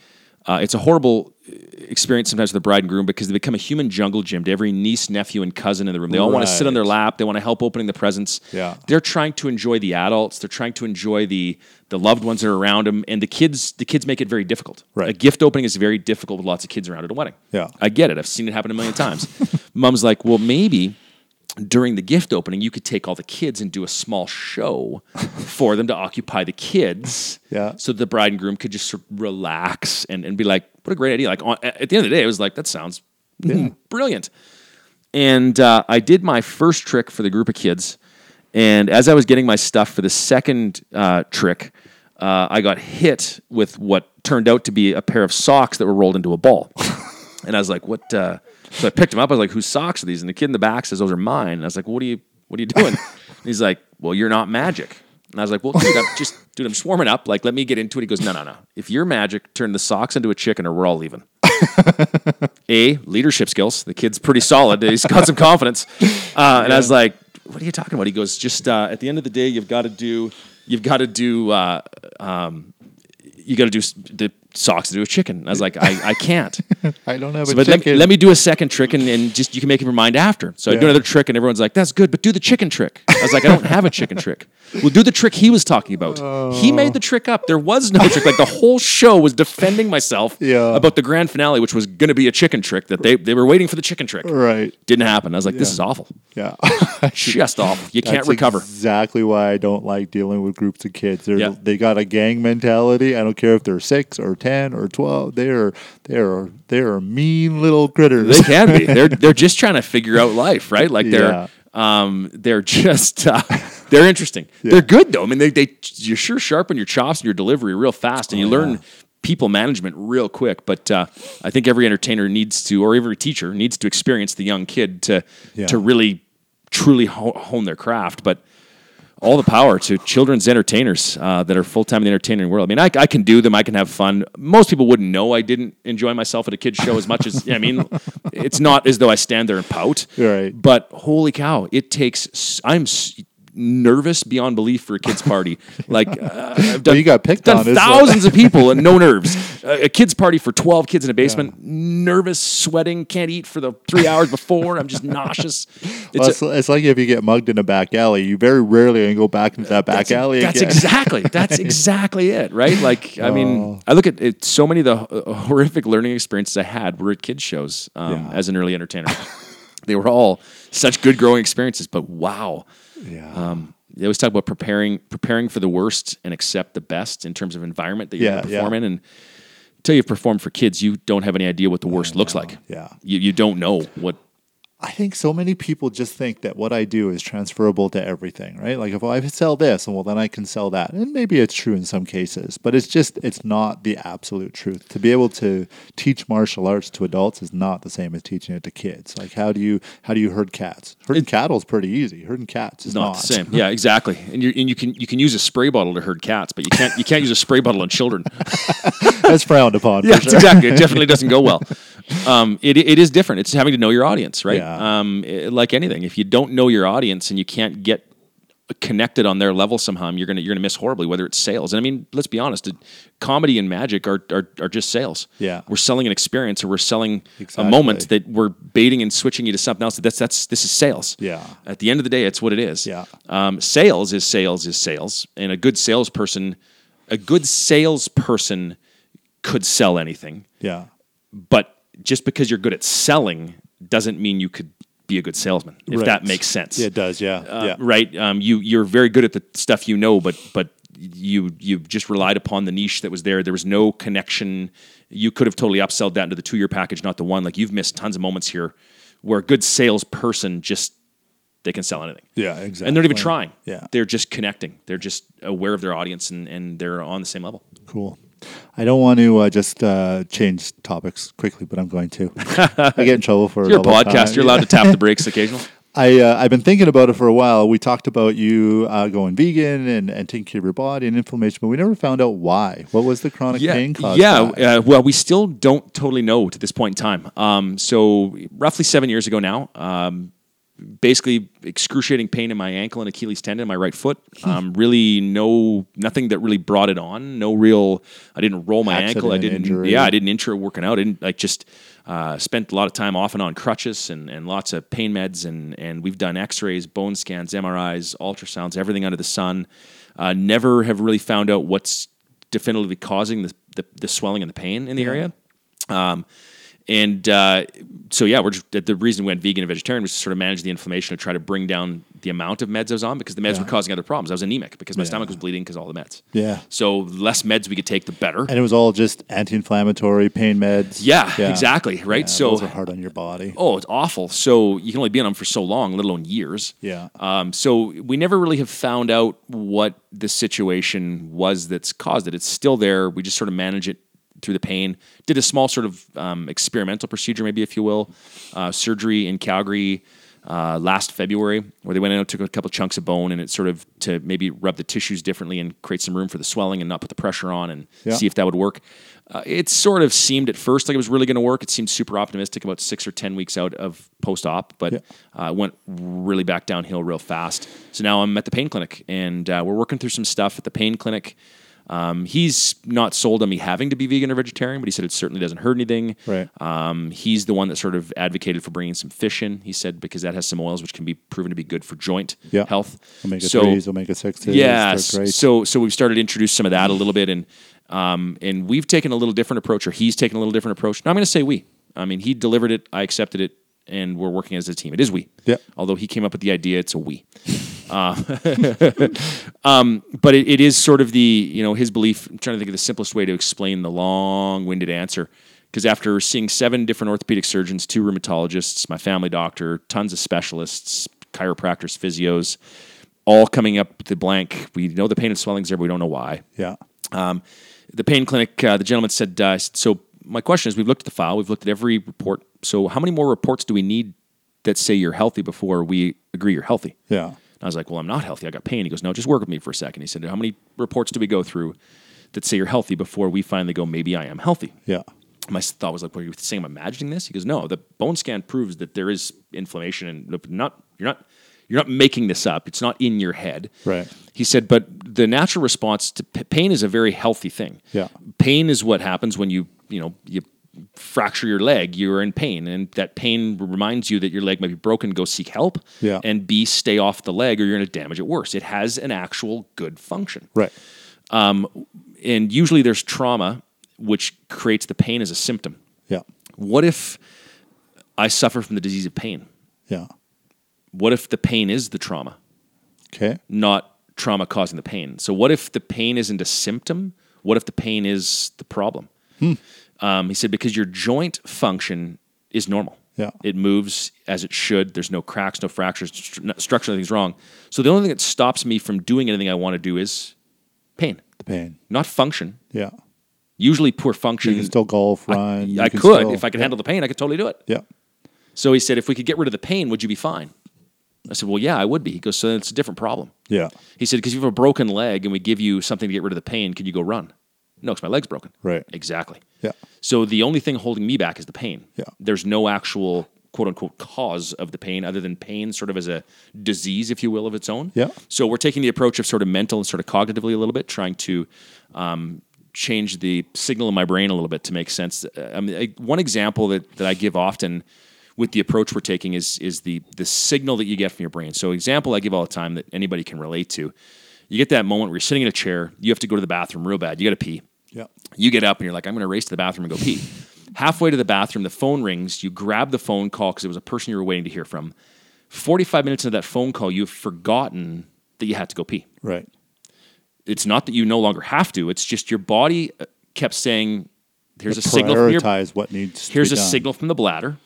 S2: uh, it's a horrible uh, experience sometimes with the bride and groom because they become a human jungle gym to every niece, nephew, and cousin in the room. They all want to sit on their lap. They want to help opening the presents.
S1: Yeah.
S2: They're trying to enjoy the adults. They're trying to enjoy the the loved ones that are around them. And the kids, the kids make it very difficult.
S1: Right.
S2: A gift opening is very difficult with lots of kids around at a wedding.
S1: Yeah.
S2: I get it. I've seen it happen a million
S1: <laughs>
S2: times. Mom's like, well, maybe during the gift opening, you could take all the kids and do a small show for them to occupy the kids.
S1: Yeah.
S2: So the bride and groom could just sort of relax and, and be like, what a great idea. Like on, at the end of the day, it was like, that sounds mm-hmm, brilliant. And uh, I did my first trick for the group of kids. And as I was getting my stuff for the second uh, trick, uh, I got hit with what turned out to be a pair of socks that were rolled into a ball. and I was like, "What?" Uh, so I picked them up. I was like, "Whose socks are these?" And the kid in the back says, "Those are mine." And I was like, "What are you? What are you doing?" and he's like, "Well, you're not magic." And I was like, "Well, dude, I'm just dude, I'm just warming up. Like, let me get into it." He goes, "No, no, no. If you're magic, turn the socks into a chicken, or we're all leaving." a leadership skills. The kid's pretty solid. He's got some confidence. Uh, And I was like, "What are you talking about?" He goes, "Just uh, at the end of the day, you've got to do, you've got to do, uh, um, you got to do s- the socks to do a chicken." And I was like, "I, I can't."
S1: I don't have
S2: So,
S1: a
S2: but let,
S1: chicken.
S2: me- let me do a second trick and, and just you can make up your mind after. So I do
S1: Yeah.
S2: another trick and everyone's like, that's good, but do the chicken trick. I was like, I don't have a chicken trick. Well, do the trick he was talking about. He
S1: Oh.
S2: made the trick up. There was no trick. Like the whole show was defending myself
S1: <laughs> Yeah.
S2: about the grand finale, which was going to be a chicken trick that they, they were waiting for the chicken trick.
S1: right.
S2: Didn't happen. I was like, this
S1: <laughs>
S2: is awful.
S1: Yeah.
S2: Just awful. You can't
S1: That's
S2: recover.
S1: Exactly why I don't like dealing with groups of kids. They're,
S2: Yeah.
S1: They got a gang mentality. I don't care if they're six or ten or twelve. They are they are they are mean little critters.
S2: <laughs> They
S1: <laughs>
S2: can be. They're they're just trying to figure out life, right? Like they're um they're just uh, they're interesting. They're good though. I mean, they they you sure sharpen your chops and your delivery real fast, and you learn people management real quick. But uh, I think every entertainer needs to, or every teacher needs to experience the young kid to
S1: Yeah.
S2: to really truly ho- hone their craft. But all the power to children's entertainers uh, that are full time in the entertaining world. I mean, I, I can do them. I can have fun. Most people wouldn't know I didn't enjoy myself at a kids show as much as I mean. <laughs> It's not as though I stand there and pout.
S1: Right.
S2: But holy cow, it takes. s- I'm s- nervous beyond belief for a kids party. Like uh, I've done,
S1: you got picked
S2: done
S1: on, is what-
S2: thousands
S1: <laughs>
S2: of people and no nerves. A, a kids party for twelve kids in a basement. Nervous, sweating, can't eat for the three hours before. I'm
S1: <laughs>
S2: just nauseous. It's
S1: Well,
S2: a-
S1: it's, it's like if you get mugged in a back alley, you very rarely are gonna go back into that back
S2: that's,
S1: alley
S2: that's
S1: again. <laughs>
S2: exactly that's exactly it right like i
S1: Oh.
S2: mean i look at it, so many of the h- horrific learning experiences i had were at kids shows um, as an early entertainer <laughs> they were all such good growing experiences but wow
S1: yeah.
S2: um, they always talk about preparing preparing for the worst and accept the best in terms of environment that you're going to
S1: Yeah,
S2: perform
S1: yeah.
S2: in and until you've performed for kids you don't have any idea what the worst looks like
S1: yeah.
S2: you, you don't know what
S1: I think so many people just think that what I do is transferable to everything, right? Like if I sell this, and well, then I can sell that, and maybe it's true in some cases, but it's just it's not the absolute truth. To be able to teach martial arts to adults is not the same as teaching it to kids. Like how do you how do you herd cats? Herding cattle is pretty easy. Herding cats is
S2: not, the same. Yeah, exactly. And you and you can you can use a spray bottle to herd cats, but you can't you can't use a spray bottle on children.
S1: <laughs> That's frowned upon.
S2: yeah,
S1: for sure.
S2: <laughs> exactly. It definitely doesn't
S1: <laughs>
S2: go well. Um, it it is different. It's having to know your audience, right?
S1: Yeah.
S2: Um, i- like anything, if you don't know your audience and you can't get connected on their level somehow, you're gonna you're gonna miss horribly. Whether it's sales, and I mean, let's be honest, it- comedy and magic are are, are just sales.
S1: Yeah.
S2: we're selling an experience or we're selling a
S1: Exactly.
S2: moment that we're baiting and switching you to something else. That's that's this is sales.
S1: Yeah.
S2: At the end of the day, it's what it is.
S1: Yeah.
S2: Um, sales is sales is sales, and a good salesperson, a good salesperson could sell anything.
S1: Yeah.
S2: But just because you're good at selling doesn't mean you could be a good salesman. If
S1: Right.
S2: that makes sense.
S1: Yeah, it does. Yeah.
S2: Uh,
S1: yeah.
S2: Right. Um, you you're very good at the stuff you know, but but you you just relied upon the niche that was there. There was no connection. You could have totally upselled that into the two year package, not the one. Like you've missed tons of moments here where a good salesperson just they can sell anything.
S1: Yeah, exactly.
S2: And they're not even trying.
S1: Yeah.
S2: They're just connecting. They're just aware of their audience and, and they're on the same level.
S1: Cool. I don't want to uh, just uh, change topics quickly, but I'm going
S2: <laughs>
S1: to. I get in trouble for
S2: You're a
S1: it all the
S2: podcast.
S1: time.
S2: You're allowed to
S1: <laughs>
S2: tap the brakes occasionally.
S1: I uh, I've been thinking about it for a while. We talked about you uh, going vegan and, and taking care of your body and inflammation, but we never found out why. What was the chronic pain caused?
S2: Yeah,
S1: by?
S2: uh, well, we still don't totally know to this point in time. Um, so roughly seven years ago now, um, basically excruciating pain in my ankle and Achilles tendon in my right foot.
S1: Hmm.
S2: Um, really, no nothing that really brought it on. No real. I didn't roll my
S1: Accident,
S2: ankle. I didn't.
S1: injury.
S2: Yeah, I didn't injure working out. I didn't like just. Uh, spent a lot of time off and on crutches and, and lots of pain meds and, and we've done x-rays bone scans mris ultrasounds everything under the sun uh, never have really found out what's definitively causing the, the, the swelling and the pain in the area. Um, and uh, so, yeah, we're just, the- the reason we went vegan and vegetarian was to sort of manage the inflammation to try to bring down the amount of meds I was on because the meds were causing other problems. I was anemic because my stomach was bleeding because of all the meds.
S1: Yeah.
S2: So the less meds we could take, the better.
S1: and it was all just anti-inflammatory pain meds.
S2: yeah, exactly. Right.
S1: Yeah,
S2: so
S1: those are hard on your body.
S2: oh, it's awful. So you can only be on them for so long, let alone years.
S1: Yeah.
S2: Um, so we never really have found out what the situation was that's caused it. It's still there. We just sort of manage it through the pain. Did a small sort of um, experimental procedure, maybe if you will, uh, surgery in Calgary. Uh, last February, where they went in and took a couple chunks of bone, and it sort of to maybe rub the tissues differently and create some room for the swelling and not put the pressure on and
S1: Yeah.
S2: see if that would work. Uh, it sort of seemed at first like it was really going to work. It seemed super optimistic about six or 10 weeks out of post op, but uh, it went really back downhill real fast. So now I'm at the pain clinic and uh, we're working through some stuff at the pain clinic. Um, he's not sold on me having to be vegan or vegetarian, but he said it certainly doesn't hurt anything.
S1: Right.
S2: Um, he's the one that sort of advocated for bringing some fish in, he said, because that has some oils which can be proven to be good for joint
S1: Yeah.
S2: health.
S1: Omega
S2: So-
S1: threes, omega sixes.
S2: yeah,
S1: they're great.
S2: so so we've started to introduce some of that a little bit, and um, and we've taken a little different approach, or he's taken a little different approach. Now I'm going to say we. I mean, he delivered it, I accepted it, and we're working as a team. It is we.
S1: Yeah.
S2: Although he came up with the idea, it's a we. but it, it is sort of the you know his belief. I'm trying to think of the simplest way to explain the long-winded answer. Because after seeing seven different orthopedic surgeons, two rheumatologists, my family doctor, tons of specialists, chiropractors, physios, all coming up with the blank. We know the pain and swelling's there, but we don't know why.
S1: yeah,
S2: Um, the pain clinic, uh, the gentleman said, uh, so my question is, we've looked at the file, we've looked at every report. So how many more reports do we need that say you're healthy before we agree you're healthy?
S1: yeah.
S2: And I was like, well, I'm not healthy. I got pain. He goes, no, just work with me for a second. He said, how many reports do we go through that say you're healthy before we finally go, maybe I am healthy?
S1: Yeah.
S2: My s- thought was like, what are you saying? I'm imagining this? He goes, no, the bone scan proves that there is inflammation and the- not, you're not, you're not making this up. It's not in your head.
S1: Right.
S2: He said, but the natural response to p- pain is a very healthy thing.
S1: Yeah.
S2: Pain is what happens when you, you know, you fracture your leg, you're in pain. And that pain reminds you that your leg might be broken, go seek help.
S1: Yeah.
S2: And B, stay off the leg or you're going to damage it worse. It has an actual good function
S1: Right.
S2: and usually there's trauma which creates the pain as a symptom.
S1: Yeah.
S2: What if I suffer from the disease of pain?
S1: Yeah.
S2: What if the pain is the trauma,
S1: Okay.
S2: not trauma causing the pain? So what if the pain isn't a symptom? What if the pain is the problem?
S1: Hmm.
S2: Um, he said because your joint function is normal.
S1: Yeah.
S2: It moves as it should. There's no cracks, no fractures, stru- no- structurally nothing's wrong. So the only thing that stops me from doing anything I want to do is pain,
S1: The pain.
S2: not function.
S1: Yeah.
S2: Usually poor function
S1: You can still golf, run. you
S2: Mm. I
S1: can
S2: could
S1: still-
S2: if I could handle the pain, I could totally do it.
S1: Yeah.
S2: So he said, if we could get rid of the pain, would you be fine? I said, well, yeah, I would be. He goes, so then it's a different problem.
S1: Yeah.
S2: He said, because you have a broken leg and we give you something to get rid of the pain, can you go run? No, because my leg's broken.
S1: Right.
S2: Exactly.
S1: Yeah.
S2: So the only thing holding me back is the pain.
S1: Yeah.
S2: There's no actual quote unquote cause of the pain other than pain sort of as a disease, if you will, of its own.
S1: Yeah.
S2: So we're taking the approach of sort of mental and sort of cognitively a little bit, trying to um, change the signal in my brain a little bit to make sense. Uh, I mean, I- one example that, that I give often with the approach we're taking is is the the signal that you get from your brain. So example I give all the time that anybody can relate to. You get that moment where you're sitting in a chair, you have to go to the bathroom real bad, you got to pee.
S1: Yeah.
S2: You get up and you're like, I'm going to race to the bathroom and go pee. Halfway to the bathroom, the phone rings. You grab the phone call because it was a person you were waiting to hear from. 45 minutes into that phone call, you've forgotten that you had to go pee.
S1: Right.
S2: It's not that you no longer have to, it's just your body uh, kept saying, Here's a signal from your
S1: Prioritize what needs. to
S2: here's
S1: be
S2: a
S1: done.
S2: signal from the bladder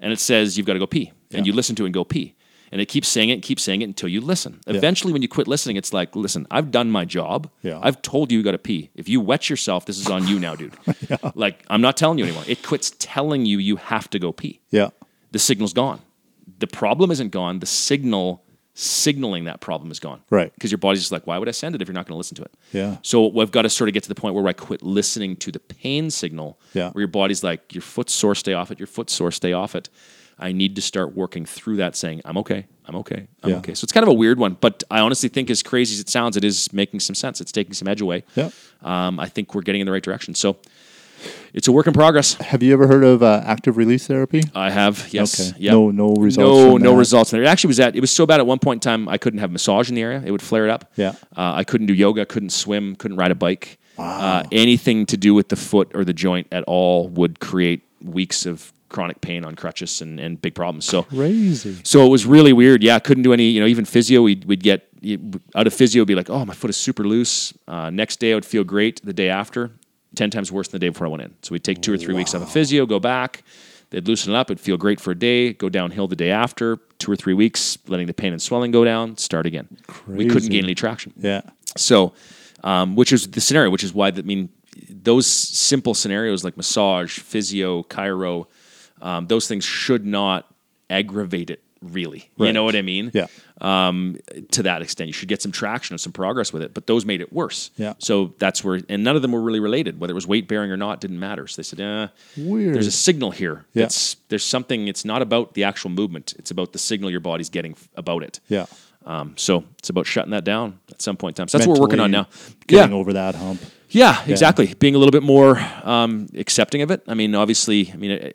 S2: and it says you've got to go pee and you listen to it and go pee And it keeps saying it, and keeps saying it until you listen. Eventually, when you quit listening, it's like, listen, I've done my job.
S1: Yeah.
S2: I've told you you got to pee. If you wet yourself, this is on you
S1: <laughs>
S2: now, dude. Like, I'm not telling you anymore. It quits telling you you have to go pee.
S1: Yeah.
S2: The signal's gone. The problem isn't gone. The signal signaling that problem is gone.
S1: Right.
S2: Because your body's just like, why would I send it if you're not going to listen to it?
S1: Yeah.
S2: So I've got to sort of get to the point where I quit listening to the pain signal.
S1: Yeah.
S2: Where your body's like, your foot's sore, stay off it. Your foot's sore, stay off it. I need to start working through that, saying, I'm okay. I'm okay. I'm
S1: Yeah.
S2: okay. So it's kind of a weird one, but I honestly think, as crazy as it sounds, it is making some sense. It's taking some edge away.
S1: Yeah.
S2: Um, I think we're getting in the right direction. So it's a work in progress.
S1: Have you ever heard of uh, active release therapy?
S2: I have. Yes.
S1: Okay.
S2: Yep.
S1: No- no results
S2: No,
S1: from
S2: no
S1: that.
S2: results. There actually was that. It was so bad at one point in time. I couldn't have massage in the area. It would flare it up.
S1: Yeah.
S2: Uh, I couldn't do yoga. Couldn't swim. Couldn't ride a bike. Uh, anything to do with the foot or the joint at all would create weeks of chronic pain on crutches and, and big problems. So
S1: Crazy.
S2: so it was really weird. Yeah, I couldn't do any, you know, even physio, we'd, we'd get out of physio, be like, oh, my foot is super loose. Uh, next day, I would feel great. The day after, 10 times worse than the day before I went in. So we'd take two or three weeks off of physio, go back. They'd loosen it up. It'd feel great for a day, go downhill the day after, two or three weeks, letting the pain and swelling go down, start again. We couldn't
S1: Crazy.
S2: gain any traction.
S1: Yeah.
S2: So, um, which is the scenario, which is why that I mean those simple scenarios like massage, physio, chiro, um, those things should not aggravate it really. You
S1: Right.
S2: know what I mean?
S1: Yeah.
S2: Um, to that extent, you should get some traction and some progress with it, but those made it worse.
S1: Yeah.
S2: So that's where, and none of them were really related. Whether it was weight bearing or not, didn't matter. So they said, eh,
S1: Weird.
S2: There's a signal here.
S1: Yeah.
S2: It's there's something. It's not about the actual movement. It's about the signal your body's getting f- about it.
S1: Yeah.
S2: Um, so it's about shutting that down at some point in time. So that's what we're working on now.
S1: Mentally
S2: Yeah,
S1: Getting over that hump.
S2: yeah, exactly. Being a little bit more um, accepting of it. I mean, obviously, I mean, uh,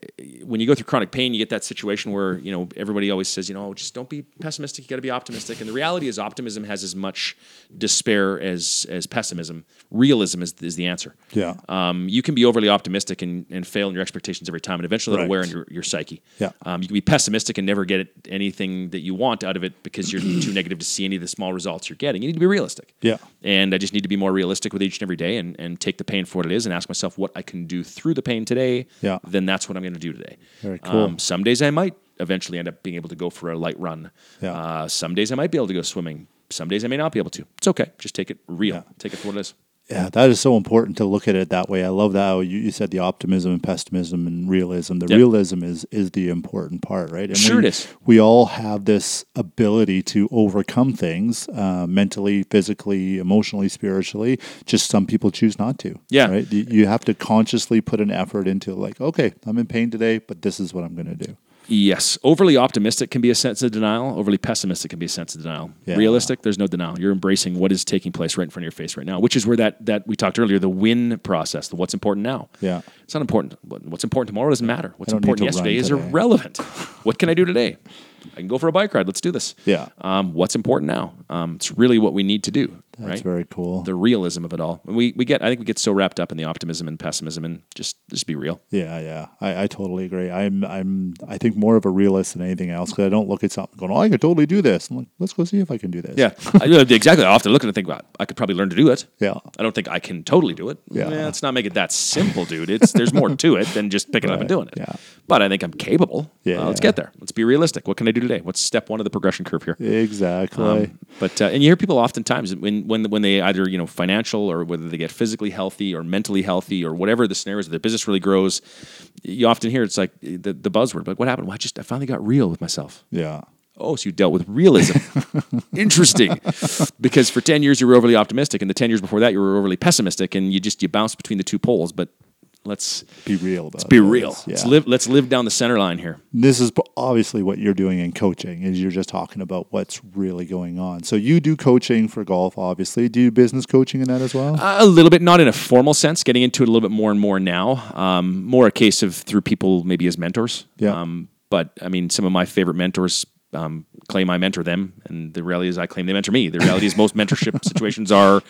S2: when you go through chronic pain, you get that situation where you know everybody always says, you know, "Oh, just don't be pessimistic. You got to be optimistic. And the reality is, optimism has as much despair as as pessimism. Realism is is the answer.
S1: Yeah.
S2: Um, you can be overly optimistic and, and fail in your expectations every time, and eventually that'll
S1: Right.
S2: wear on your, your psyche.
S1: Yeah.
S2: Um, you can be pessimistic and never get anything that you want out of it because you're too negative to see any of the small results you're getting. You need to be realistic.
S1: Yeah.
S2: And I just need to be more realistic with each and every day and, and take the pain for what it is and ask myself what I can do through the pain today.
S1: Yeah.
S2: Then that's what I'm going to do today. Um,
S1: Very cool.
S2: some days I might eventually end up being able to go for a light run.
S1: Yeah.
S2: Uh, some days I might be able to go swimming. Some days I may not be able to. It's okay. Just take it real. Take it for what it is.
S1: Yeah, that is so important to look at it that way. I love that how you, you said the optimism and pessimism and realism. The
S2: Yep.
S1: realism is is the important part, right? And
S2: Sure
S1: we,
S2: it is.
S1: We all have this ability to overcome things uh, mentally, physically, emotionally, spiritually. Just some people choose not to.
S2: Yeah.
S1: right. You, you have to consciously put an effort into like, okay, I'm in pain today, but this is what I'm going to do.
S2: Yes. Overly optimistic can be a sense of denial. Overly pessimistic can be a sense of denial.
S1: Yeah.
S2: Realistic, there's no denial. You're embracing what is taking place right in front of your face right now, which is where that that we talked earlier, the win process, the what's important now.
S1: Yeah.
S2: It's not important. What- What's important tomorrow doesn't matter. What's
S1: I don't need
S2: important
S1: to run
S2: yesterday is
S1: today.
S2: irrelevant. what can I do today? I can go for a bike ride. Let's do this.
S1: Yeah.
S2: Um, what's important now? Um, it's really what we need to do.
S1: That's
S2: right
S1: very cool.
S2: the realism of it all. We we get I think we get so wrapped up in the optimism and pessimism and just just be real.
S1: Yeah, yeah, I, I totally agree. I'm, I'm, I think more of a realist than anything else because I don't look at something going, "Oh, I could totally do this." I'm like, "Let's go see if I can do this."
S2: Yeah, <laughs> I, yeah, exactly. I often look at it and think, well, I could probably learn to do it.
S1: Yeah.
S2: I don't think I can totally do it. Yeah.
S1: Yeah.
S2: let's not make it that simple, dude. It's there's more to it than just picking it up and
S1: Right,
S2: doing it.
S1: yeah.
S2: But I think I'm capable.
S1: Yeah,
S2: Uh, let's
S1: yeah.
S2: get there. Let's be realistic. What can I do today? What's step one of the progression curve here?
S1: exactly.
S2: Um, but uh, and you hear people oftentimes when when when they either you know financial or whether they get physically healthy or mentally healthy or whatever the scenario is, their business really grows. You often hear it's like the, the buzzword, like what happened? Well, I just I finally got real with myself.
S1: yeah,
S2: Oh, so you dealt with <laughs> realism. Interesting. Because for 10 years you were overly optimistic and the 10 years before that you were overly pessimistic and you just you bounced between the two poles, but let's
S1: be real. About let's
S2: be real.
S1: Yeah.
S2: Let's live let's live down the center line here.
S1: This is p- obviously what you're doing in coaching is you're just talking about what's really going on. So you do coaching for golf, obviously. Do you business coaching in that as well?
S2: A little bit, not in a formal sense, getting into it a little bit more and more now. Um, more a case of through people maybe as mentors.
S1: Yeah.
S2: Um, but I mean, some of my favorite mentors um, claim I mentor them, and the reality is I claim they mentor me. The reality is
S1: <laughs>
S2: most mentorship situations are uh,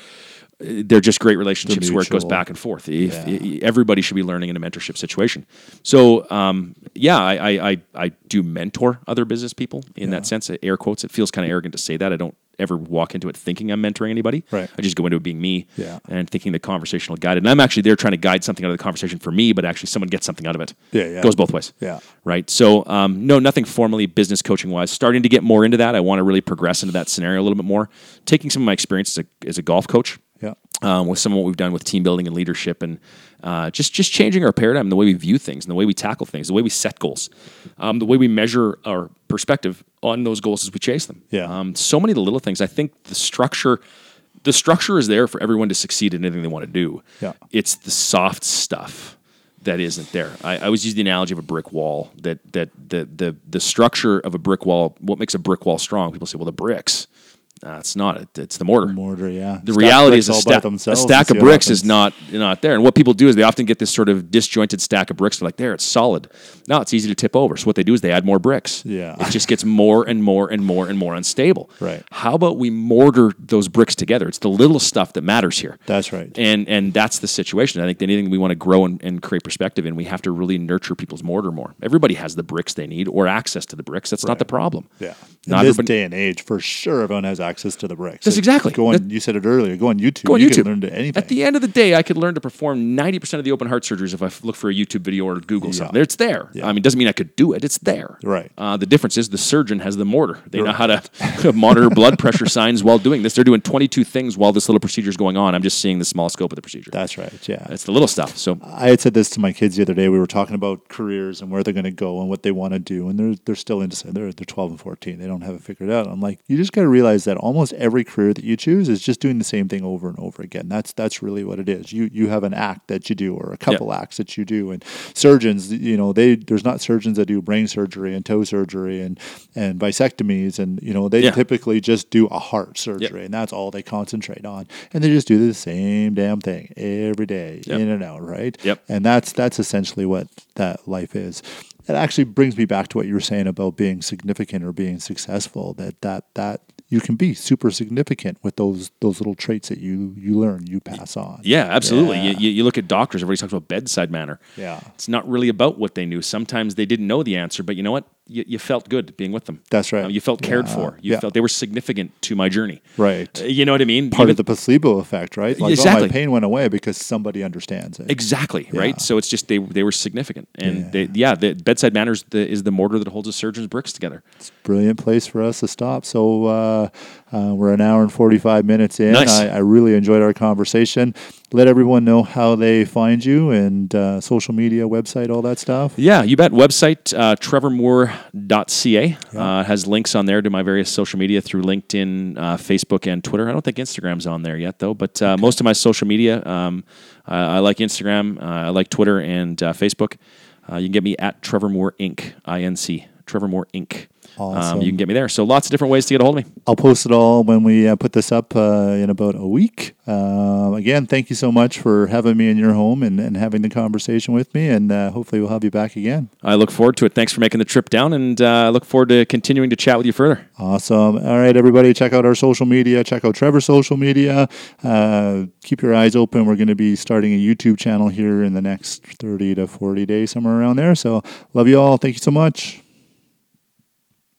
S2: they're just great relationships where it goes
S1: mutual.
S2: back and forth. If,
S1: Yeah.
S2: e- Everybody should be learning in a mentorship situation. So um, yeah, I, Uh, I I I do mentor other business people in that sense. Air quotes. It feels kind of arrogant to say that. I don't ever walk into it thinking I'm mentoring anybody.
S1: Right.
S2: I just go into it being me
S1: Yeah.
S2: and thinking the conversational guided. And I'm actually there trying to guide something out of the conversation for me, but actually someone gets something out of it.
S1: Yeah, yeah.
S2: Goes both ways.
S1: Yeah.
S2: Right. So, um, no, nothing formally business coaching wise. Starting to get more into that. I want to really progress into that scenario a little bit more. Taking some of my experience as a, as a golf coach
S1: Yeah.
S2: um, with some of what we've done with team building and leadership, and uh, just just changing our paradigm, the way we view things, and the way we tackle things, the way we set goals, um, the way we measure our perspective on those goals as we chase them.
S1: Yeah.
S2: um, so many of the little things. I think the structure, the structure is there for everyone to succeed in anything they want to do.
S1: Yeah.
S2: it's the soft stuff that isn't there. I, I always use the analogy of a brick wall. That that the the the structure of a brick wall. What makes a brick wall strong? People say, well, the bricks. Uh, it's not. It, it's the mortar
S1: Mortar, yeah.
S2: the reality is a,
S1: all by
S2: stack, a
S1: themselves and
S2: stack
S1: see
S2: of
S1: what
S2: bricks is
S1: happens.
S2: not not there. And what people do is they often get this sort of disjointed stack of bricks. They're like, there, it's solid. Now it's easy to tip over. So what they do is they add more bricks.
S1: Yeah.
S2: It just gets more and more and more and more unstable.
S1: Right.
S2: How about we mortar those bricks together? It's the little stuff that matters here.
S1: That's right.
S2: And and that's the situation. I think that anything we want to grow and, and create perspective in, we have to really nurture people's mortar more. Everybody has the bricks they need or access to the bricks. That's not the problem.
S1: Yeah. In
S2: Not
S1: this
S2: everybody-
S1: day and age, for sure, everyone has access to the bricks.
S2: That's
S1: It-
S2: exactly-
S1: Go on. You said it earlier. Go on YouTube.
S2: Go on
S1: you
S2: YouTube.
S1: can learn to anything.
S2: At the end of the day, I could learn to perform 90% of the open heart surgeries if I f- look for a YouTube video or Google something. It's there. I mean, it doesn't mean I could do it. It's there.
S1: Right.
S2: Uh, the difference is the surgeon has the mortar. They know how to <laughs> monitor blood pressure signs while doing this. They're doing 22 things while this little procedure is going on. I'm just seeing the small scope of the procedure.
S1: That's right. Yeah.
S2: it's the little stuff. So
S1: I had said this to my kids the other day. We were talking about careers and where they're going to go and what they want to do, and they're they're still into they're they're twelve and fourteen. They don't have it figured out. I'm like, you just got to realize that almost every career that you choose is just doing the same thing over and over again. That's that's really what it is. You you have an act that you do or a couple acts that you do, and surgeons, you know, they there's not surgeons that do brain surgery and toe surgery and and bisectomies, and you know they
S2: Yeah.
S1: typically just do a heart surgery, and that's all they concentrate on, and they just do the same damn thing every day
S2: Yep.
S1: in and out, right?
S2: Yep.
S1: And that's that's essentially what that life is. It actually brings me back to what you were saying about being significant or being successful. That that that you can be super significant with those those little traits that you you learn, you pass on.
S2: Yeah, absolutely. You
S1: Yeah.
S2: You, you look at doctors, everybody talks about bedside manner.
S1: Yeah.
S2: It's not really about what they knew. Sometimes they didn't know the answer, but you know what? You, you felt good being with them.
S1: That's right.
S2: Um, you felt cared
S1: Yeah.
S2: for. You
S1: Yeah.
S2: felt they were significant to my journey.
S1: Right.
S2: Uh, you know what I mean?
S1: Part
S2: Even-
S1: of the placebo effect, right? Like oh,
S2: Exactly.
S1: my pain went away because somebody understands it.
S2: Exactly right. So it's just they they were significant, and yeah, they, yeah the bedside manner is the, is the mortar that holds a surgeon's bricks together.
S1: brilliant place for us to stop. So uh, uh, we're an hour and 45 minutes in.
S2: Nice.
S1: I, I really enjoyed our conversation. Let everyone know how they find you and uh, social media, website, all that stuff.
S2: Yeah, you bet. Website uh, trevormoore.ca uh, has links on there to my various social media through LinkedIn, uh, Facebook, and Twitter. I don't think Instagram's on there yet, though, but uh, most of my social media, um, uh, I like Instagram, uh, I like Twitter, and uh, Facebook. Uh, you can get me at Trevor Moore Inc. I N C. Trevor Moore Inc. Um,
S1: Awesome.
S2: you can get me there. So lots of different ways to get a hold of me.
S1: I'll post it all when we uh, put this up uh, in about a week. Um, again, thank you so much for having me in your home and, and having the conversation with me. And uh, hopefully, we'll have you back again.
S2: I look forward to it. Thanks for making the trip down, and uh, I look forward to continuing to chat with you further.
S1: Awesome. All right, everybody, check out our social media. Check out Trevor's social media. Uh, keep your eyes open. We're going to be starting a YouTube channel here in the next 30 to 40 days, somewhere around there. So, love you all. Thank you so much.